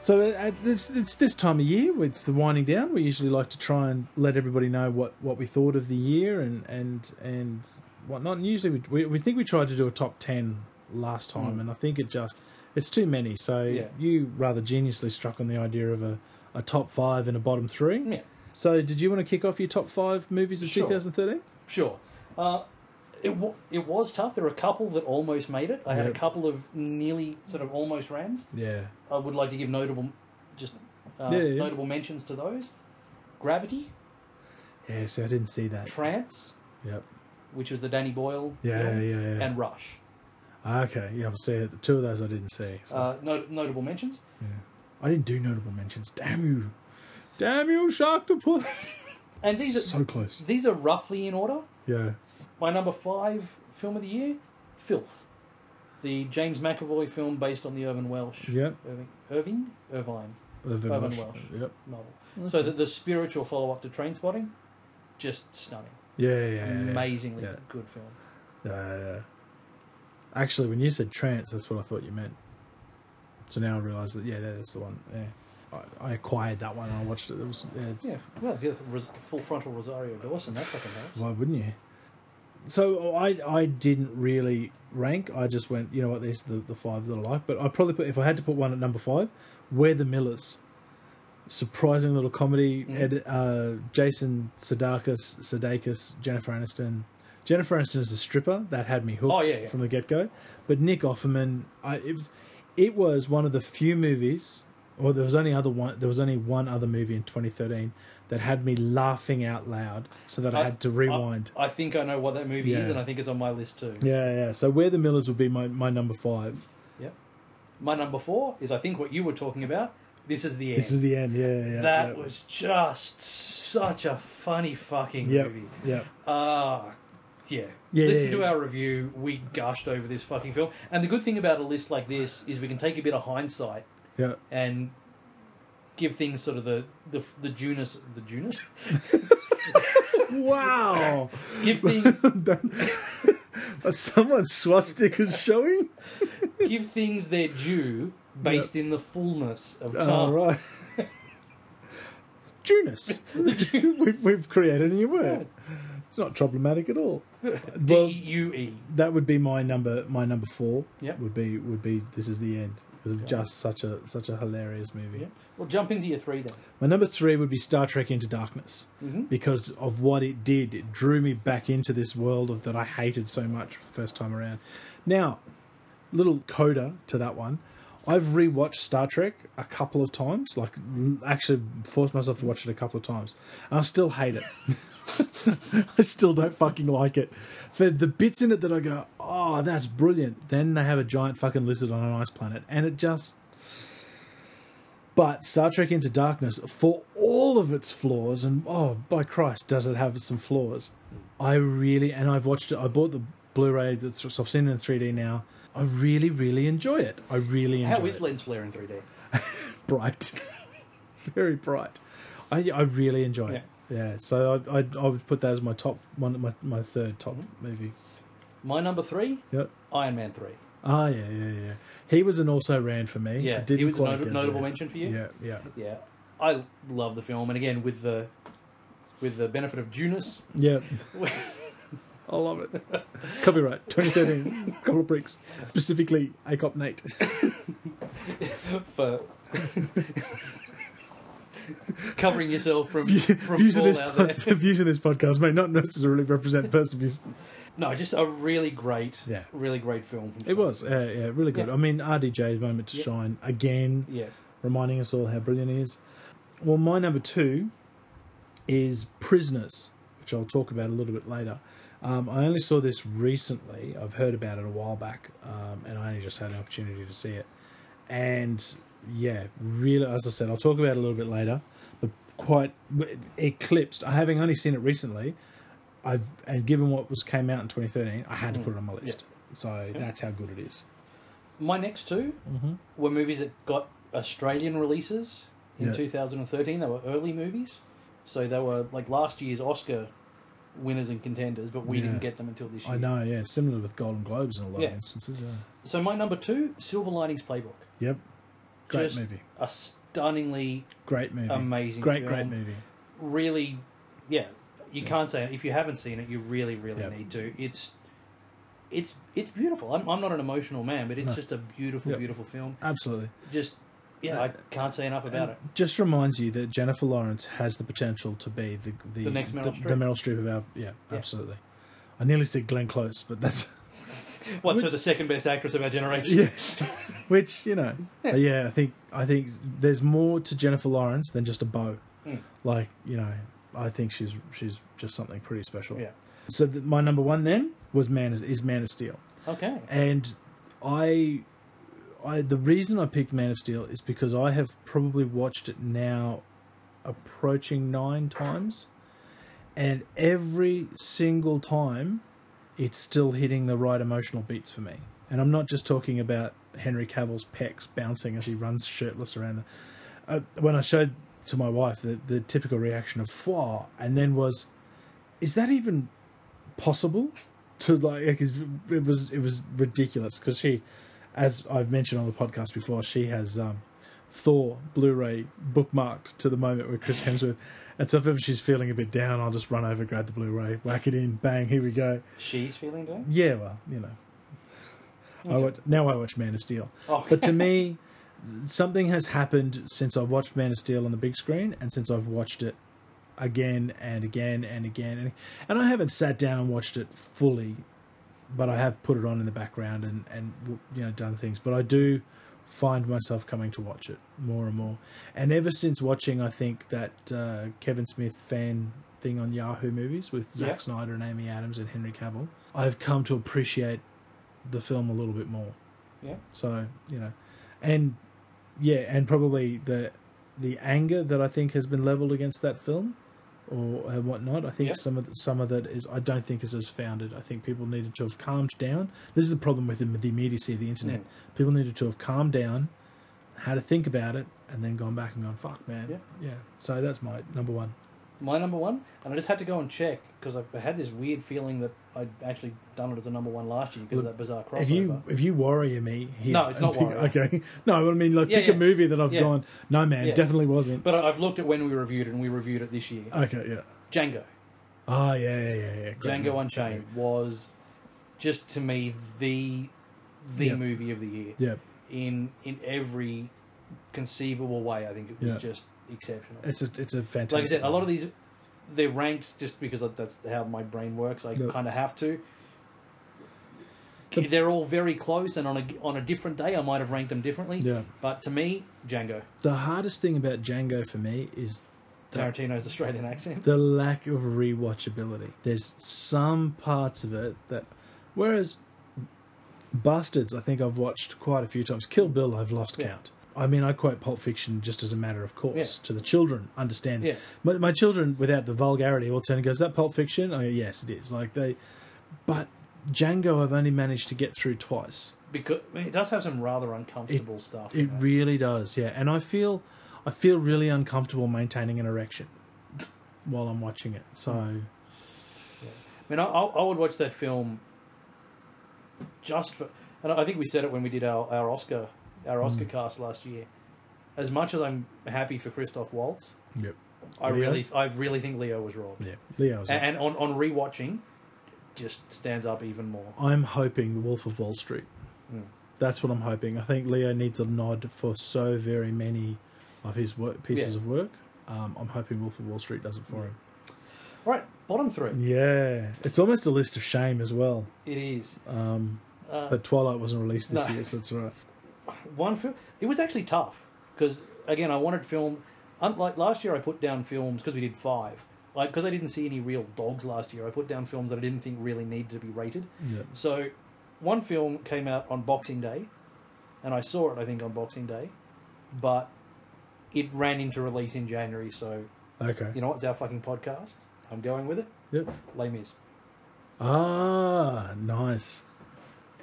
[SPEAKER 2] So at this, it's this time of year. It's the winding down. We usually like to try and let everybody know what, what we thought of the year and and and whatnot. And usually we, we we think we tried to do a top ten last time,
[SPEAKER 1] Mm.
[SPEAKER 2] and I think it just it's too many. So
[SPEAKER 1] Yeah.
[SPEAKER 2] you rather geniusly struck on the idea of a, a top five and a bottom three.
[SPEAKER 1] Yeah.
[SPEAKER 2] So did you want to kick off your top five movies of
[SPEAKER 1] Sure.
[SPEAKER 2] 2013?
[SPEAKER 1] Sure. Uh, it, w- it was tough. There were a couple that almost made it. I had a
[SPEAKER 2] Yep.
[SPEAKER 1] couple of nearly sort of almost rams.
[SPEAKER 2] Yeah.
[SPEAKER 1] I would like to give notable, just uh,
[SPEAKER 2] Yeah, yeah.
[SPEAKER 1] notable mentions to those. Gravity,
[SPEAKER 2] Yeah, see, I didn't see that.
[SPEAKER 1] Trance,
[SPEAKER 2] Uh, Yep.
[SPEAKER 1] which was the Danny Boyle,
[SPEAKER 2] Yeah,
[SPEAKER 1] film,
[SPEAKER 2] yeah, yeah.
[SPEAKER 1] and Rush.
[SPEAKER 2] okay, yeah, I'll see it. The two of those I didn't see. so-
[SPEAKER 1] Uh, no, notable mentions.
[SPEAKER 2] I didn't do notable mentions. Damn you. Damn you, Sharktopus.
[SPEAKER 1] And (laughs) these are
[SPEAKER 2] so close.
[SPEAKER 1] these are roughly in order.
[SPEAKER 2] Yeah.
[SPEAKER 1] My number five film of the year, Filth, the James McAvoy film based on the Irvin Welsh
[SPEAKER 2] Yep.
[SPEAKER 1] Irving Irving Irvine
[SPEAKER 2] Irvin
[SPEAKER 1] Irvin
[SPEAKER 2] Welsh.
[SPEAKER 1] Welsh.
[SPEAKER 2] Yep.
[SPEAKER 1] novel. So that the spiritual follow up to Train Spotting, just stunning,
[SPEAKER 2] Yeah, yeah, yeah. yeah.
[SPEAKER 1] amazingly
[SPEAKER 2] Yeah.
[SPEAKER 1] good film.
[SPEAKER 2] Yeah, yeah, yeah. Actually, when you said trance, that's what I thought you meant. So now I realise that, yeah, that's the one. Yeah. I, I acquired that one and I watched it. It was, yeah, it's,
[SPEAKER 1] Yeah, well, yeah, Ros- full frontal Rosario Dawson, that fucking helps.
[SPEAKER 2] Why wouldn't you? So I I didn't really rank. I just went, you know what, these are the, the five that I like. But I probably put if I had to put one at number five, We're the Millers. Surprising little comedy.
[SPEAKER 1] Mhm.
[SPEAKER 2] Ed, uh, Jason Sudeikis, Sudeikis, Jennifer Aniston. Jennifer Aniston is a stripper that had me hooked
[SPEAKER 1] Oh, yeah, yeah.
[SPEAKER 2] from the get go. But Nick Offerman, I, it was it was one of the few movies, or there was only other one. There was only one other movie in 2013 that had me laughing out loud, so that I,
[SPEAKER 1] I-
[SPEAKER 2] had to rewind.
[SPEAKER 1] I, I think I know what that movie is,
[SPEAKER 2] Yeah.
[SPEAKER 1] and I think it's on my list too.
[SPEAKER 2] yeah, yeah. So where the Millers would be my, my number five.
[SPEAKER 1] My number four is I think what you were talking about. This is the end.
[SPEAKER 2] This is the end. Yeah, yeah. yeah.
[SPEAKER 1] that
[SPEAKER 2] yeah.
[SPEAKER 1] was just such a funny fucking
[SPEAKER 2] Yep.
[SPEAKER 1] movie.
[SPEAKER 2] yeah.
[SPEAKER 1] Ah, yeah.
[SPEAKER 2] Yeah,
[SPEAKER 1] Listen
[SPEAKER 2] yeah,
[SPEAKER 1] to
[SPEAKER 2] yeah.
[SPEAKER 1] our review. We gushed over this fucking film. And the good thing about a list like this is we can take a bit of hindsight
[SPEAKER 2] Yeah.
[SPEAKER 1] and give things sort of the the the Junus the Junus
[SPEAKER 2] Wow!
[SPEAKER 1] (laughs) give things
[SPEAKER 2] Someone's swastika's showing.
[SPEAKER 1] give things their due based in the fullness of time.
[SPEAKER 2] All Uh, right.
[SPEAKER 1] (laughs)
[SPEAKER 2] Junus. we've, we've created a new word. It's not problematic at all.
[SPEAKER 1] (laughs) D
[SPEAKER 2] Well,
[SPEAKER 1] U E.
[SPEAKER 2] that would be my number. My number four
[SPEAKER 1] Yep.
[SPEAKER 2] would be would be this is the end because of
[SPEAKER 1] Okay.
[SPEAKER 2] just such a such a hilarious movie.
[SPEAKER 1] Yep. Well, jump into your three then.
[SPEAKER 2] My number three would be Star Trek Into Darkness
[SPEAKER 1] Mm-hmm.
[SPEAKER 2] because of what it did. It drew me back into this world of that I hated so much the first time around. Now, little coda to that one. I've rewatched Star Trek a couple of times, like l- actually forced myself to watch it a couple of times. And I still hate it. (laughs) I still don't fucking like it. For the bits in it that I go, oh, that's brilliant. Then they have a giant fucking lizard on an ice planet, and it just. But Star Trek Into Darkness, for all of its flaws, and oh, by Christ, does it have some flaws? I really, and I've watched it. I bought the Blu-ray. That's, so I've seen it in 3D now. I really, really enjoy it. I really enjoy
[SPEAKER 1] How is
[SPEAKER 2] it
[SPEAKER 1] lens flare in 3D?
[SPEAKER 2] bright, (laughs) very bright. I I really enjoy it. Yeah, so I, I I would put that as my top one, my my third top
[SPEAKER 1] Mm-hmm.
[SPEAKER 2] movie.
[SPEAKER 1] My number three,
[SPEAKER 2] Yep.
[SPEAKER 1] Iron Man 3.
[SPEAKER 2] Ah, yeah, yeah, yeah. He was an also ran for me.
[SPEAKER 1] Yeah,
[SPEAKER 2] I didn't
[SPEAKER 1] he was a
[SPEAKER 2] quite
[SPEAKER 1] nota-
[SPEAKER 2] get
[SPEAKER 1] notable
[SPEAKER 2] there.
[SPEAKER 1] mention for you.
[SPEAKER 2] Yeah, yeah,
[SPEAKER 1] Yeah, I love the film, and again with the with the benefit of Junus,
[SPEAKER 2] yeah.
[SPEAKER 1] (laughs)
[SPEAKER 2] I love it. (laughs)
[SPEAKER 1] (laughs)
[SPEAKER 2] Copyright 2013. couple of bricks, specifically ACOP Nate.
[SPEAKER 1] for (laughs) covering yourself
[SPEAKER 2] (laughs)
[SPEAKER 1] from from
[SPEAKER 2] views, in
[SPEAKER 1] all
[SPEAKER 2] this
[SPEAKER 1] out
[SPEAKER 2] pod-
[SPEAKER 1] there.
[SPEAKER 2] (laughs) views in this podcast may not
[SPEAKER 1] (laughs)
[SPEAKER 2] necessarily represent personal views.
[SPEAKER 1] No, just a really great,
[SPEAKER 2] Yeah.
[SPEAKER 1] really great film. From
[SPEAKER 2] It was, uh, yeah, really good.
[SPEAKER 1] Yeah.
[SPEAKER 2] I mean, RDJ's moment to
[SPEAKER 1] Yeah.
[SPEAKER 2] shine again.
[SPEAKER 1] yes,
[SPEAKER 2] reminding us all how brilliant he is. Well, my number two is Prisoners, which I'll talk about a little bit later. Um, I only saw this recently. I've heard about it a while back, um, and I only just had an opportunity to see it. And yeah, really, as I said, I'll talk about it a little bit later. But quite eclipsed. Having only seen it recently, I've and given what was came out in 2013, I had to
[SPEAKER 1] Mm.
[SPEAKER 2] put it on my list. So
[SPEAKER 1] Yeah. Mm-hmm.
[SPEAKER 2] that's how good it is.
[SPEAKER 1] my next two were movies that got Australian releases in
[SPEAKER 2] Yeah.
[SPEAKER 1] 2013. They were early movies, so they were like last year's Oscar winners and contenders, but we
[SPEAKER 2] Yeah.
[SPEAKER 1] didn't get them until this year.
[SPEAKER 2] I know, yeah. Similar with Golden Globes in a lot of
[SPEAKER 1] Yeah.
[SPEAKER 2] instances. Yeah.
[SPEAKER 1] So my number two, Silver Linings Playbook,
[SPEAKER 2] Yep. Great
[SPEAKER 1] Just-
[SPEAKER 2] movie.
[SPEAKER 1] a stunningly
[SPEAKER 2] Great movie.
[SPEAKER 1] amazing,
[SPEAKER 2] great,
[SPEAKER 1] film.
[SPEAKER 2] great movie.
[SPEAKER 1] really, yeah, you can't say it. if you haven't seen it, you really, really
[SPEAKER 2] Yep.
[SPEAKER 1] need to. It's it's it's beautiful. I'm, I'm not an emotional man, but it's
[SPEAKER 2] No.
[SPEAKER 1] just a beautiful,
[SPEAKER 2] Yep.
[SPEAKER 1] beautiful film.
[SPEAKER 2] Absolutely.
[SPEAKER 1] Just yeah, I can't say enough about
[SPEAKER 2] Uh, And
[SPEAKER 1] it.
[SPEAKER 2] Just reminds you that Jennifer Lawrence has the potential to be the the,
[SPEAKER 1] The next Meryl
[SPEAKER 2] the,
[SPEAKER 1] Streep.
[SPEAKER 2] the Meryl Streep of our yeah,
[SPEAKER 1] Yeah.
[SPEAKER 2] absolutely. I nearly said Glenn Close, but
[SPEAKER 1] (laughs)
[SPEAKER 2] that's (laughs)
[SPEAKER 1] What's her the second best actress of our generation?
[SPEAKER 2] yeah. Which you know, yeah. I think I think there's more to Jennifer Lawrence than just a bow.
[SPEAKER 1] Mm.
[SPEAKER 2] Like you know, I think she's she's just something pretty special.
[SPEAKER 1] Yeah.
[SPEAKER 2] So th- my number one then was Man of, is Man of Steel,
[SPEAKER 1] Okay.
[SPEAKER 2] and I, I the reason I picked Man of Steel is because I have probably watched it now, approaching nine times, and every single time, it's still hitting the right emotional beats for me. And I'm not just talking about Henry Cavill's pecs bouncing as he runs shirtless around. Uh, when I showed to my wife the, the typical reaction of "wow," and then was, "Is that even possible?" To like, like, it's- it was it was ridiculous because she, as I've mentioned on the podcast before, she has um, Thor Blu-ray bookmarked to the moment where Chris Hemsworth. And so if ever she's feeling a bit down, I'll just run over, grab the Blu-ray, whack it in, bang, here we go.
[SPEAKER 1] She's feeling down.
[SPEAKER 2] Yeah, well, you know, I
[SPEAKER 1] Okay.
[SPEAKER 2] watch, now I watch Man of Steel.
[SPEAKER 1] Oh,
[SPEAKER 2] But to me, something has happened since I've watched Man of Steel on the big screen and since I've watched it again and again and again. And, and I haven't sat down and watched it fully, but I have put it on in the background and, and you know, done things. But I do find myself coming to watch it more and more. And ever since watching, I think, that uh, Kevin Smith fan thing on Yahoo Movies with Zack
[SPEAKER 1] Yeah.
[SPEAKER 2] Snyder and Amy Adams and Henry Cavill, I've come to appreciate the film a little bit more.
[SPEAKER 1] Yeah.
[SPEAKER 2] So you know, and yeah, and probably the the anger that I think has been leveled against that film or uh, whatnot. I think
[SPEAKER 1] Yeah.
[SPEAKER 2] some of the, some of that is I don't think is as founded. I think people needed to have calmed down. This is the problem with the, the immediacy of the internet.
[SPEAKER 1] Mm.
[SPEAKER 2] People needed to have calmed down, had to think about it, and then gone back and gone, "Fuck, man."
[SPEAKER 1] Yeah.
[SPEAKER 2] yeah. So that's my number one.
[SPEAKER 1] my number one, and I just had to go and check because I I had this weird feeling that I'd actually done it as a number one last year because of
[SPEAKER 2] Look,
[SPEAKER 1] that bizarre crossover.
[SPEAKER 2] If you if you warrior me here,
[SPEAKER 1] No, it's
[SPEAKER 2] and (laughs)
[SPEAKER 1] not
[SPEAKER 2] pick-
[SPEAKER 1] warrior.
[SPEAKER 2] Okay, no, but I mean like
[SPEAKER 1] Yeah,
[SPEAKER 2] pick
[SPEAKER 1] yeah.
[SPEAKER 2] a movie that I've
[SPEAKER 1] Yeah.
[SPEAKER 2] gone. No, man,
[SPEAKER 1] Yeah.
[SPEAKER 2] definitely wasn't.
[SPEAKER 1] But I- I've looked at when we reviewed it, and we reviewed it this year.
[SPEAKER 2] Okay, yeah.
[SPEAKER 1] Django,
[SPEAKER 2] Oh yeah, yeah, yeah. yeah. Great
[SPEAKER 1] Django
[SPEAKER 2] movie.
[SPEAKER 1] Unchained was just to me the the
[SPEAKER 2] Yeah.
[SPEAKER 1] movie of the year
[SPEAKER 2] Yeah,
[SPEAKER 1] in in every conceivable way. I think it was
[SPEAKER 2] Yeah.
[SPEAKER 1] just exceptional.
[SPEAKER 2] it's a it's a fantastic.
[SPEAKER 1] like I said, a lot of
[SPEAKER 2] movie.
[SPEAKER 1] these they're ranked just because that's how my brain works. I
[SPEAKER 2] Yeah.
[SPEAKER 1] kind of have to.
[SPEAKER 2] The-
[SPEAKER 1] they're all very close, and on a on a different day, I might have ranked them differently.
[SPEAKER 2] Yeah,
[SPEAKER 1] But to me, Django
[SPEAKER 2] the hardest thing about Django for me is the,
[SPEAKER 1] Tarantino's Australian accent.
[SPEAKER 2] the lack of rewatchability. There's some parts of it that, whereas Bastards, I think I've watched quite a few times. Kill Bill, I've lost
[SPEAKER 1] Yeah.
[SPEAKER 2] count. I mean, I quote Pulp Fiction just as a matter of course
[SPEAKER 1] Yeah.
[SPEAKER 2] to the children. Understand?
[SPEAKER 1] Yeah.
[SPEAKER 2] My, my children, without the vulgarity, will turn and go, "Is that Pulp Fiction?" I go, "Yes, it is." Like they, but Django, I've only managed to get through twice.
[SPEAKER 1] because I mean, it does have some rather uncomfortable stuff.
[SPEAKER 2] It
[SPEAKER 1] in there.
[SPEAKER 2] really does, yeah. And I feel, I feel really uncomfortable maintaining an erection while I'm watching it. So
[SPEAKER 1] I mean, I, I I would watch that film just for, and I think we said it when we did our, our Oscar
[SPEAKER 2] Hmm.
[SPEAKER 1] our Oscar cast last year. As much as I'm happy for Christoph Waltz,
[SPEAKER 2] Yep.
[SPEAKER 1] I
[SPEAKER 2] Leo?
[SPEAKER 1] really I really think Leo was wrong.
[SPEAKER 2] yeah, Leo's.
[SPEAKER 1] and, and on on rewatching, just stands up even more.
[SPEAKER 2] I'm hoping The Wolf of Wall Street.
[SPEAKER 1] Mm.
[SPEAKER 2] That's what I'm hoping. I think Leo needs a nod for so very many of his work, pieces
[SPEAKER 1] Yeah.
[SPEAKER 2] of work. Um, I'm hoping Wolf of Wall Street does it for him.
[SPEAKER 1] All right, bottom three.
[SPEAKER 2] Yeah, it's almost a list of shame as well.
[SPEAKER 1] It is
[SPEAKER 2] Um,
[SPEAKER 1] uh,
[SPEAKER 2] but Twilight wasn't released this
[SPEAKER 1] No.
[SPEAKER 2] year, so it's all right.
[SPEAKER 1] one film. It was actually tough because again, I wanted film. Unlike last year, I put down films because we did five. Like because I didn't see any real dogs last year, I put down films that I didn't think really needed to be rated.
[SPEAKER 2] Yeah.
[SPEAKER 1] So, one film came out on Boxing Day, and I saw it, I think, on Boxing Day, but it ran into release in January. So,
[SPEAKER 2] Okay.
[SPEAKER 1] you know what? It's our fucking podcast. I'm going with it.
[SPEAKER 2] Yep.
[SPEAKER 1] Les Mis.
[SPEAKER 2] Ah, nice.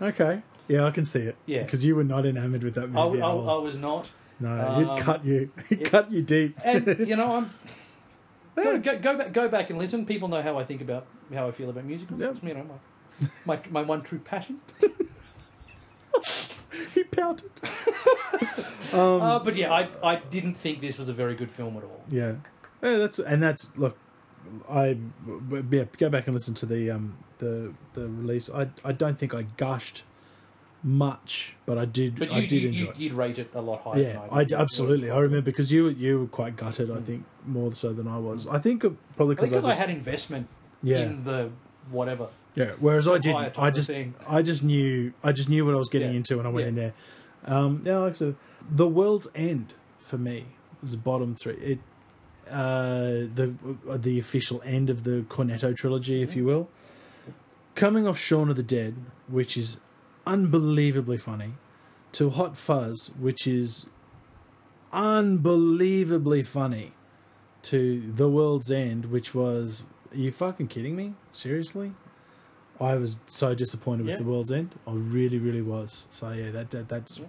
[SPEAKER 2] Okay. Yeah, I can see it.
[SPEAKER 1] Yeah.
[SPEAKER 2] Because you were not enamored with that movie
[SPEAKER 1] I,
[SPEAKER 2] at
[SPEAKER 1] I,
[SPEAKER 2] all.
[SPEAKER 1] I was not.
[SPEAKER 2] no, it
[SPEAKER 1] um,
[SPEAKER 2] cut you. (laughs) It,
[SPEAKER 1] it-
[SPEAKER 2] cut you deep.
[SPEAKER 1] And, you know, I'm. Go,
[SPEAKER 2] Yeah.
[SPEAKER 1] go, go back, go back and listen. People know how I think about how I feel about musicals.
[SPEAKER 2] Yep.
[SPEAKER 1] It's, you know, my, my my one true
[SPEAKER 2] (laughs)
[SPEAKER 1] passion.
[SPEAKER 2] (laughs) he pouted. (laughs) Um,
[SPEAKER 1] uh, but yeah, I I didn't think this was a very good film at all.
[SPEAKER 2] Yeah. Yeah, that's and that's look. I w- w- yeah, go back and listen to the um the the release. I I don't think I gushed much, but I did.
[SPEAKER 1] But you
[SPEAKER 2] I did
[SPEAKER 1] you,
[SPEAKER 2] enjoy.
[SPEAKER 1] you
[SPEAKER 2] it.
[SPEAKER 1] did rate it a lot higher.
[SPEAKER 2] yeah,
[SPEAKER 1] than
[SPEAKER 2] I,
[SPEAKER 1] did.
[SPEAKER 2] absolutely. I remember because you were- you were quite gutted. I
[SPEAKER 1] Mm.
[SPEAKER 2] think more so than I was. I think uh, probably
[SPEAKER 1] I think
[SPEAKER 2] because I,
[SPEAKER 1] because I,
[SPEAKER 2] just-
[SPEAKER 1] had investment
[SPEAKER 2] yeah
[SPEAKER 1] in the whatever.
[SPEAKER 2] yeah. Whereas I
[SPEAKER 1] higher
[SPEAKER 2] didn't.
[SPEAKER 1] type
[SPEAKER 2] I
[SPEAKER 1] of
[SPEAKER 2] just
[SPEAKER 1] thing.
[SPEAKER 2] I just knew I just knew what I was getting
[SPEAKER 1] Yeah.
[SPEAKER 2] into when I went
[SPEAKER 1] Yeah.
[SPEAKER 2] in there. Um, yeah, like I said, the world's end for me was the bottom three. It uh, the uh, the official end of the Cornetto trilogy, if
[SPEAKER 1] Mm.
[SPEAKER 2] you will. Coming off Shaun of the Dead, which is unbelievably funny, to Hot Fuzz, which is unbelievably funny, to The World's End, which was are you fucking kidding me? Seriously? I was so disappointed
[SPEAKER 1] Yeah.
[SPEAKER 2] with The World's End. I really, really was. So yeah, that, that that's
[SPEAKER 1] Yeah.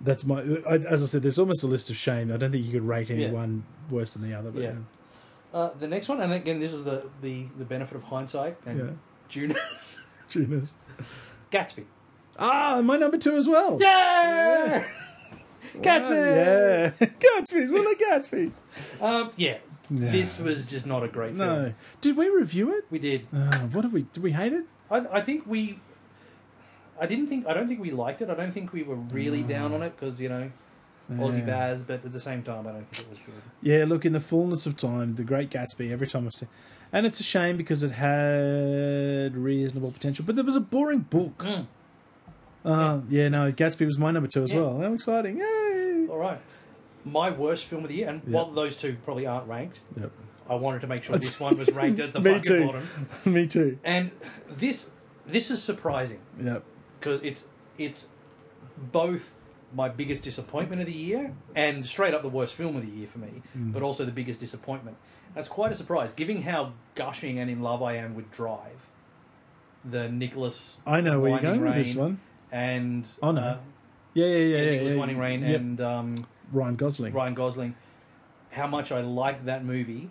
[SPEAKER 2] that's my. I, as I said, there's almost a list of shame. I don't think you could rate any
[SPEAKER 1] Yeah.
[SPEAKER 2] one worse than the other. But
[SPEAKER 1] Yeah. Uh, the next one, and again, this is the, the, the benefit of hindsight
[SPEAKER 2] yeah,
[SPEAKER 1] and
[SPEAKER 2] yeah.
[SPEAKER 1] Juno's
[SPEAKER 2] Junos.
[SPEAKER 1] (laughs)
[SPEAKER 2] (laughs)
[SPEAKER 1] Gatsby.
[SPEAKER 2] Ah, my number two as well.
[SPEAKER 1] Yeah,
[SPEAKER 2] Yeah,
[SPEAKER 1] Gatsby.
[SPEAKER 2] (laughs) Gatsby's. Well, the Gatsby's.
[SPEAKER 1] Yeah, um, yeah.
[SPEAKER 2] No.
[SPEAKER 1] This was just not a great film.
[SPEAKER 2] no. Did we review it?
[SPEAKER 1] We did.
[SPEAKER 2] Uh, what did we? Did we hate it?
[SPEAKER 1] I, I think we. I didn't think. I don't think we liked it. I don't think we were really down on it because you know Aussie
[SPEAKER 2] Mm. Yeah.
[SPEAKER 1] Baz, but at the same time, I don't think it was good.
[SPEAKER 2] (clears throat) Yeah, look, in the fullness of time, The Great Gatsby, every time I've seen. And it's a shame because it had reasonable potential, but there was a boring book.
[SPEAKER 1] Mm.
[SPEAKER 2] Uh, yeah, no, Gatsby was my number two as
[SPEAKER 1] Yeah.
[SPEAKER 2] well. How exciting. Yay! (laughs)
[SPEAKER 1] All right, my worst film of the year, and
[SPEAKER 2] Yeah.
[SPEAKER 1] while those two probably aren't ranked,
[SPEAKER 2] Yep.
[SPEAKER 1] I wanted to make sure this one was ranked at the
[SPEAKER 2] (laughs) Me
[SPEAKER 1] fucking
[SPEAKER 2] too.
[SPEAKER 1] bottom.
[SPEAKER 2] Me too.
[SPEAKER 1] And this this is surprising
[SPEAKER 2] Yep.
[SPEAKER 1] because it's it's both my biggest disappointment of the year and straight up the worst film of the year for me,
[SPEAKER 2] Mm.
[SPEAKER 1] but also the biggest disappointment. That's quite a surprise, given how gushing and in love I am with Drive, the Nicholas
[SPEAKER 2] I know where you're
[SPEAKER 1] Winding
[SPEAKER 2] going with this
[SPEAKER 1] Rain
[SPEAKER 2] one.
[SPEAKER 1] and
[SPEAKER 2] Oh, no.
[SPEAKER 1] uh,
[SPEAKER 2] Yeah, yeah, yeah.
[SPEAKER 1] yeah,
[SPEAKER 2] yeah,
[SPEAKER 1] Nicholas
[SPEAKER 2] yeah,
[SPEAKER 1] Winding Rain
[SPEAKER 2] Yep.
[SPEAKER 1] and um,
[SPEAKER 2] Ryan Gosling.
[SPEAKER 1] Ryan Gosling, how much I liked that movie.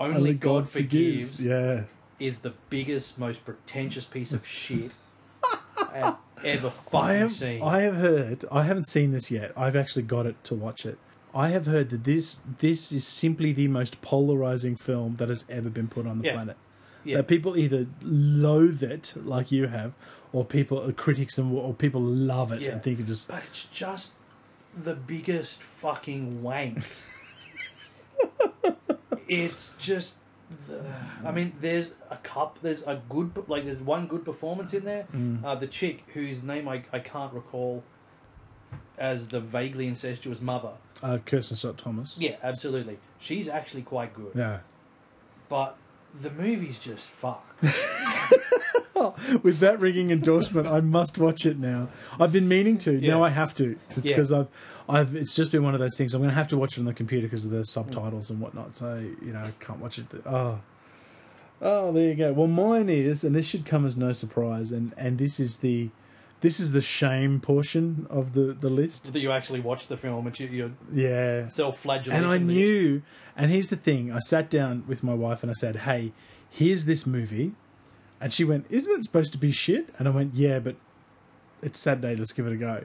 [SPEAKER 1] Only,
[SPEAKER 2] Only
[SPEAKER 1] God, forgives
[SPEAKER 2] Yeah.
[SPEAKER 1] is the biggest, most pretentious piece of
[SPEAKER 2] (laughs)
[SPEAKER 1] shit I've ever fucking
[SPEAKER 2] I have,
[SPEAKER 1] seen.
[SPEAKER 2] I have heard. I haven't seen this yet. I've actually got it to watch it. I have heard that this this is simply the most polarizing film that has ever been put on the
[SPEAKER 1] Yeah.
[SPEAKER 2] planet.
[SPEAKER 1] Yeah.
[SPEAKER 2] That people either loathe it, like you have, or people or critics and or people love it
[SPEAKER 1] Yeah.
[SPEAKER 2] and think it just.
[SPEAKER 1] but it's just the biggest fucking wank. it's just. The, I mean, there's a cup. There's a good, like, there's one good performance in there.
[SPEAKER 2] Mm.
[SPEAKER 1] Uh, the chick whose name I, I can't recall, as the vaguely incestuous mother.
[SPEAKER 2] Uh, Kirsten Scott Thomas.
[SPEAKER 1] Yeah, absolutely. She's actually quite good,
[SPEAKER 2] Yeah.
[SPEAKER 1] but the movie's just fucked.
[SPEAKER 2] With that ringing endorsement, I must watch it now. I've been meaning to. Now
[SPEAKER 1] Yeah.
[SPEAKER 2] I have to
[SPEAKER 1] Yeah.
[SPEAKER 2] because I've, I've. It's just been one of those things. I'm going to have to watch it on the computer because of the subtitles and whatnot. So you know, I can't watch it. Oh, oh, there you go. Well, mine is, and this should come as no surprise. And and this is the, this is the shame portion of the the list.
[SPEAKER 1] that you actually watched the film and you, your
[SPEAKER 2] Yeah.
[SPEAKER 1] self-flagellation.
[SPEAKER 2] And I
[SPEAKER 1] that-
[SPEAKER 2] knew. And here's the thing: I sat down with my wife and I said, "Hey, here's this movie," and she went, "Isn't it supposed to be shit?" And I went, "Yeah, but it's Saturday. Let's give it a go."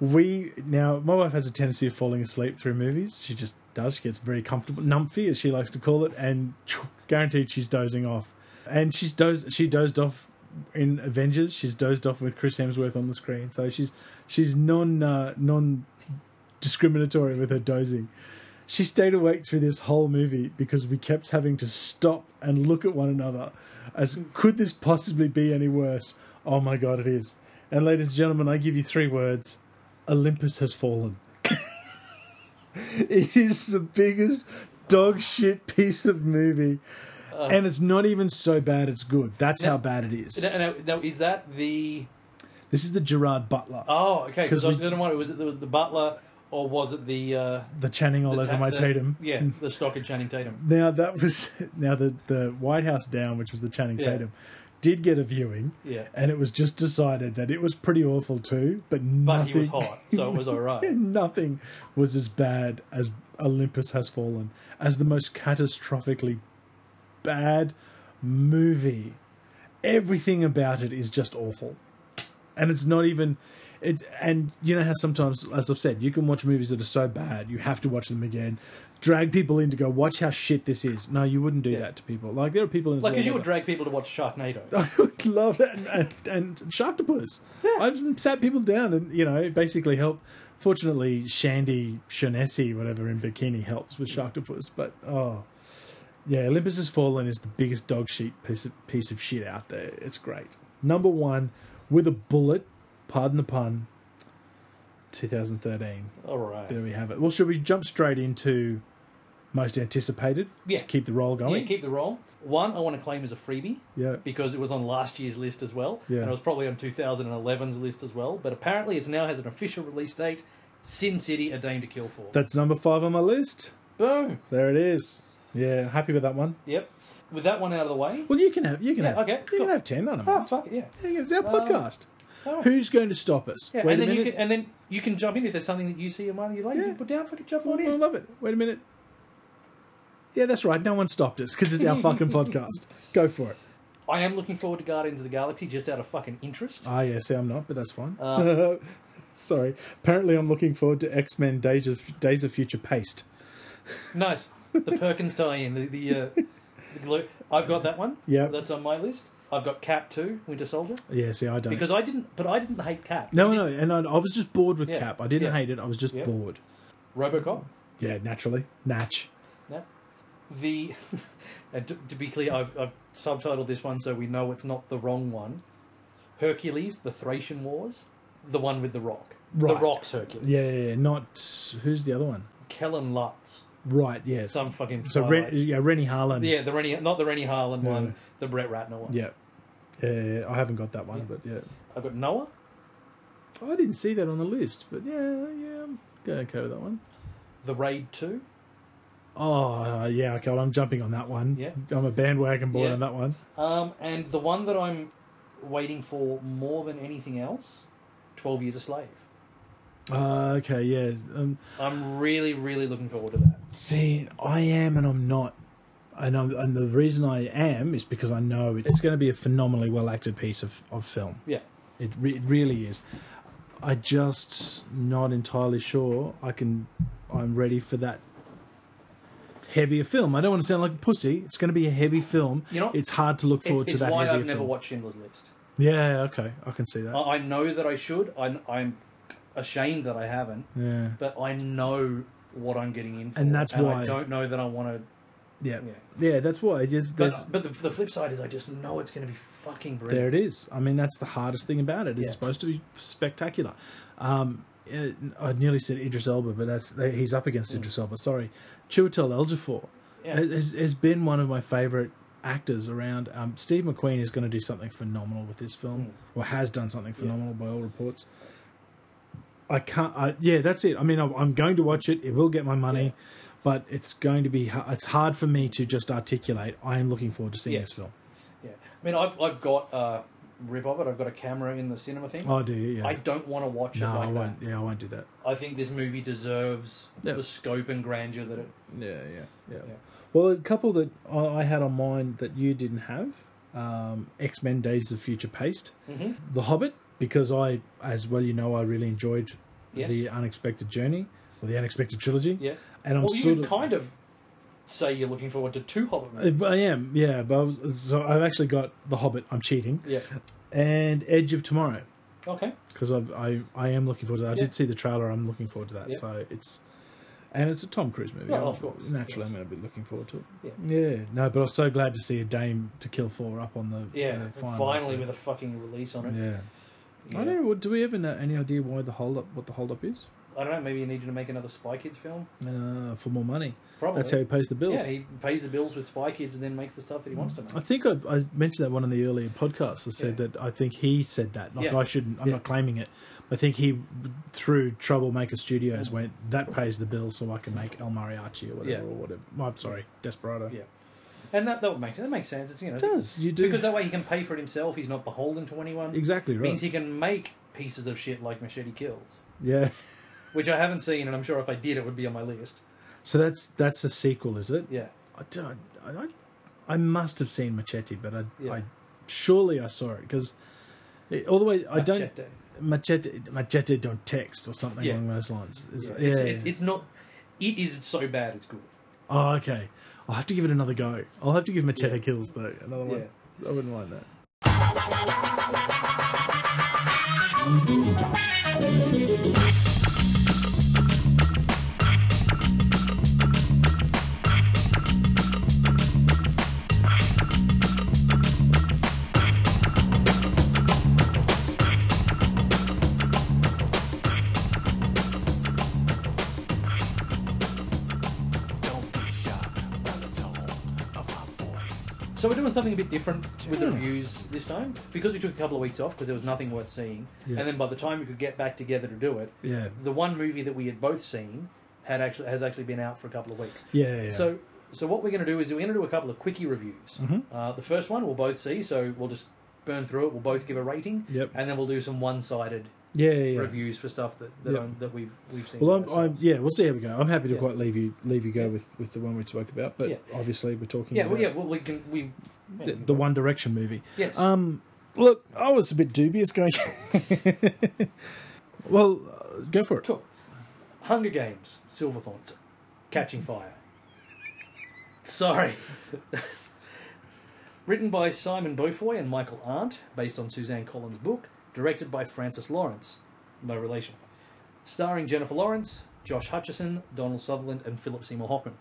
[SPEAKER 2] We now, my wife has a tendency of falling asleep through movies. She just does. She gets very comfortable, numpy as she likes to call it, and (laughs) guaranteed she's dozing off. And she's dozed. She dozed off in Avengers. She's dozed off with Chris Hemsworth on the screen. So she's she's non uh, non discriminatory with her dozing. She stayed awake through this whole movie because we kept having to stop and look at one another as could this possibly be any worse? Oh my god, it is. And ladies and gentlemen, I give you three words Olympus has fallen. (laughs) it is the biggest dog shit piece of movie. and it's not even so bad it's good. That's how bad it is.
[SPEAKER 1] Uh. Now, now- now, is that the?
[SPEAKER 2] this is the Gerard Butler.
[SPEAKER 1] Oh, okay.
[SPEAKER 2] 'Cause
[SPEAKER 1] Because I was
[SPEAKER 2] we-
[SPEAKER 1] going to wonder, was it the, the Butler or was it the? Uh,
[SPEAKER 2] the Channing all
[SPEAKER 1] the
[SPEAKER 2] over
[SPEAKER 1] Ta-
[SPEAKER 2] my
[SPEAKER 1] the-
[SPEAKER 2] Tatum. (laughs)
[SPEAKER 1] Yeah, the Stock and Channing Tatum.
[SPEAKER 2] Now that was (laughs) now the the White House down, which was the Channing
[SPEAKER 1] Yeah.
[SPEAKER 2] Tatum, did get a viewing,
[SPEAKER 1] Yeah,
[SPEAKER 2] and it was just decided that it was pretty awful too. But
[SPEAKER 1] but
[SPEAKER 2] nothing,
[SPEAKER 1] he was hot, so it was all right.
[SPEAKER 2] (laughs) nothing was as bad as Olympus Has Fallen as the most catastrophically bad movie. Everything about it is just awful, and it's not even. It, and you know how sometimes, as I've said, you can watch movies that are so bad you have to watch them again, drag people in to go watch how shit this is. No, you wouldn't do
[SPEAKER 1] Yeah.
[SPEAKER 2] that to people. Like there are people in this
[SPEAKER 1] Like, because you
[SPEAKER 2] world
[SPEAKER 1] would
[SPEAKER 2] that-
[SPEAKER 1] drag people to watch Sharknado.
[SPEAKER 2] (laughs) I would love that. And, and, and Sharktopus. I've sat people down and, you know, basically help. Fortunately, Shandy, Shanessi, whatever, in bikini helps with Sharktopus. But, oh. Yeah, Olympus Has Fallen is the biggest dog shit piece of, piece of shit out there. It's great. Number one, with a bullet, pardon the pun, 2013.
[SPEAKER 1] All right.
[SPEAKER 2] There we have it. Well, should we jump straight into most anticipated
[SPEAKER 1] Yeah.
[SPEAKER 2] to keep the roll going.
[SPEAKER 1] Yeah, keep the roll. One I want to claim as a freebie
[SPEAKER 2] yeah.
[SPEAKER 1] because it was on last year's list as well,
[SPEAKER 2] Yeah.
[SPEAKER 1] and it was probably on 2011's list as well. But apparently, it's now has an official release date: Sin City: A Dame to Kill For.
[SPEAKER 2] That's number five on my list.
[SPEAKER 1] Boom.
[SPEAKER 2] There it is. Yeah, happy with that one.
[SPEAKER 1] Yep. With that one out of the way.
[SPEAKER 2] Well, you can have you can
[SPEAKER 1] Yeah,
[SPEAKER 2] have
[SPEAKER 1] okay,
[SPEAKER 2] you
[SPEAKER 1] cool.
[SPEAKER 2] can have ten on them.
[SPEAKER 1] Oh fuck it, yeah.
[SPEAKER 2] it's our
[SPEAKER 1] Um,
[SPEAKER 2] podcast.
[SPEAKER 1] All right.
[SPEAKER 2] Who's going to stop us?
[SPEAKER 1] Yeah,
[SPEAKER 2] Wait
[SPEAKER 1] and
[SPEAKER 2] a
[SPEAKER 1] then you
[SPEAKER 2] minute.
[SPEAKER 1] can, and then you can jump in if there's something that you see a month you like. You
[SPEAKER 2] Yeah.
[SPEAKER 1] can put down, fucking jump
[SPEAKER 2] Oh,
[SPEAKER 1] on
[SPEAKER 2] I
[SPEAKER 1] in.
[SPEAKER 2] love it. Wait a minute. Yeah, that's right. No one stopped us because it's our
[SPEAKER 1] (laughs)
[SPEAKER 2] fucking podcast. Go for it.
[SPEAKER 1] I am looking forward to Guardians of the Galaxy just out of fucking (laughs) interest.
[SPEAKER 2] Ah, yeah. See, I'm not, but that's fine.
[SPEAKER 1] Um,
[SPEAKER 2] (laughs) Sorry. Apparently, I'm looking forward to X Men Days of Days of Future Paste.
[SPEAKER 1] nice, the Perkins tie-in, the the, uh, the glo- I've got that one.
[SPEAKER 2] Yeah.
[SPEAKER 1] that's on my list. I've got Cap Two, Winter Soldier,
[SPEAKER 2] Yeah. See, I don't.
[SPEAKER 1] because I didn't, but I didn't hate Cap.
[SPEAKER 2] no,
[SPEAKER 1] I
[SPEAKER 2] no, and I, I was just bored with
[SPEAKER 1] Yeah,
[SPEAKER 2] Cap. I didn't
[SPEAKER 1] yeah.
[SPEAKER 2] hate it. I was just
[SPEAKER 1] Yeah.
[SPEAKER 2] bored.
[SPEAKER 1] didn't- RoboCop.
[SPEAKER 2] Yeah, naturally. Natch.
[SPEAKER 1] The (laughs) and to, to be clear, I've, I've subtitled this one so we know it's not the wrong one. Hercules, the Thracian Wars, the one with the Rock, the
[SPEAKER 2] Right.
[SPEAKER 1] Rock's Hercules.
[SPEAKER 2] Yeah, yeah, yeah. Not who's the other one?
[SPEAKER 1] Kellen Lutz,
[SPEAKER 2] Right. Yes.
[SPEAKER 1] some fucking
[SPEAKER 2] so
[SPEAKER 1] twilight.
[SPEAKER 2] Ren, yeah, Rennie Harlan.
[SPEAKER 1] yeah, the Rennie, not the Rennie Harlan
[SPEAKER 2] No.
[SPEAKER 1] one, the Brett Ratner one.
[SPEAKER 2] Yeah. Yeah, yeah, yeah. I haven't got that one,
[SPEAKER 1] Yeah.
[SPEAKER 2] but yeah. Oh,
[SPEAKER 1] I've got Noah,
[SPEAKER 2] I didn't see that on the list, but yeah, yeah, I'm okay with that one.
[SPEAKER 1] the Raid Two.
[SPEAKER 2] Oh yeah, okay. Well, I'm jumping on that one.
[SPEAKER 1] Yeah.
[SPEAKER 2] I'm a bandwagon boy
[SPEAKER 1] Yeah.
[SPEAKER 2] on that one.
[SPEAKER 1] Um, and the one that I'm waiting for more than anything else, Twelve Years a Slave.
[SPEAKER 2] Uh, okay, yeah. Um,
[SPEAKER 1] I'm really, really looking forward to that.
[SPEAKER 2] see, I am and I'm not, and I'm, and the reason I am is because I know it's going to be a phenomenally well acted piece of of film.
[SPEAKER 1] Yeah,
[SPEAKER 2] It, re- it really is. I just not entirely sure I can. I'm ready for that heavier film. I don't want to sound like a pussy. It's going to be a heavy film.
[SPEAKER 1] you know,
[SPEAKER 2] It's hard to look
[SPEAKER 1] it's,
[SPEAKER 2] forward
[SPEAKER 1] it's
[SPEAKER 2] to that
[SPEAKER 1] why
[SPEAKER 2] heavier
[SPEAKER 1] I've never Oh.
[SPEAKER 2] film.
[SPEAKER 1] watched Schindler's List.
[SPEAKER 2] yeah, okay, I can see that.
[SPEAKER 1] I, I know that I should. I, I'm ashamed that I haven't,
[SPEAKER 2] yeah,
[SPEAKER 1] but I know what I'm getting in for,
[SPEAKER 2] And that's why-
[SPEAKER 1] I don't know that I want
[SPEAKER 2] yeah,
[SPEAKER 1] to. Yeah.
[SPEAKER 2] yeah. That's why it is. There's,
[SPEAKER 1] But, but the, the flip side is, I just know it's going to be fucking brilliant.
[SPEAKER 2] there it is. I mean, that's the hardest thing about it. It's
[SPEAKER 1] Yeah.
[SPEAKER 2] supposed to be spectacular. Um, it- I nearly said Idris Elba, but that's he's up against Idris Elba. Sorry, Chiwetel Ejiofor.
[SPEAKER 1] Mm. Yeah.
[SPEAKER 2] has, has been one of my favorite actors around. Um, Steve McQueen is going to do something phenomenal with this film,
[SPEAKER 1] Mm.
[SPEAKER 2] or has done something phenomenal by all reports. I can't. I, yeah, that's it. I mean, I'm, I'm going to watch it. It will get my money,
[SPEAKER 1] Yeah.
[SPEAKER 2] but it's going to be. ha- It's hard for me to just articulate. I am looking forward to seeing
[SPEAKER 1] Yeah.
[SPEAKER 2] this film.
[SPEAKER 1] Yeah, I mean, I've I've got a rip of it. I've got a camera in the cinema thing.
[SPEAKER 2] Oh, do you? Yeah.
[SPEAKER 1] I don't want to watch it
[SPEAKER 2] no,
[SPEAKER 1] like
[SPEAKER 2] I
[SPEAKER 1] that.
[SPEAKER 2] won't. Yeah, I won't do that.
[SPEAKER 1] I think this movie deserves
[SPEAKER 2] Yeah.
[SPEAKER 1] the scope and grandeur that it.
[SPEAKER 2] Yeah, yeah, yeah.
[SPEAKER 1] Yeah.
[SPEAKER 2] Well, a couple that I I had on mine that you didn't have um, X Men Days of Future Past,
[SPEAKER 1] Mhm.
[SPEAKER 2] The Hobbit, because I, as well you know, I really enjoyed
[SPEAKER 1] Yes.
[SPEAKER 2] The Unexpected Journey or The Unexpected Trilogy.
[SPEAKER 1] Yeah.
[SPEAKER 2] And I'm
[SPEAKER 1] well, you
[SPEAKER 2] sort
[SPEAKER 1] could
[SPEAKER 2] of.
[SPEAKER 1] kind of say you're looking forward to two Hobbit
[SPEAKER 2] I
[SPEAKER 1] movies.
[SPEAKER 2] I am, yeah, but I was, so I've actually got The Hobbit. I'm cheating,
[SPEAKER 1] yeah.
[SPEAKER 2] and Edge of Tomorrow
[SPEAKER 1] Okay.
[SPEAKER 2] because I, I I am looking forward to that. I
[SPEAKER 1] Yeah.
[SPEAKER 2] did see the trailer. I'm looking forward to that.
[SPEAKER 1] Yeah.
[SPEAKER 2] So it's and it's a Tom Cruise movie.
[SPEAKER 1] Oh,
[SPEAKER 2] I'll-
[SPEAKER 1] of course, of
[SPEAKER 2] Naturally,
[SPEAKER 1] course.
[SPEAKER 2] I'm going to be looking forward to it. Yeah. No, but I was so glad to see a Dame to Kill for up on the
[SPEAKER 1] Yeah.
[SPEAKER 2] the
[SPEAKER 1] and finally, with a fucking release on it.
[SPEAKER 2] yeah.
[SPEAKER 1] Yeah.
[SPEAKER 2] I don't know. Do we ever know any idea why the hold up? What the hold up is?
[SPEAKER 1] I don't know. Maybe you needed to make another Spy Kids film.
[SPEAKER 2] Uh, for more money.
[SPEAKER 1] Probably.
[SPEAKER 2] That's how he pays the bills.
[SPEAKER 1] Oh.
[SPEAKER 2] Mm-hmm.
[SPEAKER 1] Yeah, he pays the bills with Spy Kids and then makes the stuff that he wants to
[SPEAKER 2] I
[SPEAKER 1] make.
[SPEAKER 2] think I, I mentioned that one in the earlier podcasts. I said
[SPEAKER 1] Yeah.
[SPEAKER 2] that I think he said that. Like
[SPEAKER 1] Yeah.
[SPEAKER 2] I shouldn't. I'm
[SPEAKER 1] Yeah.
[SPEAKER 2] not claiming it. I think he through Troublemaker Studios went that pays the bill, so I can make El Mariachi or whatever
[SPEAKER 1] Mm. Yeah.
[SPEAKER 2] or whatever. Oh, I'm sorry, Desperado.
[SPEAKER 1] Yeah. And that that makes that makes sense. It's you know
[SPEAKER 2] It does you do
[SPEAKER 1] because that way he can pay for it himself. He's not beholden to anyone.
[SPEAKER 2] exactly right?
[SPEAKER 1] Means he can make pieces of shit like Machete Kills,
[SPEAKER 2] yeah.
[SPEAKER 1] which I haven't seen, and I'm sure if I did, it would be on my list.
[SPEAKER 2] So that's that's a sequel, is it?
[SPEAKER 1] Yeah.
[SPEAKER 2] I don't. I, I- I must have seen Machete, but I,
[SPEAKER 1] Yeah.
[SPEAKER 2] I surely I saw it because all the way I don't
[SPEAKER 1] Machete.
[SPEAKER 2] Machete Machete don't text or something
[SPEAKER 1] Yeah.
[SPEAKER 2] along those lines. Is,
[SPEAKER 1] Yeah,
[SPEAKER 2] yeah,
[SPEAKER 1] It's, it's, it's not. It is so bad. It's good.
[SPEAKER 2] Oh, okay. I'll have to give it another go. I'll have to give Machete
[SPEAKER 1] Yeah.
[SPEAKER 2] kills though. Another one. I wouldn't mind that.
[SPEAKER 3] Don't be shy.
[SPEAKER 1] So we're doing something a bit different with the
[SPEAKER 2] Yeah.
[SPEAKER 1] reviews this time because we took a couple of weeks off because there was nothing worth seeing,
[SPEAKER 2] Yeah.
[SPEAKER 1] and then by the time we could get back together to do it,
[SPEAKER 2] Yeah.
[SPEAKER 1] the one movie that we had both seen had actually has actually been out for a couple of weeks.
[SPEAKER 2] Yeah. yeah.
[SPEAKER 1] So, so what we're going to do is we're going to do a couple of quickie reviews.
[SPEAKER 2] Mhm.
[SPEAKER 1] Uh, the first one we'll both see, so we'll just burn through it. We'll both give a rating,
[SPEAKER 2] Yep.
[SPEAKER 1] and then we'll do some one-sided
[SPEAKER 2] Yeah. Yeah. yeah.
[SPEAKER 1] reviews for stuff that that,
[SPEAKER 2] Yep.
[SPEAKER 1] I'm- that we've we've seen.
[SPEAKER 2] Well, I'm, I'm,
[SPEAKER 1] ourselves.
[SPEAKER 2] yeah, we'll see how we go. I'm happy to
[SPEAKER 1] Yeah.
[SPEAKER 2] quite leave you leave you go
[SPEAKER 1] Yeah.
[SPEAKER 2] with, with the one we spoke about, but
[SPEAKER 1] Yeah.
[SPEAKER 2] obviously we're talking
[SPEAKER 1] yeah,
[SPEAKER 2] about
[SPEAKER 1] well, yeah, well, we can we
[SPEAKER 2] the, the One Direction movie.
[SPEAKER 1] yes.
[SPEAKER 2] Um, look, I was a bit dubious going. (laughs) well, uh, go for it.
[SPEAKER 1] Cool. Hunger Games, Silver Thorns, Catching Fire. Sorry. (laughs) Written by Simon Beaufoy and Michael Arndt, based on Suzanne Collins' book, directed by Francis Lawrence, no relation. Starring Jennifer Lawrence, Josh Hutcherson, Donald Sutherland, and Philip Seymour Hoffman.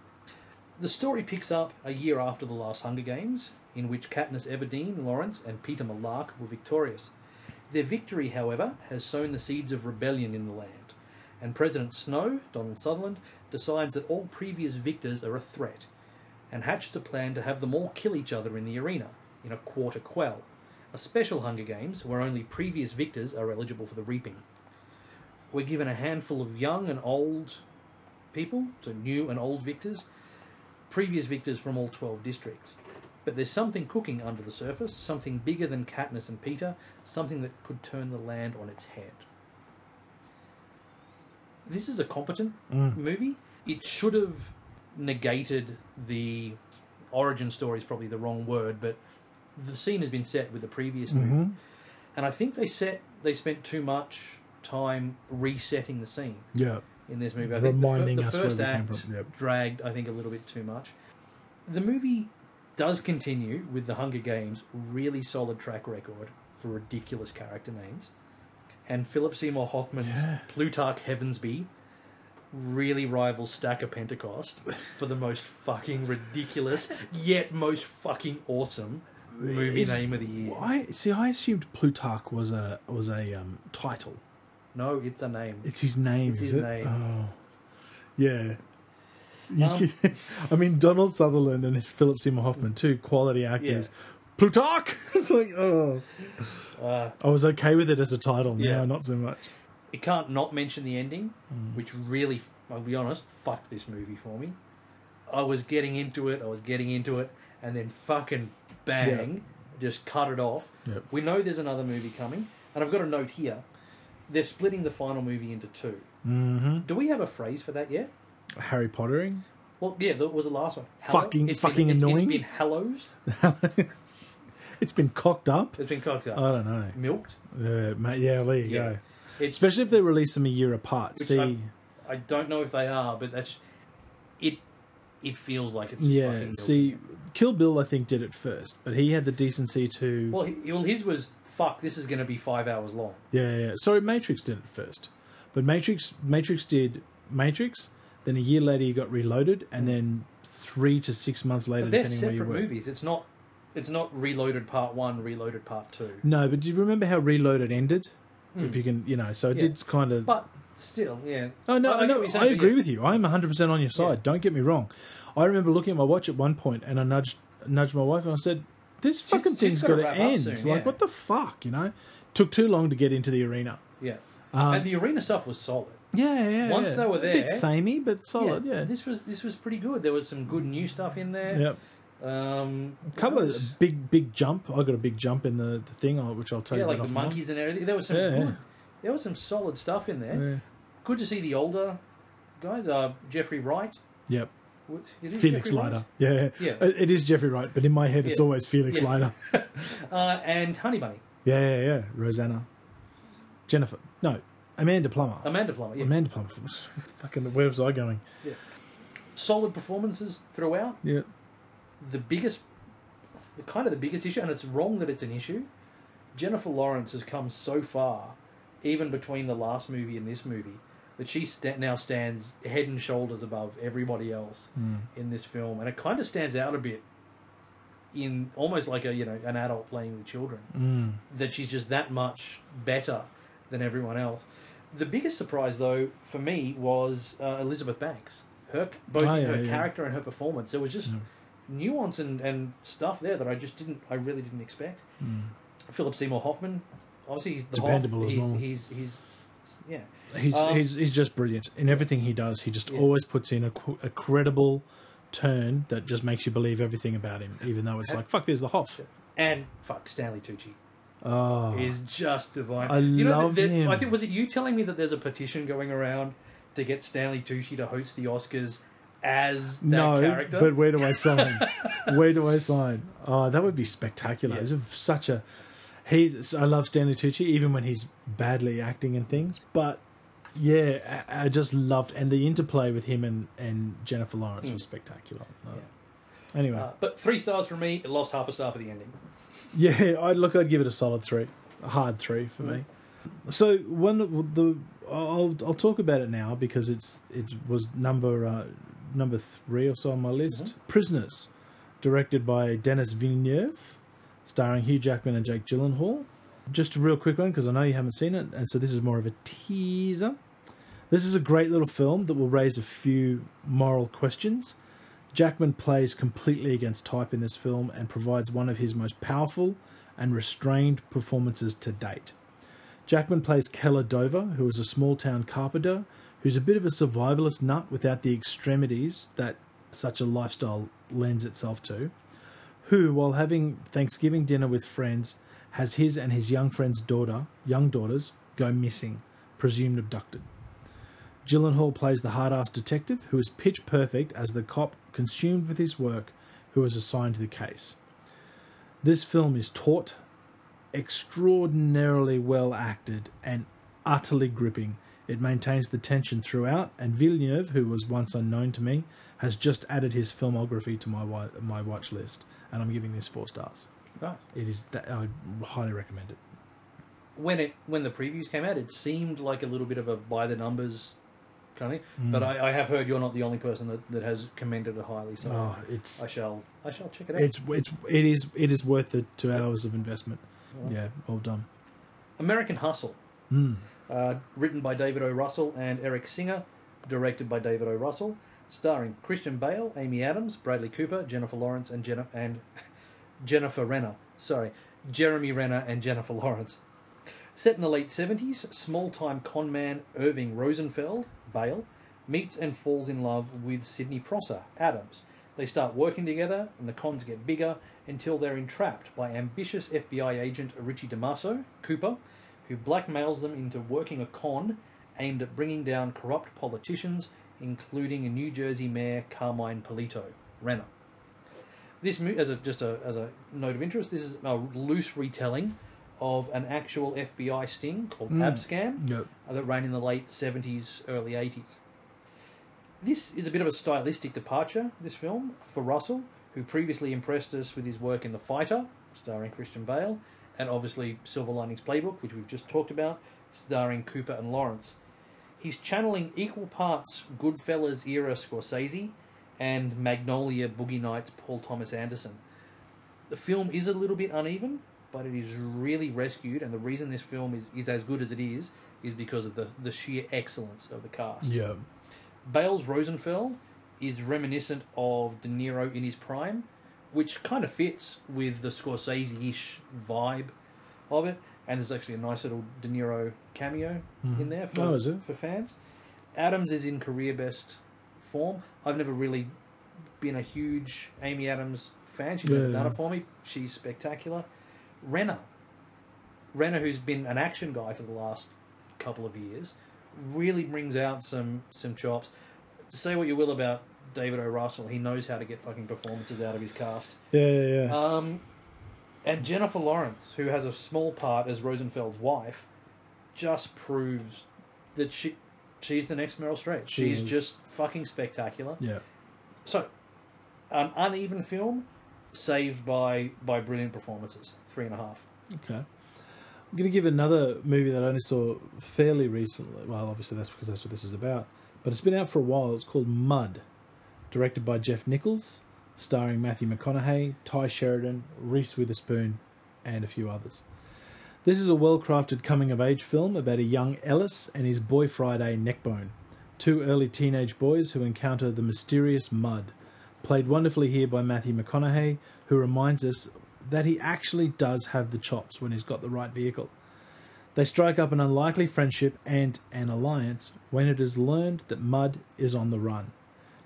[SPEAKER 1] The story picks up a year after the last Hunger Games, in which Katniss Everdeen, Lawrence, and Peter Malark were victorious. Their victory, however, has sown the seeds of rebellion in the land, and President Snow, Donald Sutherland, decides that all previous victors are a threat, and hatches a plan to have them all kill each other in the arena, in a quarter quell, a special Hunger Games where only previous victors are eligible for the reaping. We're given a handful of young and old people, so new and old victors, previous victors from all 12 districts. But there's something cooking under the surface, something bigger than Katniss and Peter, something that could turn the land on its head. This is a competent movie. It should have negated the origin story is probably the wrong word, but the scene has been set with the previous
[SPEAKER 2] Mm-hmm.
[SPEAKER 1] movie, and I think they set they spent too much time resetting the scene
[SPEAKER 2] Yeah,
[SPEAKER 1] in this movie. I think the fir-
[SPEAKER 2] Reminding
[SPEAKER 1] the,
[SPEAKER 2] us where
[SPEAKER 1] first
[SPEAKER 2] we came
[SPEAKER 1] act
[SPEAKER 2] from, yep.
[SPEAKER 1] dragged, I think, a little bit too much. The movie does continue with the Hunger Games really solid track record for ridiculous character names, and Philip Seymour Hoffman's
[SPEAKER 2] Yeah.
[SPEAKER 1] Plutarch Heavensby really rivals Stack of Pentecost for the most fucking ridiculous yet most fucking awesome movie
[SPEAKER 2] Is-
[SPEAKER 1] name of the year.
[SPEAKER 2] I see. I assumed Plutarch was a was a um, title.
[SPEAKER 1] No, it's a name.
[SPEAKER 2] It's his name.
[SPEAKER 1] It's
[SPEAKER 2] is
[SPEAKER 1] his
[SPEAKER 2] it?
[SPEAKER 1] name.
[SPEAKER 2] Oh, yeah. You
[SPEAKER 1] Um,
[SPEAKER 2] could- (laughs) I mean, Donald Sutherland and Philip Seymour Hoffman, two quality actors. Plutarch. (laughs) it's like, oh,
[SPEAKER 1] Uh,
[SPEAKER 2] I was okay with it as a title. Yeah,
[SPEAKER 1] Yeah.
[SPEAKER 2] not so much.
[SPEAKER 1] It can't not mention the ending,
[SPEAKER 2] Mm.
[SPEAKER 1] which really, I'll be honest, fucked this movie for me. I was getting into it, I was getting into it, and then fucking bang, just cut it off.
[SPEAKER 2] Yep.
[SPEAKER 1] We know there's another movie coming, and I've got a note here. They're splitting the final movie into 2
[SPEAKER 2] hmm
[SPEAKER 1] Do we have a phrase for that yet?
[SPEAKER 2] Harry Pottering. (laughs)
[SPEAKER 1] Well, yeah, that was the last one. Hallow-
[SPEAKER 2] Fucking-
[SPEAKER 1] it's
[SPEAKER 2] fucking
[SPEAKER 1] been, it's-
[SPEAKER 2] annoying.
[SPEAKER 1] It's been hallows.
[SPEAKER 2] It's been cocked up.
[SPEAKER 1] It's been cocked up.
[SPEAKER 2] I don't know.
[SPEAKER 1] Milked.
[SPEAKER 2] Yeah, mate, yeah, there you
[SPEAKER 1] Yeah.
[SPEAKER 2] go.
[SPEAKER 1] It's
[SPEAKER 2] Especially if they release them a year apart.
[SPEAKER 1] Which
[SPEAKER 2] See,
[SPEAKER 1] I'm- I don't know if they are, but that's it. It feels like it's just fucking
[SPEAKER 2] yeah.
[SPEAKER 1] milked.
[SPEAKER 2] See, Kill Bill, I think, did it first, but he had the decency to.
[SPEAKER 1] Well, he, well, his was fuck. This is going to be five hours long.
[SPEAKER 2] Yeah, yeah, yeah. Sorry, Matrix did it first, but Matrix, Matrix did Matrix. Then a year later, you got Reloaded, and then three to six months later,
[SPEAKER 1] But they're
[SPEAKER 2] depending where you
[SPEAKER 1] separate
[SPEAKER 2] were.
[SPEAKER 1] movies. It's not. It's not Reloaded Part One, Reloaded Part Two.
[SPEAKER 2] No, but do you remember how Reloaded ended?
[SPEAKER 1] Hmm.
[SPEAKER 2] If you can, you know, so it
[SPEAKER 1] Yeah.
[SPEAKER 2] did kind of.
[SPEAKER 1] But still, yeah.
[SPEAKER 2] Oh no,
[SPEAKER 1] I
[SPEAKER 2] I,
[SPEAKER 1] get
[SPEAKER 2] know,
[SPEAKER 1] what you're
[SPEAKER 2] I
[SPEAKER 1] saying, but
[SPEAKER 2] agree
[SPEAKER 1] yeah.
[SPEAKER 2] with you. I'm 100 percent on your side. Don't get me wrong. I remember looking at my watch at one point, and I nudged nudged my wife, and I said, "This fucking
[SPEAKER 1] she's
[SPEAKER 2] thing's got
[SPEAKER 1] gotta
[SPEAKER 2] to
[SPEAKER 1] wrap up
[SPEAKER 2] end."
[SPEAKER 1] soon,
[SPEAKER 2] Like,
[SPEAKER 1] yeah.
[SPEAKER 2] what the fuck? You know, took too long to get into the arena.
[SPEAKER 1] Yeah.
[SPEAKER 2] Um,
[SPEAKER 1] and the arena stuff was solid.
[SPEAKER 2] yeah, yeah.
[SPEAKER 1] Once
[SPEAKER 2] yeah.
[SPEAKER 1] they were
[SPEAKER 2] a bit
[SPEAKER 1] there-
[SPEAKER 2] samey but solid. Yeah.
[SPEAKER 1] This was this was pretty good. There was some good new stuff in there.
[SPEAKER 2] Yep.
[SPEAKER 1] Um,
[SPEAKER 2] Couple
[SPEAKER 1] there
[SPEAKER 2] of
[SPEAKER 1] was-
[SPEAKER 2] big, big jump. I got a big jump in the, the thing, uh, which I'll tell
[SPEAKER 1] yeah,
[SPEAKER 2] you
[SPEAKER 1] like
[SPEAKER 2] about
[SPEAKER 1] the
[SPEAKER 2] off mic.
[SPEAKER 1] monkeys and everything. There was some
[SPEAKER 2] Yeah, yeah.
[SPEAKER 1] good. There was some solid stuff in there.
[SPEAKER 2] Yeah.
[SPEAKER 1] Good to see the older guys. Uh, Jeffrey Wright.
[SPEAKER 2] Yep.
[SPEAKER 1] What- it is
[SPEAKER 2] Felix
[SPEAKER 1] Jeffrey Wright?
[SPEAKER 2] Leiter. Yeah. Uh,
[SPEAKER 1] Yeah.
[SPEAKER 2] It it is Jeffrey Wright, but in my head, it's
[SPEAKER 1] Yeah.
[SPEAKER 2] always Felix
[SPEAKER 1] Yeah.
[SPEAKER 2] Leiter.
[SPEAKER 1] Uh, and Honey Bunny.
[SPEAKER 2] Yeah, yeah, yeah. Rosanna. Jennifer. No, Amanda Plummer.
[SPEAKER 1] Amanda Plummer. Um, Yeah.
[SPEAKER 2] Amanda Plummer. (laughs) Fucking, where was I going?
[SPEAKER 1] Solid performances throughout.
[SPEAKER 2] Yeah.
[SPEAKER 1] the biggest, the kind of the biggest issue, and it's wrong that it's an issue. Jennifer Lawrence has come so far, even between the last movie and this movie, that she sta now stands head and shoulders above everybody else
[SPEAKER 2] Hmm.
[SPEAKER 1] in this film, and it kind of stands out a bit. In almost like a you know an adult playing with children,
[SPEAKER 2] Hmm.
[SPEAKER 1] that she's just that much better than everyone else. The biggest surprise, though, for me was uh, Elizabeth Banks. Her both
[SPEAKER 2] Oh,
[SPEAKER 1] in
[SPEAKER 2] yeah,
[SPEAKER 1] her
[SPEAKER 2] yeah.
[SPEAKER 1] character and her performance. It was just nuance and, and stuff there that I just didn't I really didn't expect.
[SPEAKER 2] Hmm.
[SPEAKER 1] Philip Seymour Hoffman, obviously he's the Hoff,
[SPEAKER 2] Dependable as
[SPEAKER 1] he's,
[SPEAKER 2] normal.
[SPEAKER 1] he's he's yeah
[SPEAKER 2] He's,
[SPEAKER 1] Um,
[SPEAKER 2] he's he's just brilliant in everything he does. He just
[SPEAKER 1] Yeah.
[SPEAKER 2] always puts in a, qu- a credible turn that just makes you believe everything about him, even though it's like fuck. There's the Hoff.
[SPEAKER 1] and fuck Stanley Tucci
[SPEAKER 2] Oh,
[SPEAKER 1] is just divine.
[SPEAKER 2] I
[SPEAKER 1] you know,
[SPEAKER 2] love
[SPEAKER 1] there-
[SPEAKER 2] him.
[SPEAKER 1] I think was it you telling me that there's a petition going around to get Stanley Tucci to host the Oscars as that
[SPEAKER 2] no,
[SPEAKER 1] character?
[SPEAKER 2] but
[SPEAKER 1] (laughs)
[SPEAKER 2] where do I sign? where do I sign? Oh, that would be spectacular.
[SPEAKER 1] Yeah.
[SPEAKER 2] It's such a he's. I love Stanley Tucci, even when he's badly acting and things. But yeah, I, I just loved and the interplay with him and and Jennifer Lawrence
[SPEAKER 1] Mm.
[SPEAKER 2] was spectacular. Uh,
[SPEAKER 1] Yeah.
[SPEAKER 2] Anyway,
[SPEAKER 1] Uh, but three stars from me. It lost half a star for the ending.
[SPEAKER 2] Yeah, I look. I'd give it a solid three, a hard three for me. So one of the I'll I'll talk about it now because it's it was number uh, number three or so on my list. Prisoners, directed by Denis Villeneuve, starring Hugh Jackman and Jake Gyllenhaal. Just a real quick one because I know you haven't seen it, and so this is more of a teaser. This is a great little film that will raise a few moral questions. Jackman plays completely against type in this film and provides one of his most powerful and restrained performances to date. Jackman plays Keller Dover, who is a small town carpenter who's a bit of a survivalist nut without the extremities that such a lifestyle lends itself to, who, while having Thanksgiving dinner with friends, has his and his young friend's daughter, young daughters, go missing, presumed abducted. Gyllenhaal plays the hard ass detective who is pitch perfect as the cop consumed with his work who is assigned to the case. This film is taut, extraordinarily well acted, and utterly gripping. It maintains the tension throughout, and Villeneuve, who was once unknown to me, has just added his filmography to my wa- my watch list, and I'm giving this four stars.
[SPEAKER 1] Right.
[SPEAKER 2] It is that I highly recommend it.
[SPEAKER 1] When it when the previews came out, it seemed like a little bit of a by the numbers kind of thing.
[SPEAKER 2] Mm.
[SPEAKER 1] But I, I have heard you're not the only person that, that has commended it highly. So
[SPEAKER 2] Oh, it's
[SPEAKER 1] I shall I shall check it out.
[SPEAKER 2] it's it's it is it is worth the two hours of investment. Yeah, well done. Hmm.
[SPEAKER 1] American Hustle, uh, written by David O. Russell and Eric Singer, directed by David O. Russell, starring Christian Bale, Amy Adams, Bradley Cooper, Jennifer Lawrence, and Jenna and (laughs) Jennifer Renner. Sorry, Jeremy Renner and Jennifer Lawrence. Set in the late seventies, small-time con man Irving Rosenfeld Bale meets and falls in love with Sidney Prosser Adams. They start working together, and the cons get bigger until they're entrapped by ambitious FBI agent Richie DeMaso Cooper, who blackmails them into working a con aimed at bringing down corrupt politicians, including a New Jersey mayor Carmine Polito Renner. This mo- as a just a as a note of interest, this is a loose retelling of an actual FBI sting called Abscam
[SPEAKER 2] Yep.
[SPEAKER 1] uh, that ran in the late 70s, early 80s. This is a bit of a stylistic departure, this film, for Russell, who previously impressed us with his work in The Fighter, starring Christian Bale, and obviously Silver Linings Playbook, which we've just talked about, starring Cooper and Lawrence. He's channeling equal parts Goodfellas era Scorsese and Magnolia Boogie Nights Paul Thomas Anderson. The film is a little bit uneven, but it is really rescued, and the reason this film is, is as good as it is is because of the, the sheer excellence of the cast.
[SPEAKER 2] Yeah.
[SPEAKER 1] Bale's Rosenfeld is reminiscent of De Niro in his prime, which kind of fits with the Scorsese ish vibe of it. And there's actually a nice little De Niro cameo in there for,
[SPEAKER 2] Oh, is it?
[SPEAKER 1] for fans. Adams is in career best form. I've never really been a huge Amy Adams fan. She's never
[SPEAKER 2] Yeah.
[SPEAKER 1] done it for me. She's spectacular. Renner. Renner, who's been an action guy for the last couple of years, really brings out some some chops. Say what you will about David O. Russell, he knows how to get fucking performances out of his cast.
[SPEAKER 2] Yeah, yeah, yeah.
[SPEAKER 1] Um, and Jennifer Lawrence, who has a small part as Rosenfeld's wife, just proves that she she's the next Meryl Streep.
[SPEAKER 2] She
[SPEAKER 1] she's
[SPEAKER 2] is.
[SPEAKER 1] just fucking spectacular.
[SPEAKER 2] yeah.
[SPEAKER 1] So, an uneven film, saved by by brilliant performances. Three and a half.
[SPEAKER 2] Okay. I'm going to give another movie that I only saw fairly recently. Well, obviously that's because that's what this is about. But it's been out for a while. It's called Mud, directed by Jeff Nichols, starring Matthew McConaughey, Ty Sheridan, Reese Witherspoon, and a few others. This is a well crafted coming of age film about a young Ellis and his boy Friday Neckbone, two early teenage boys who encounter the mysterious Mud, played wonderfully here by Matthew McConaughey, who reminds us that he actually does have the chops when he's got the right vehicle. They strike up an unlikely friendship and an alliance when it is learned that Mud is on the run,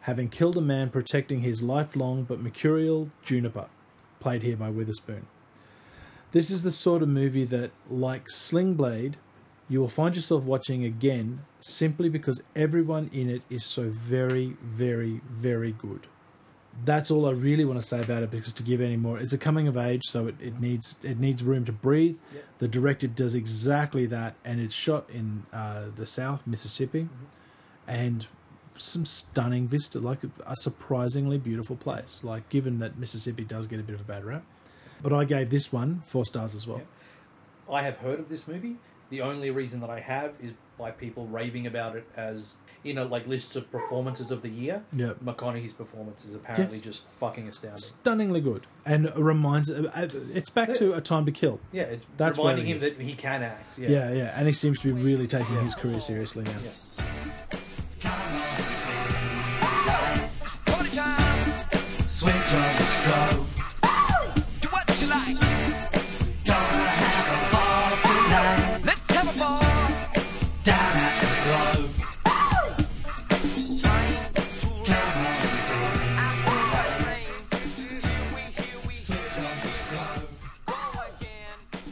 [SPEAKER 2] having killed a man protecting his lifelong but mercurial Juniper, played here by Witherspoon. This is the sort of movie that, like Sling Blade, you will find yourself watching again simply because everyone in it is so very, very, very good. That's all I really want to say about it because to give any more, it's a coming of age, so it, it needs it needs room to breathe.
[SPEAKER 1] Yep.
[SPEAKER 2] The director does exactly that, and it's shot in uh, the South, Mississippi,
[SPEAKER 1] Mm-hmm.
[SPEAKER 2] and some stunning vista, like a surprisingly beautiful place. Like given that Mississippi does get a bit of a bad rap, but I gave this one four stars as well.
[SPEAKER 1] Yep. I have heard of this movie. The only reason that I have is by people raving about it as you know, like lists of performances of the year.
[SPEAKER 2] Yeah.
[SPEAKER 1] McConaughey's performance is apparently
[SPEAKER 2] Yes.
[SPEAKER 1] just fucking astounding.
[SPEAKER 2] stunningly good and reminds uh, uh, it's back to a time to kill
[SPEAKER 1] Yeah, it's
[SPEAKER 2] That's
[SPEAKER 1] reminding
[SPEAKER 2] where
[SPEAKER 1] him
[SPEAKER 2] it is.
[SPEAKER 1] that he can act. Yeah.
[SPEAKER 2] yeah yeah and he seems to be really taking his career seriously now
[SPEAKER 1] Yeah.
[SPEAKER 4] Party time.
[SPEAKER 5] Switch on the strobe.
[SPEAKER 4] Do what you like.
[SPEAKER 5] Gonna have a ball tonight.
[SPEAKER 4] Let's have a ball.
[SPEAKER 5] Down at the globe. Come on, dear. Switch on the strobe.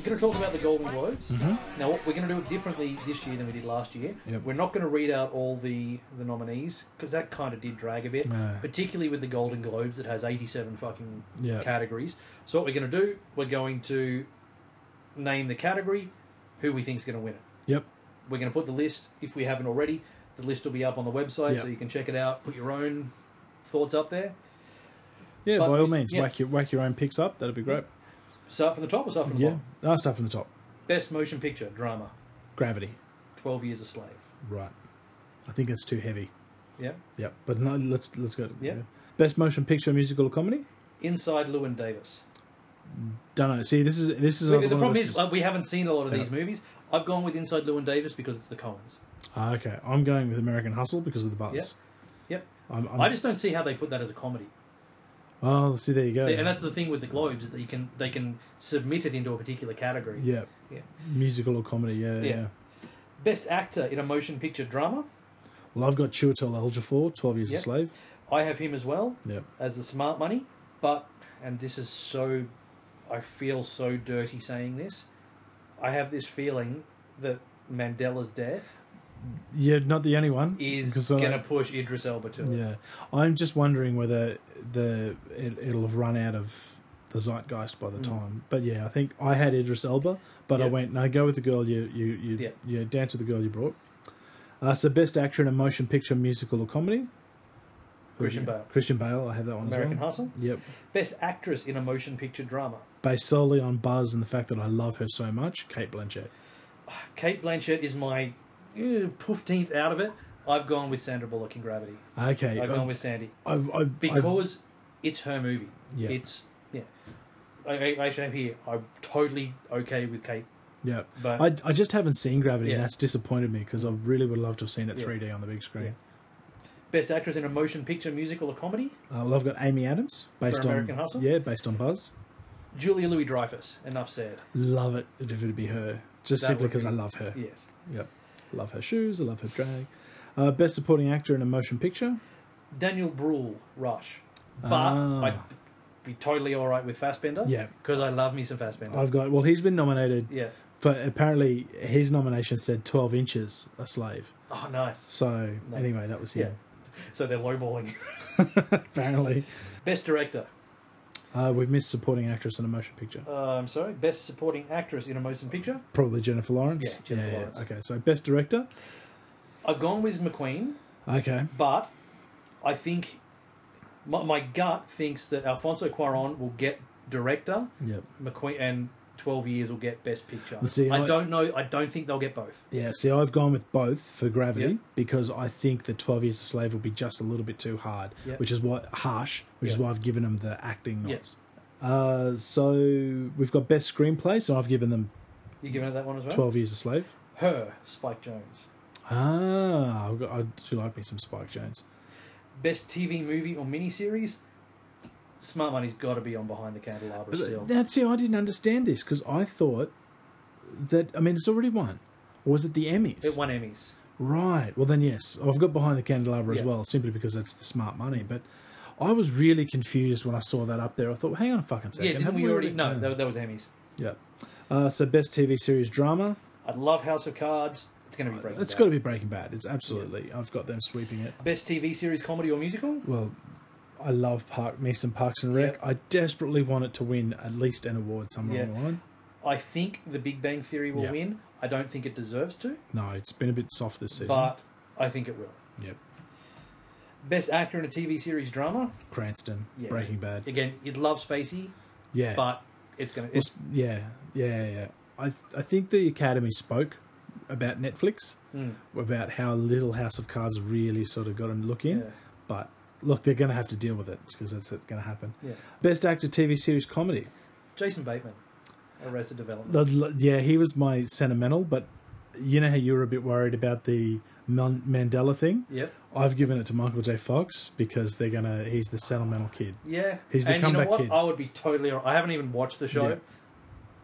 [SPEAKER 1] going to talk about the Golden Globes. Now, what we're going to do it differently this year than we did last year.
[SPEAKER 2] Mm-hmm. Yep.
[SPEAKER 1] We're not going to read out all the, the nominees because that kind of did drag a bit,
[SPEAKER 2] No.
[SPEAKER 1] particularly with the Golden Globes that has 87 fucking
[SPEAKER 2] Yeah.
[SPEAKER 1] categories. So, what we're going to do, we're going to name the category, who we think's going to win it.
[SPEAKER 2] yep
[SPEAKER 1] We're going to put the list, if we haven't already, the list will be up on the website so
[SPEAKER 2] Yeah.
[SPEAKER 1] you can check it out, put your own thoughts up there.
[SPEAKER 2] yeah
[SPEAKER 1] But
[SPEAKER 2] by all
[SPEAKER 1] we-
[SPEAKER 2] means
[SPEAKER 1] yeah. Mm-hmm.
[SPEAKER 2] whack your whack your own picks up that'd be great
[SPEAKER 1] Start from the top or start from the
[SPEAKER 2] yeah
[SPEAKER 1] bottom?
[SPEAKER 2] ah, stuff from the top
[SPEAKER 1] Best motion picture, drama,
[SPEAKER 2] gravity
[SPEAKER 1] 12 Years a Slave.
[SPEAKER 2] right i think that's too heavy
[SPEAKER 1] Yeah.
[SPEAKER 2] yep but no let's let's go
[SPEAKER 1] Yeah.
[SPEAKER 2] best motion picture musical or comedy
[SPEAKER 1] Inside Lewin Davis.
[SPEAKER 2] don't know see this is this is
[SPEAKER 1] The,
[SPEAKER 2] another
[SPEAKER 1] the
[SPEAKER 2] one
[SPEAKER 1] problem
[SPEAKER 2] of
[SPEAKER 1] is
[SPEAKER 2] those-
[SPEAKER 1] uh, we haven't seen a lot of
[SPEAKER 2] Yeah.
[SPEAKER 1] these movies. I've gone with Inside Llewyn Davis because it's the Coens.
[SPEAKER 2] Ah, okay i'm going with american hustle because of the buzz
[SPEAKER 1] Yeah. Yep.
[SPEAKER 2] I'm, I'm,
[SPEAKER 1] I just don't see how they put that as a comedy.
[SPEAKER 2] oh see there you go
[SPEAKER 1] See, and that's the thing with the Globes is that you can they can submit it into a particular category.
[SPEAKER 2] yeah.
[SPEAKER 1] Yeah.
[SPEAKER 2] musical or comedy
[SPEAKER 1] Yeah.
[SPEAKER 2] yeah, yeah.
[SPEAKER 1] Best actor in a motion picture drama.
[SPEAKER 2] Well, I've got Chiwetel Ejiofor, Twelve Years
[SPEAKER 1] Yep.
[SPEAKER 2] a Slave.
[SPEAKER 1] I have him as well
[SPEAKER 2] Yep.
[SPEAKER 1] as the smart money, but and this is so I feel so dirty saying this. I have this feeling that Mandela's death
[SPEAKER 2] Yeah, not the only one.
[SPEAKER 1] is
[SPEAKER 2] 'Cause I-
[SPEAKER 1] going to push Idris Elba to it.
[SPEAKER 2] Yeah, I'm just wondering whether the it, it'll have run out of the zeitgeist by the time. But yeah, I think I had Idris Elba, but
[SPEAKER 1] Hmm.
[SPEAKER 2] I
[SPEAKER 1] Yeah.
[SPEAKER 2] went no, go with the girl you you you
[SPEAKER 1] Yeah.
[SPEAKER 2] you dance with the girl you brought. Uh, so best actor in a motion picture, musical, or comedy. Who have
[SPEAKER 1] Christian
[SPEAKER 2] you got?
[SPEAKER 1] Bale.
[SPEAKER 2] Christian Bale, I have that one
[SPEAKER 1] American
[SPEAKER 2] as well.
[SPEAKER 1] Hustle.
[SPEAKER 2] Yep,
[SPEAKER 1] Best actress in a motion picture drama.
[SPEAKER 2] based solely on Buzz and the fact that I love her so much, Kate Blanchett.
[SPEAKER 1] Kate Blanchett is my eh, poofteenth out of it. I've gone with Sandra Bullock in Gravity.
[SPEAKER 2] Okay,
[SPEAKER 1] I've gone
[SPEAKER 2] I,
[SPEAKER 1] with Sandy
[SPEAKER 2] I, I, I,
[SPEAKER 1] because it's her movie.
[SPEAKER 2] Yeah.
[SPEAKER 1] It's yeah. I, I, I should have here. I'm totally okay with Kate,
[SPEAKER 2] yeah.
[SPEAKER 1] but
[SPEAKER 2] I, I just haven't seen Gravity,
[SPEAKER 1] Uh,
[SPEAKER 2] and
[SPEAKER 1] Yeah.
[SPEAKER 2] that's disappointed me because I really would love to have seen it
[SPEAKER 1] Yeah.
[SPEAKER 2] 3D on the big screen.
[SPEAKER 1] best actress in a motion picture, musical, or comedy:
[SPEAKER 2] Uh, well, I've got Amy Adams based
[SPEAKER 1] For
[SPEAKER 2] on
[SPEAKER 1] American Hustle?
[SPEAKER 2] Yeah, based on Buzz.
[SPEAKER 1] Julia Louis Dreyfus. Enough said.
[SPEAKER 2] Love it if it'd be her, just
[SPEAKER 1] That
[SPEAKER 2] simply
[SPEAKER 1] would
[SPEAKER 2] because
[SPEAKER 1] be-
[SPEAKER 2] I love her.
[SPEAKER 1] Yes.
[SPEAKER 2] Yep, love her shoes. I love her drag. Uh, best supporting actor in a motion picture.
[SPEAKER 1] Daniel Bruhl, Rush, but
[SPEAKER 2] Ah.
[SPEAKER 1] I'd be totally all right with Fassbender.
[SPEAKER 2] Yeah.
[SPEAKER 1] because I love me some Fassbender.
[SPEAKER 2] I've got well, he's been nominated
[SPEAKER 1] yeah.
[SPEAKER 2] for apparently his nomination said 12 inches a slave.
[SPEAKER 1] Oh, nice.
[SPEAKER 2] So
[SPEAKER 1] No.
[SPEAKER 2] anyway, that was him.
[SPEAKER 1] So they're lowballing.
[SPEAKER 2] (laughs)
[SPEAKER 1] (laughs)
[SPEAKER 2] Apparently,
[SPEAKER 1] Best director.
[SPEAKER 2] uh, we've missed supporting actress in a motion picture.
[SPEAKER 1] Uh, I'm sorry. Best supporting actress in a motion picture.
[SPEAKER 2] Probably Jennifer Lawrence.
[SPEAKER 1] Yeah, Jennifer Lawrence.
[SPEAKER 2] Okay, so best director.
[SPEAKER 1] I've gone with McQueen,
[SPEAKER 2] Okay,
[SPEAKER 1] but I think my, my gut thinks that Alfonso Cuaron will get director.
[SPEAKER 2] yep.
[SPEAKER 1] McQueen and Twelve Years will get best picture.
[SPEAKER 2] Well, see,
[SPEAKER 1] I,
[SPEAKER 2] I-
[SPEAKER 1] don't know. I don't think they'll get both.
[SPEAKER 2] Yeah, see, I've gone with both for Gravity
[SPEAKER 1] Yeah.
[SPEAKER 2] because I think the 12 Years a Slave will be just a little bit too hard,
[SPEAKER 1] Yeah.
[SPEAKER 2] which is what harsh, which is
[SPEAKER 1] Yeah.
[SPEAKER 2] why I've given them the acting
[SPEAKER 1] Yeah.
[SPEAKER 2] nods. Uh, so we've got best screenplay, so I've given them
[SPEAKER 1] You giving it that one as well?
[SPEAKER 2] 12 Years a Slave.
[SPEAKER 1] Her Spike Jones.
[SPEAKER 2] Ah, I've got, I do like me some Spike Jones.
[SPEAKER 1] Best TV movie or miniseries. smart money's got to be on behind the candelabra still.
[SPEAKER 2] That's it. I didn't understand this because I thought that. I mean, it's already won. Or was it the Emmys?
[SPEAKER 1] it won Emmys.
[SPEAKER 2] Right. Well, then yes, I've got behind the candelabra as
[SPEAKER 1] Yeah.
[SPEAKER 2] well, simply because that's the smart money. But I was really confused when I saw that up there. I thought, hang on a fucking second.
[SPEAKER 1] Yeah, didn't
[SPEAKER 2] haven't
[SPEAKER 1] we already? No,
[SPEAKER 2] Yeah.
[SPEAKER 1] that, that was Emmys.
[SPEAKER 2] Yeah. Uh, so best TV series drama.
[SPEAKER 1] I love House of Cards. It's going to be breaking.
[SPEAKER 2] It's
[SPEAKER 1] Bad.
[SPEAKER 2] got to be Breaking Bad. It's absolutely. I've got them sweeping it.
[SPEAKER 1] best TV series, comedy or musical.
[SPEAKER 2] Well, I love Park me some Parks and Rec.
[SPEAKER 1] Yep.
[SPEAKER 2] I desperately want it to win at least an award somewhere
[SPEAKER 1] Yeah.
[SPEAKER 2] on the line.
[SPEAKER 1] I think The Big Bang Theory will
[SPEAKER 2] Yeah.
[SPEAKER 1] win. I don't think it deserves to,
[SPEAKER 2] No, it's been a bit soft this season.
[SPEAKER 1] but I think it will.
[SPEAKER 2] yep.
[SPEAKER 1] Best actor in a TV series drama.
[SPEAKER 2] Cranston,
[SPEAKER 1] Yeah.
[SPEAKER 2] Breaking Bad.
[SPEAKER 1] Again, you'd love Spacey,
[SPEAKER 2] Yeah.
[SPEAKER 1] but it's going to.
[SPEAKER 2] It's- yeah, yeah, yeah, yeah. I I think the Academy spoke about Netflix,
[SPEAKER 1] mm,
[SPEAKER 2] about how little House of Cards really sort of got them to look in.
[SPEAKER 1] Yeah.
[SPEAKER 2] But look, they're going to have to deal with it because that's going to happen.
[SPEAKER 1] Yeah.
[SPEAKER 2] Best actor TV series comedy.
[SPEAKER 1] Jason Bateman, Arrested Development.
[SPEAKER 2] The- the- Yeah, he was my sentimental, but you know how you were a bit worried about the Man- Mandela thing.
[SPEAKER 1] Yep.
[SPEAKER 2] I've given it to Michael J. Fox because they're gonna. He's the sentimental kid.
[SPEAKER 1] Yeah.
[SPEAKER 2] He's the
[SPEAKER 1] and you know
[SPEAKER 2] comeback
[SPEAKER 1] what?
[SPEAKER 2] kid.
[SPEAKER 1] I would be totally. I haven't even watched the show.
[SPEAKER 2] Yeah.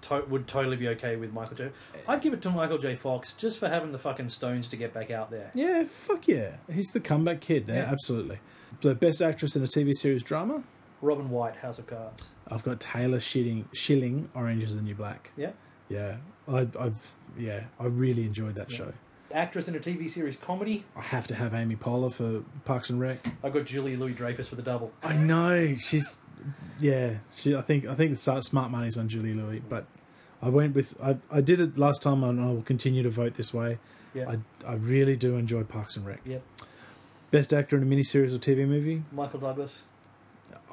[SPEAKER 1] To- would totally be okay with Michael J. I'd give it to Michael J. Fox just for having the fucking stones to get back out there.
[SPEAKER 2] Yeah, fuck yeah. He's the comeback kid. Yeah,
[SPEAKER 1] Yeah.
[SPEAKER 2] absolutely. The best actress in a TV series drama.
[SPEAKER 1] Robin White, House of Cards.
[SPEAKER 2] I've got Taylor Shilling, Shilling Orange is the New Black.
[SPEAKER 1] Yeah.
[SPEAKER 2] Yeah. I, I've, yeah, I really enjoyed that show.
[SPEAKER 1] Actress in a TV series comedy.
[SPEAKER 2] I have to have Amy Poehler for Parks and Rec.
[SPEAKER 1] I got Julie Louis Dreyfus for the double.
[SPEAKER 2] I know she's, yeah, she. I think I think the smart smart money's on Julie Louis, but I went with I, I did it last time and I will continue to vote this way.
[SPEAKER 1] Yeah.
[SPEAKER 2] I I really do enjoy Parks and Rec.
[SPEAKER 1] Yep.
[SPEAKER 2] Best actor in a miniseries or TV movie.
[SPEAKER 1] Michael Douglas.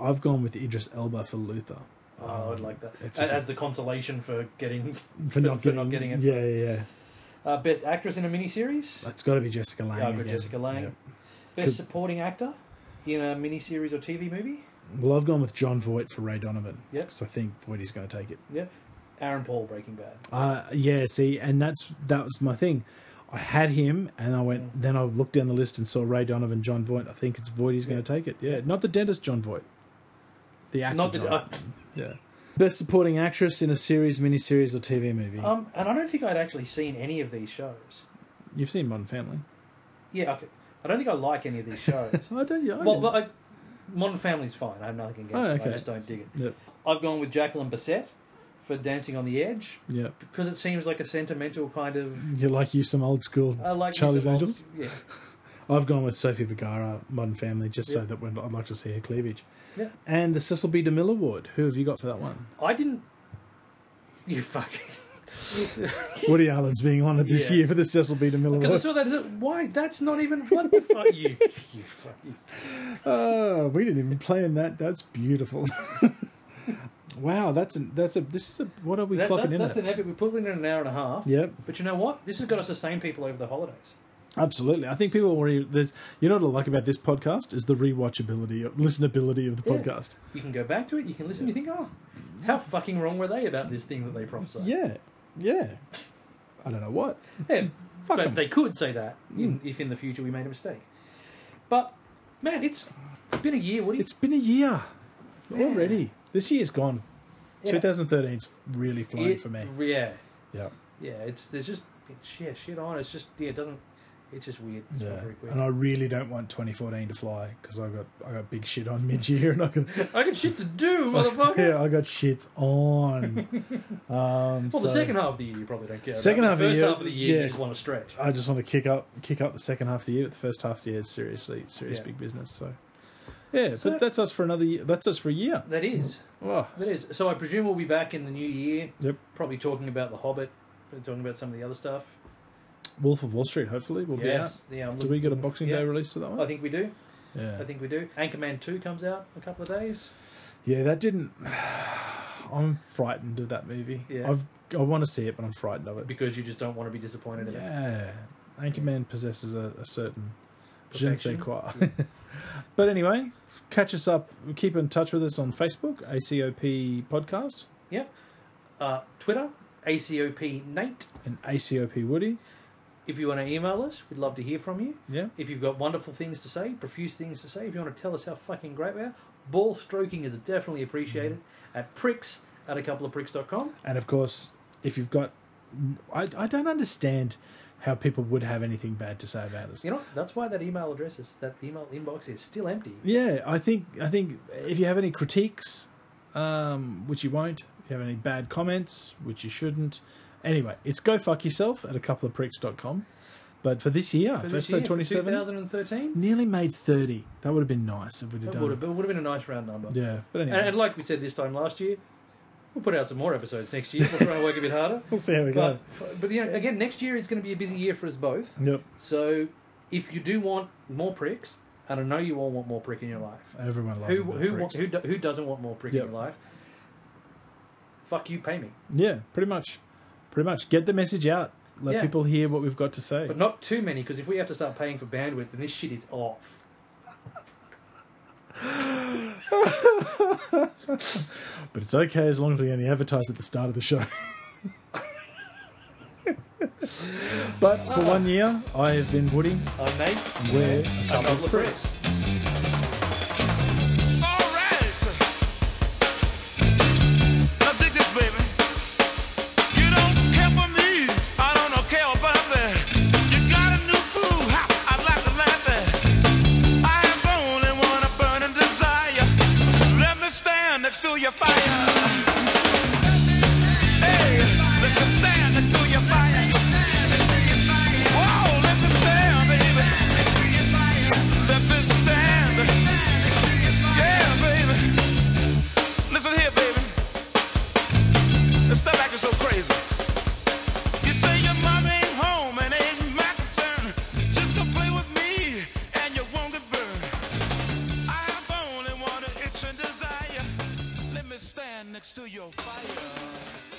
[SPEAKER 2] I've gone with Idris Elba for Luther.
[SPEAKER 1] Oh, I would like that.
[SPEAKER 2] Um, it's
[SPEAKER 1] A-
[SPEAKER 2] okay.
[SPEAKER 1] As the consolation for getting
[SPEAKER 2] For not,
[SPEAKER 1] for
[SPEAKER 2] getting,
[SPEAKER 1] not getting it.
[SPEAKER 2] Yeah, yeah, yeah.
[SPEAKER 1] uh, Best Actress in a Miniseries.
[SPEAKER 2] That's got to be Jessica Lange.
[SPEAKER 1] Yeah, I've got
[SPEAKER 2] again.
[SPEAKER 1] Jessica Lange.
[SPEAKER 2] Yeah.
[SPEAKER 1] Best Supporting Actor in a Miniseries or TV Movie.
[SPEAKER 2] Well, I've gone with John Voight for Ray Donovan.
[SPEAKER 1] Yep.
[SPEAKER 2] Because I think Voight is going to take it.
[SPEAKER 1] Yeah. Aaron Paul, Breaking Bad.
[SPEAKER 2] Uh, yeah, see, and that's that was my thing. I had him, and I went. Then I looked down the list and saw Ray Donovan, John Voight. I think it's Voight. He's going to take it. Yeah, not the dentist, John Voight. The uh, actor.
[SPEAKER 1] Not that,
[SPEAKER 2] John. yeah. Best supporting actress in a series, miniseries, or TV movie.
[SPEAKER 1] um, and I don't think I'd actually seen any of these shows.
[SPEAKER 2] You've seen Modern Family.
[SPEAKER 1] Yeah, okay. I don't think I like any of these
[SPEAKER 2] (laughs)
[SPEAKER 1] shows.
[SPEAKER 2] I don't. Yeah, I
[SPEAKER 1] well,
[SPEAKER 2] didn't-
[SPEAKER 1] but I, Modern Family's fine. I have nothing against
[SPEAKER 2] Oh,
[SPEAKER 1] it. I
[SPEAKER 2] okay.
[SPEAKER 1] just don't dig it.
[SPEAKER 2] Yep.
[SPEAKER 1] I've gone with Jacqueline Bassett for Dancing on the Edge
[SPEAKER 2] Yeah.
[SPEAKER 1] because it seems like a sentimental kind of.
[SPEAKER 2] You like you some old school
[SPEAKER 1] I Uh, like
[SPEAKER 2] Charlie's
[SPEAKER 1] Mr. Moss.
[SPEAKER 2] Angels.
[SPEAKER 1] Yeah.
[SPEAKER 2] I've gone with Sophie Vergara, Modern Family, just so
[SPEAKER 1] Yeah.
[SPEAKER 2] that when I'd like to see her cleavage.
[SPEAKER 1] Yeah.
[SPEAKER 2] And the Cecil B. DeMille Award. Who have you got for that one?
[SPEAKER 1] I didn't. You
[SPEAKER 2] (laughs)
[SPEAKER 1] fucking.
[SPEAKER 2] Woody Allen's being honoured this
[SPEAKER 1] Yeah.
[SPEAKER 2] year for the Cecil B. DeMille
[SPEAKER 1] Because I
[SPEAKER 2] Award.
[SPEAKER 1] saw that. I said, Why? That's not even. What the fuck? You. (laughs) You fucking.
[SPEAKER 2] Oh, we didn't even plan that. That's beautiful. (laughs) wow, that's a, that's a this is a what are we
[SPEAKER 1] That,
[SPEAKER 2] clocking
[SPEAKER 1] that's
[SPEAKER 2] in
[SPEAKER 1] that's
[SPEAKER 2] at?
[SPEAKER 1] an epic. We're putting in an hour and a half.
[SPEAKER 2] Yep,
[SPEAKER 1] But you know what? This has got us to same people over the holidays.
[SPEAKER 2] absolutely. I think people worry. There's you know what I like about this podcast is the rewatchability, of- listenability of the
[SPEAKER 1] Yeah.
[SPEAKER 2] podcast.
[SPEAKER 1] You can go back to it. You can listen. You think, oh, how fucking wrong were they about this thing that they prophesied?
[SPEAKER 2] Yeah, yeah. I don't know what.
[SPEAKER 1] Yeah, but
[SPEAKER 2] 'em.
[SPEAKER 1] they could say that
[SPEAKER 2] Mm.
[SPEAKER 1] in, if in the future we made a mistake. But man, it's it's been a year. What do you?
[SPEAKER 2] It's been a year already. This year's gone.
[SPEAKER 1] Yeah.
[SPEAKER 2] 2013's really flown
[SPEAKER 1] It-
[SPEAKER 2] for me.
[SPEAKER 1] Yeah,
[SPEAKER 2] Yeah,
[SPEAKER 1] yeah. It's there's just it's, yeah shit on. It's just yeah. It doesn't. It's just weird. It's not
[SPEAKER 2] yeah.
[SPEAKER 1] very weird.
[SPEAKER 2] And I really don't want 2014 to fly because I got I got big shit on (laughs) mid year and I got
[SPEAKER 1] I got shit to do, (laughs) motherfucker.
[SPEAKER 2] (laughs) yeah I got shits
[SPEAKER 1] (laughs)
[SPEAKER 2] on. Um,
[SPEAKER 1] Well, the
[SPEAKER 2] so
[SPEAKER 1] second half of the year you probably don't care. about.
[SPEAKER 2] Second
[SPEAKER 1] The
[SPEAKER 2] half of the
[SPEAKER 1] first
[SPEAKER 2] year-
[SPEAKER 1] half of the year
[SPEAKER 2] yeah.
[SPEAKER 1] you just want to stretch.
[SPEAKER 2] I just want to kick up kick up the second half of the year, but the first half of the year is seriously serious
[SPEAKER 1] Yeah.
[SPEAKER 2] big business. So yeah,
[SPEAKER 1] So- Oh.
[SPEAKER 2] but that's us for another. year. That's us for a year.
[SPEAKER 1] That is,
[SPEAKER 2] Wow.
[SPEAKER 1] that is. So I presume we'll be back in the new year.
[SPEAKER 2] Yep.
[SPEAKER 1] Probably talking about the Hobbit, talking about some of the other stuff.
[SPEAKER 2] Wolf of Wall Street. Hopefully, will
[SPEAKER 1] yes. Yeah. I'm
[SPEAKER 2] be out. Do
[SPEAKER 1] looking
[SPEAKER 2] we get a
[SPEAKER 1] forward-
[SPEAKER 2] Boxing
[SPEAKER 1] yeah.
[SPEAKER 2] Day release for that one?
[SPEAKER 1] I think we do.
[SPEAKER 2] yeah.
[SPEAKER 1] I think we do. Anchorman Two comes out in a couple of days.
[SPEAKER 2] Yeah, that didn't. (sighs) I'm frightened of that movie.
[SPEAKER 1] Yeah.
[SPEAKER 2] I've, I want to see it, but I'm frightened of it.
[SPEAKER 1] because you just don't want to be disappointed in it.
[SPEAKER 2] Yeah, Anchorman possesses a, a certain je ne sais
[SPEAKER 1] Perfection.
[SPEAKER 2] quoi. (laughs) but anyway, catch us up. Keep in touch with us on Facebook, ACOP Podcast
[SPEAKER 1] Yeah. Uh, Twitter, ACOP Nate,
[SPEAKER 2] and ACOP Woody.
[SPEAKER 1] If you want to email us, we'd love to hear from you.
[SPEAKER 2] Yeah.
[SPEAKER 1] If you've got wonderful things to say, profuse things to say, if you want to tell us how fucking great we are, ball stroking is definitely appreciated
[SPEAKER 2] Mm-hmm.
[SPEAKER 1] at pricks at a couple of pricks.com.
[SPEAKER 2] And of course, if you've got, I, I don't understand how people would have anything bad to say about us.
[SPEAKER 1] You know, that's why that email address is, that email inbox is still empty.
[SPEAKER 2] Yeah, I think I think if you have any critiques, um, which you won't, if you have any bad comments, which you shouldn't. Anyway, it's go fuck yourself at a couple of pricks.com. But for this year, for,
[SPEAKER 1] For this
[SPEAKER 2] episode
[SPEAKER 1] year, for
[SPEAKER 2] twenty seven,
[SPEAKER 1] 2013,
[SPEAKER 2] nearly made thirty. That would have been nice if we'd
[SPEAKER 1] that
[SPEAKER 2] have done.
[SPEAKER 1] would have, been, would have been a nice round number.
[SPEAKER 2] Yeah, but
[SPEAKER 1] And,
[SPEAKER 2] anyway,
[SPEAKER 1] and like we said this time last year, we'll put out some more episodes next year. We'll try and work a bit
[SPEAKER 2] (laughs)
[SPEAKER 1] harder.
[SPEAKER 2] we'll see how we go.
[SPEAKER 1] But, but you know, again, next year is going to be a busy year for us both.
[SPEAKER 2] Yep,
[SPEAKER 1] So if you do want more pricks, and I know you all want more prick in your life,
[SPEAKER 2] everyone loves
[SPEAKER 1] who
[SPEAKER 2] a bit of
[SPEAKER 1] who wa-
[SPEAKER 2] pricks.
[SPEAKER 1] who, do, who doesn't want more prick
[SPEAKER 2] Yep.
[SPEAKER 1] in your life? Fuck you, pay me,
[SPEAKER 2] Yeah, pretty much, pretty much. Get the message out. Let
[SPEAKER 1] Yeah.
[SPEAKER 2] people hear what we've got to say.
[SPEAKER 1] but not too many because if we have to start paying for bandwidth, then this shit is off.
[SPEAKER 2] But it's okay as long as we only advertise at the start of the show. (laughs) but for one year, I have been Woody.
[SPEAKER 1] I mate,
[SPEAKER 2] We're a couple of pricks.
[SPEAKER 5] Stand next to your fire. Whoa, let me stand, baby. Let me stand. Yeah, baby. Listen here, baby. Let's stop acting so crazy. You say your mom ain't home and ain't my concern. Just come play with me and you won't get burned. I have only one itch and desire. Let me stand next to your fire.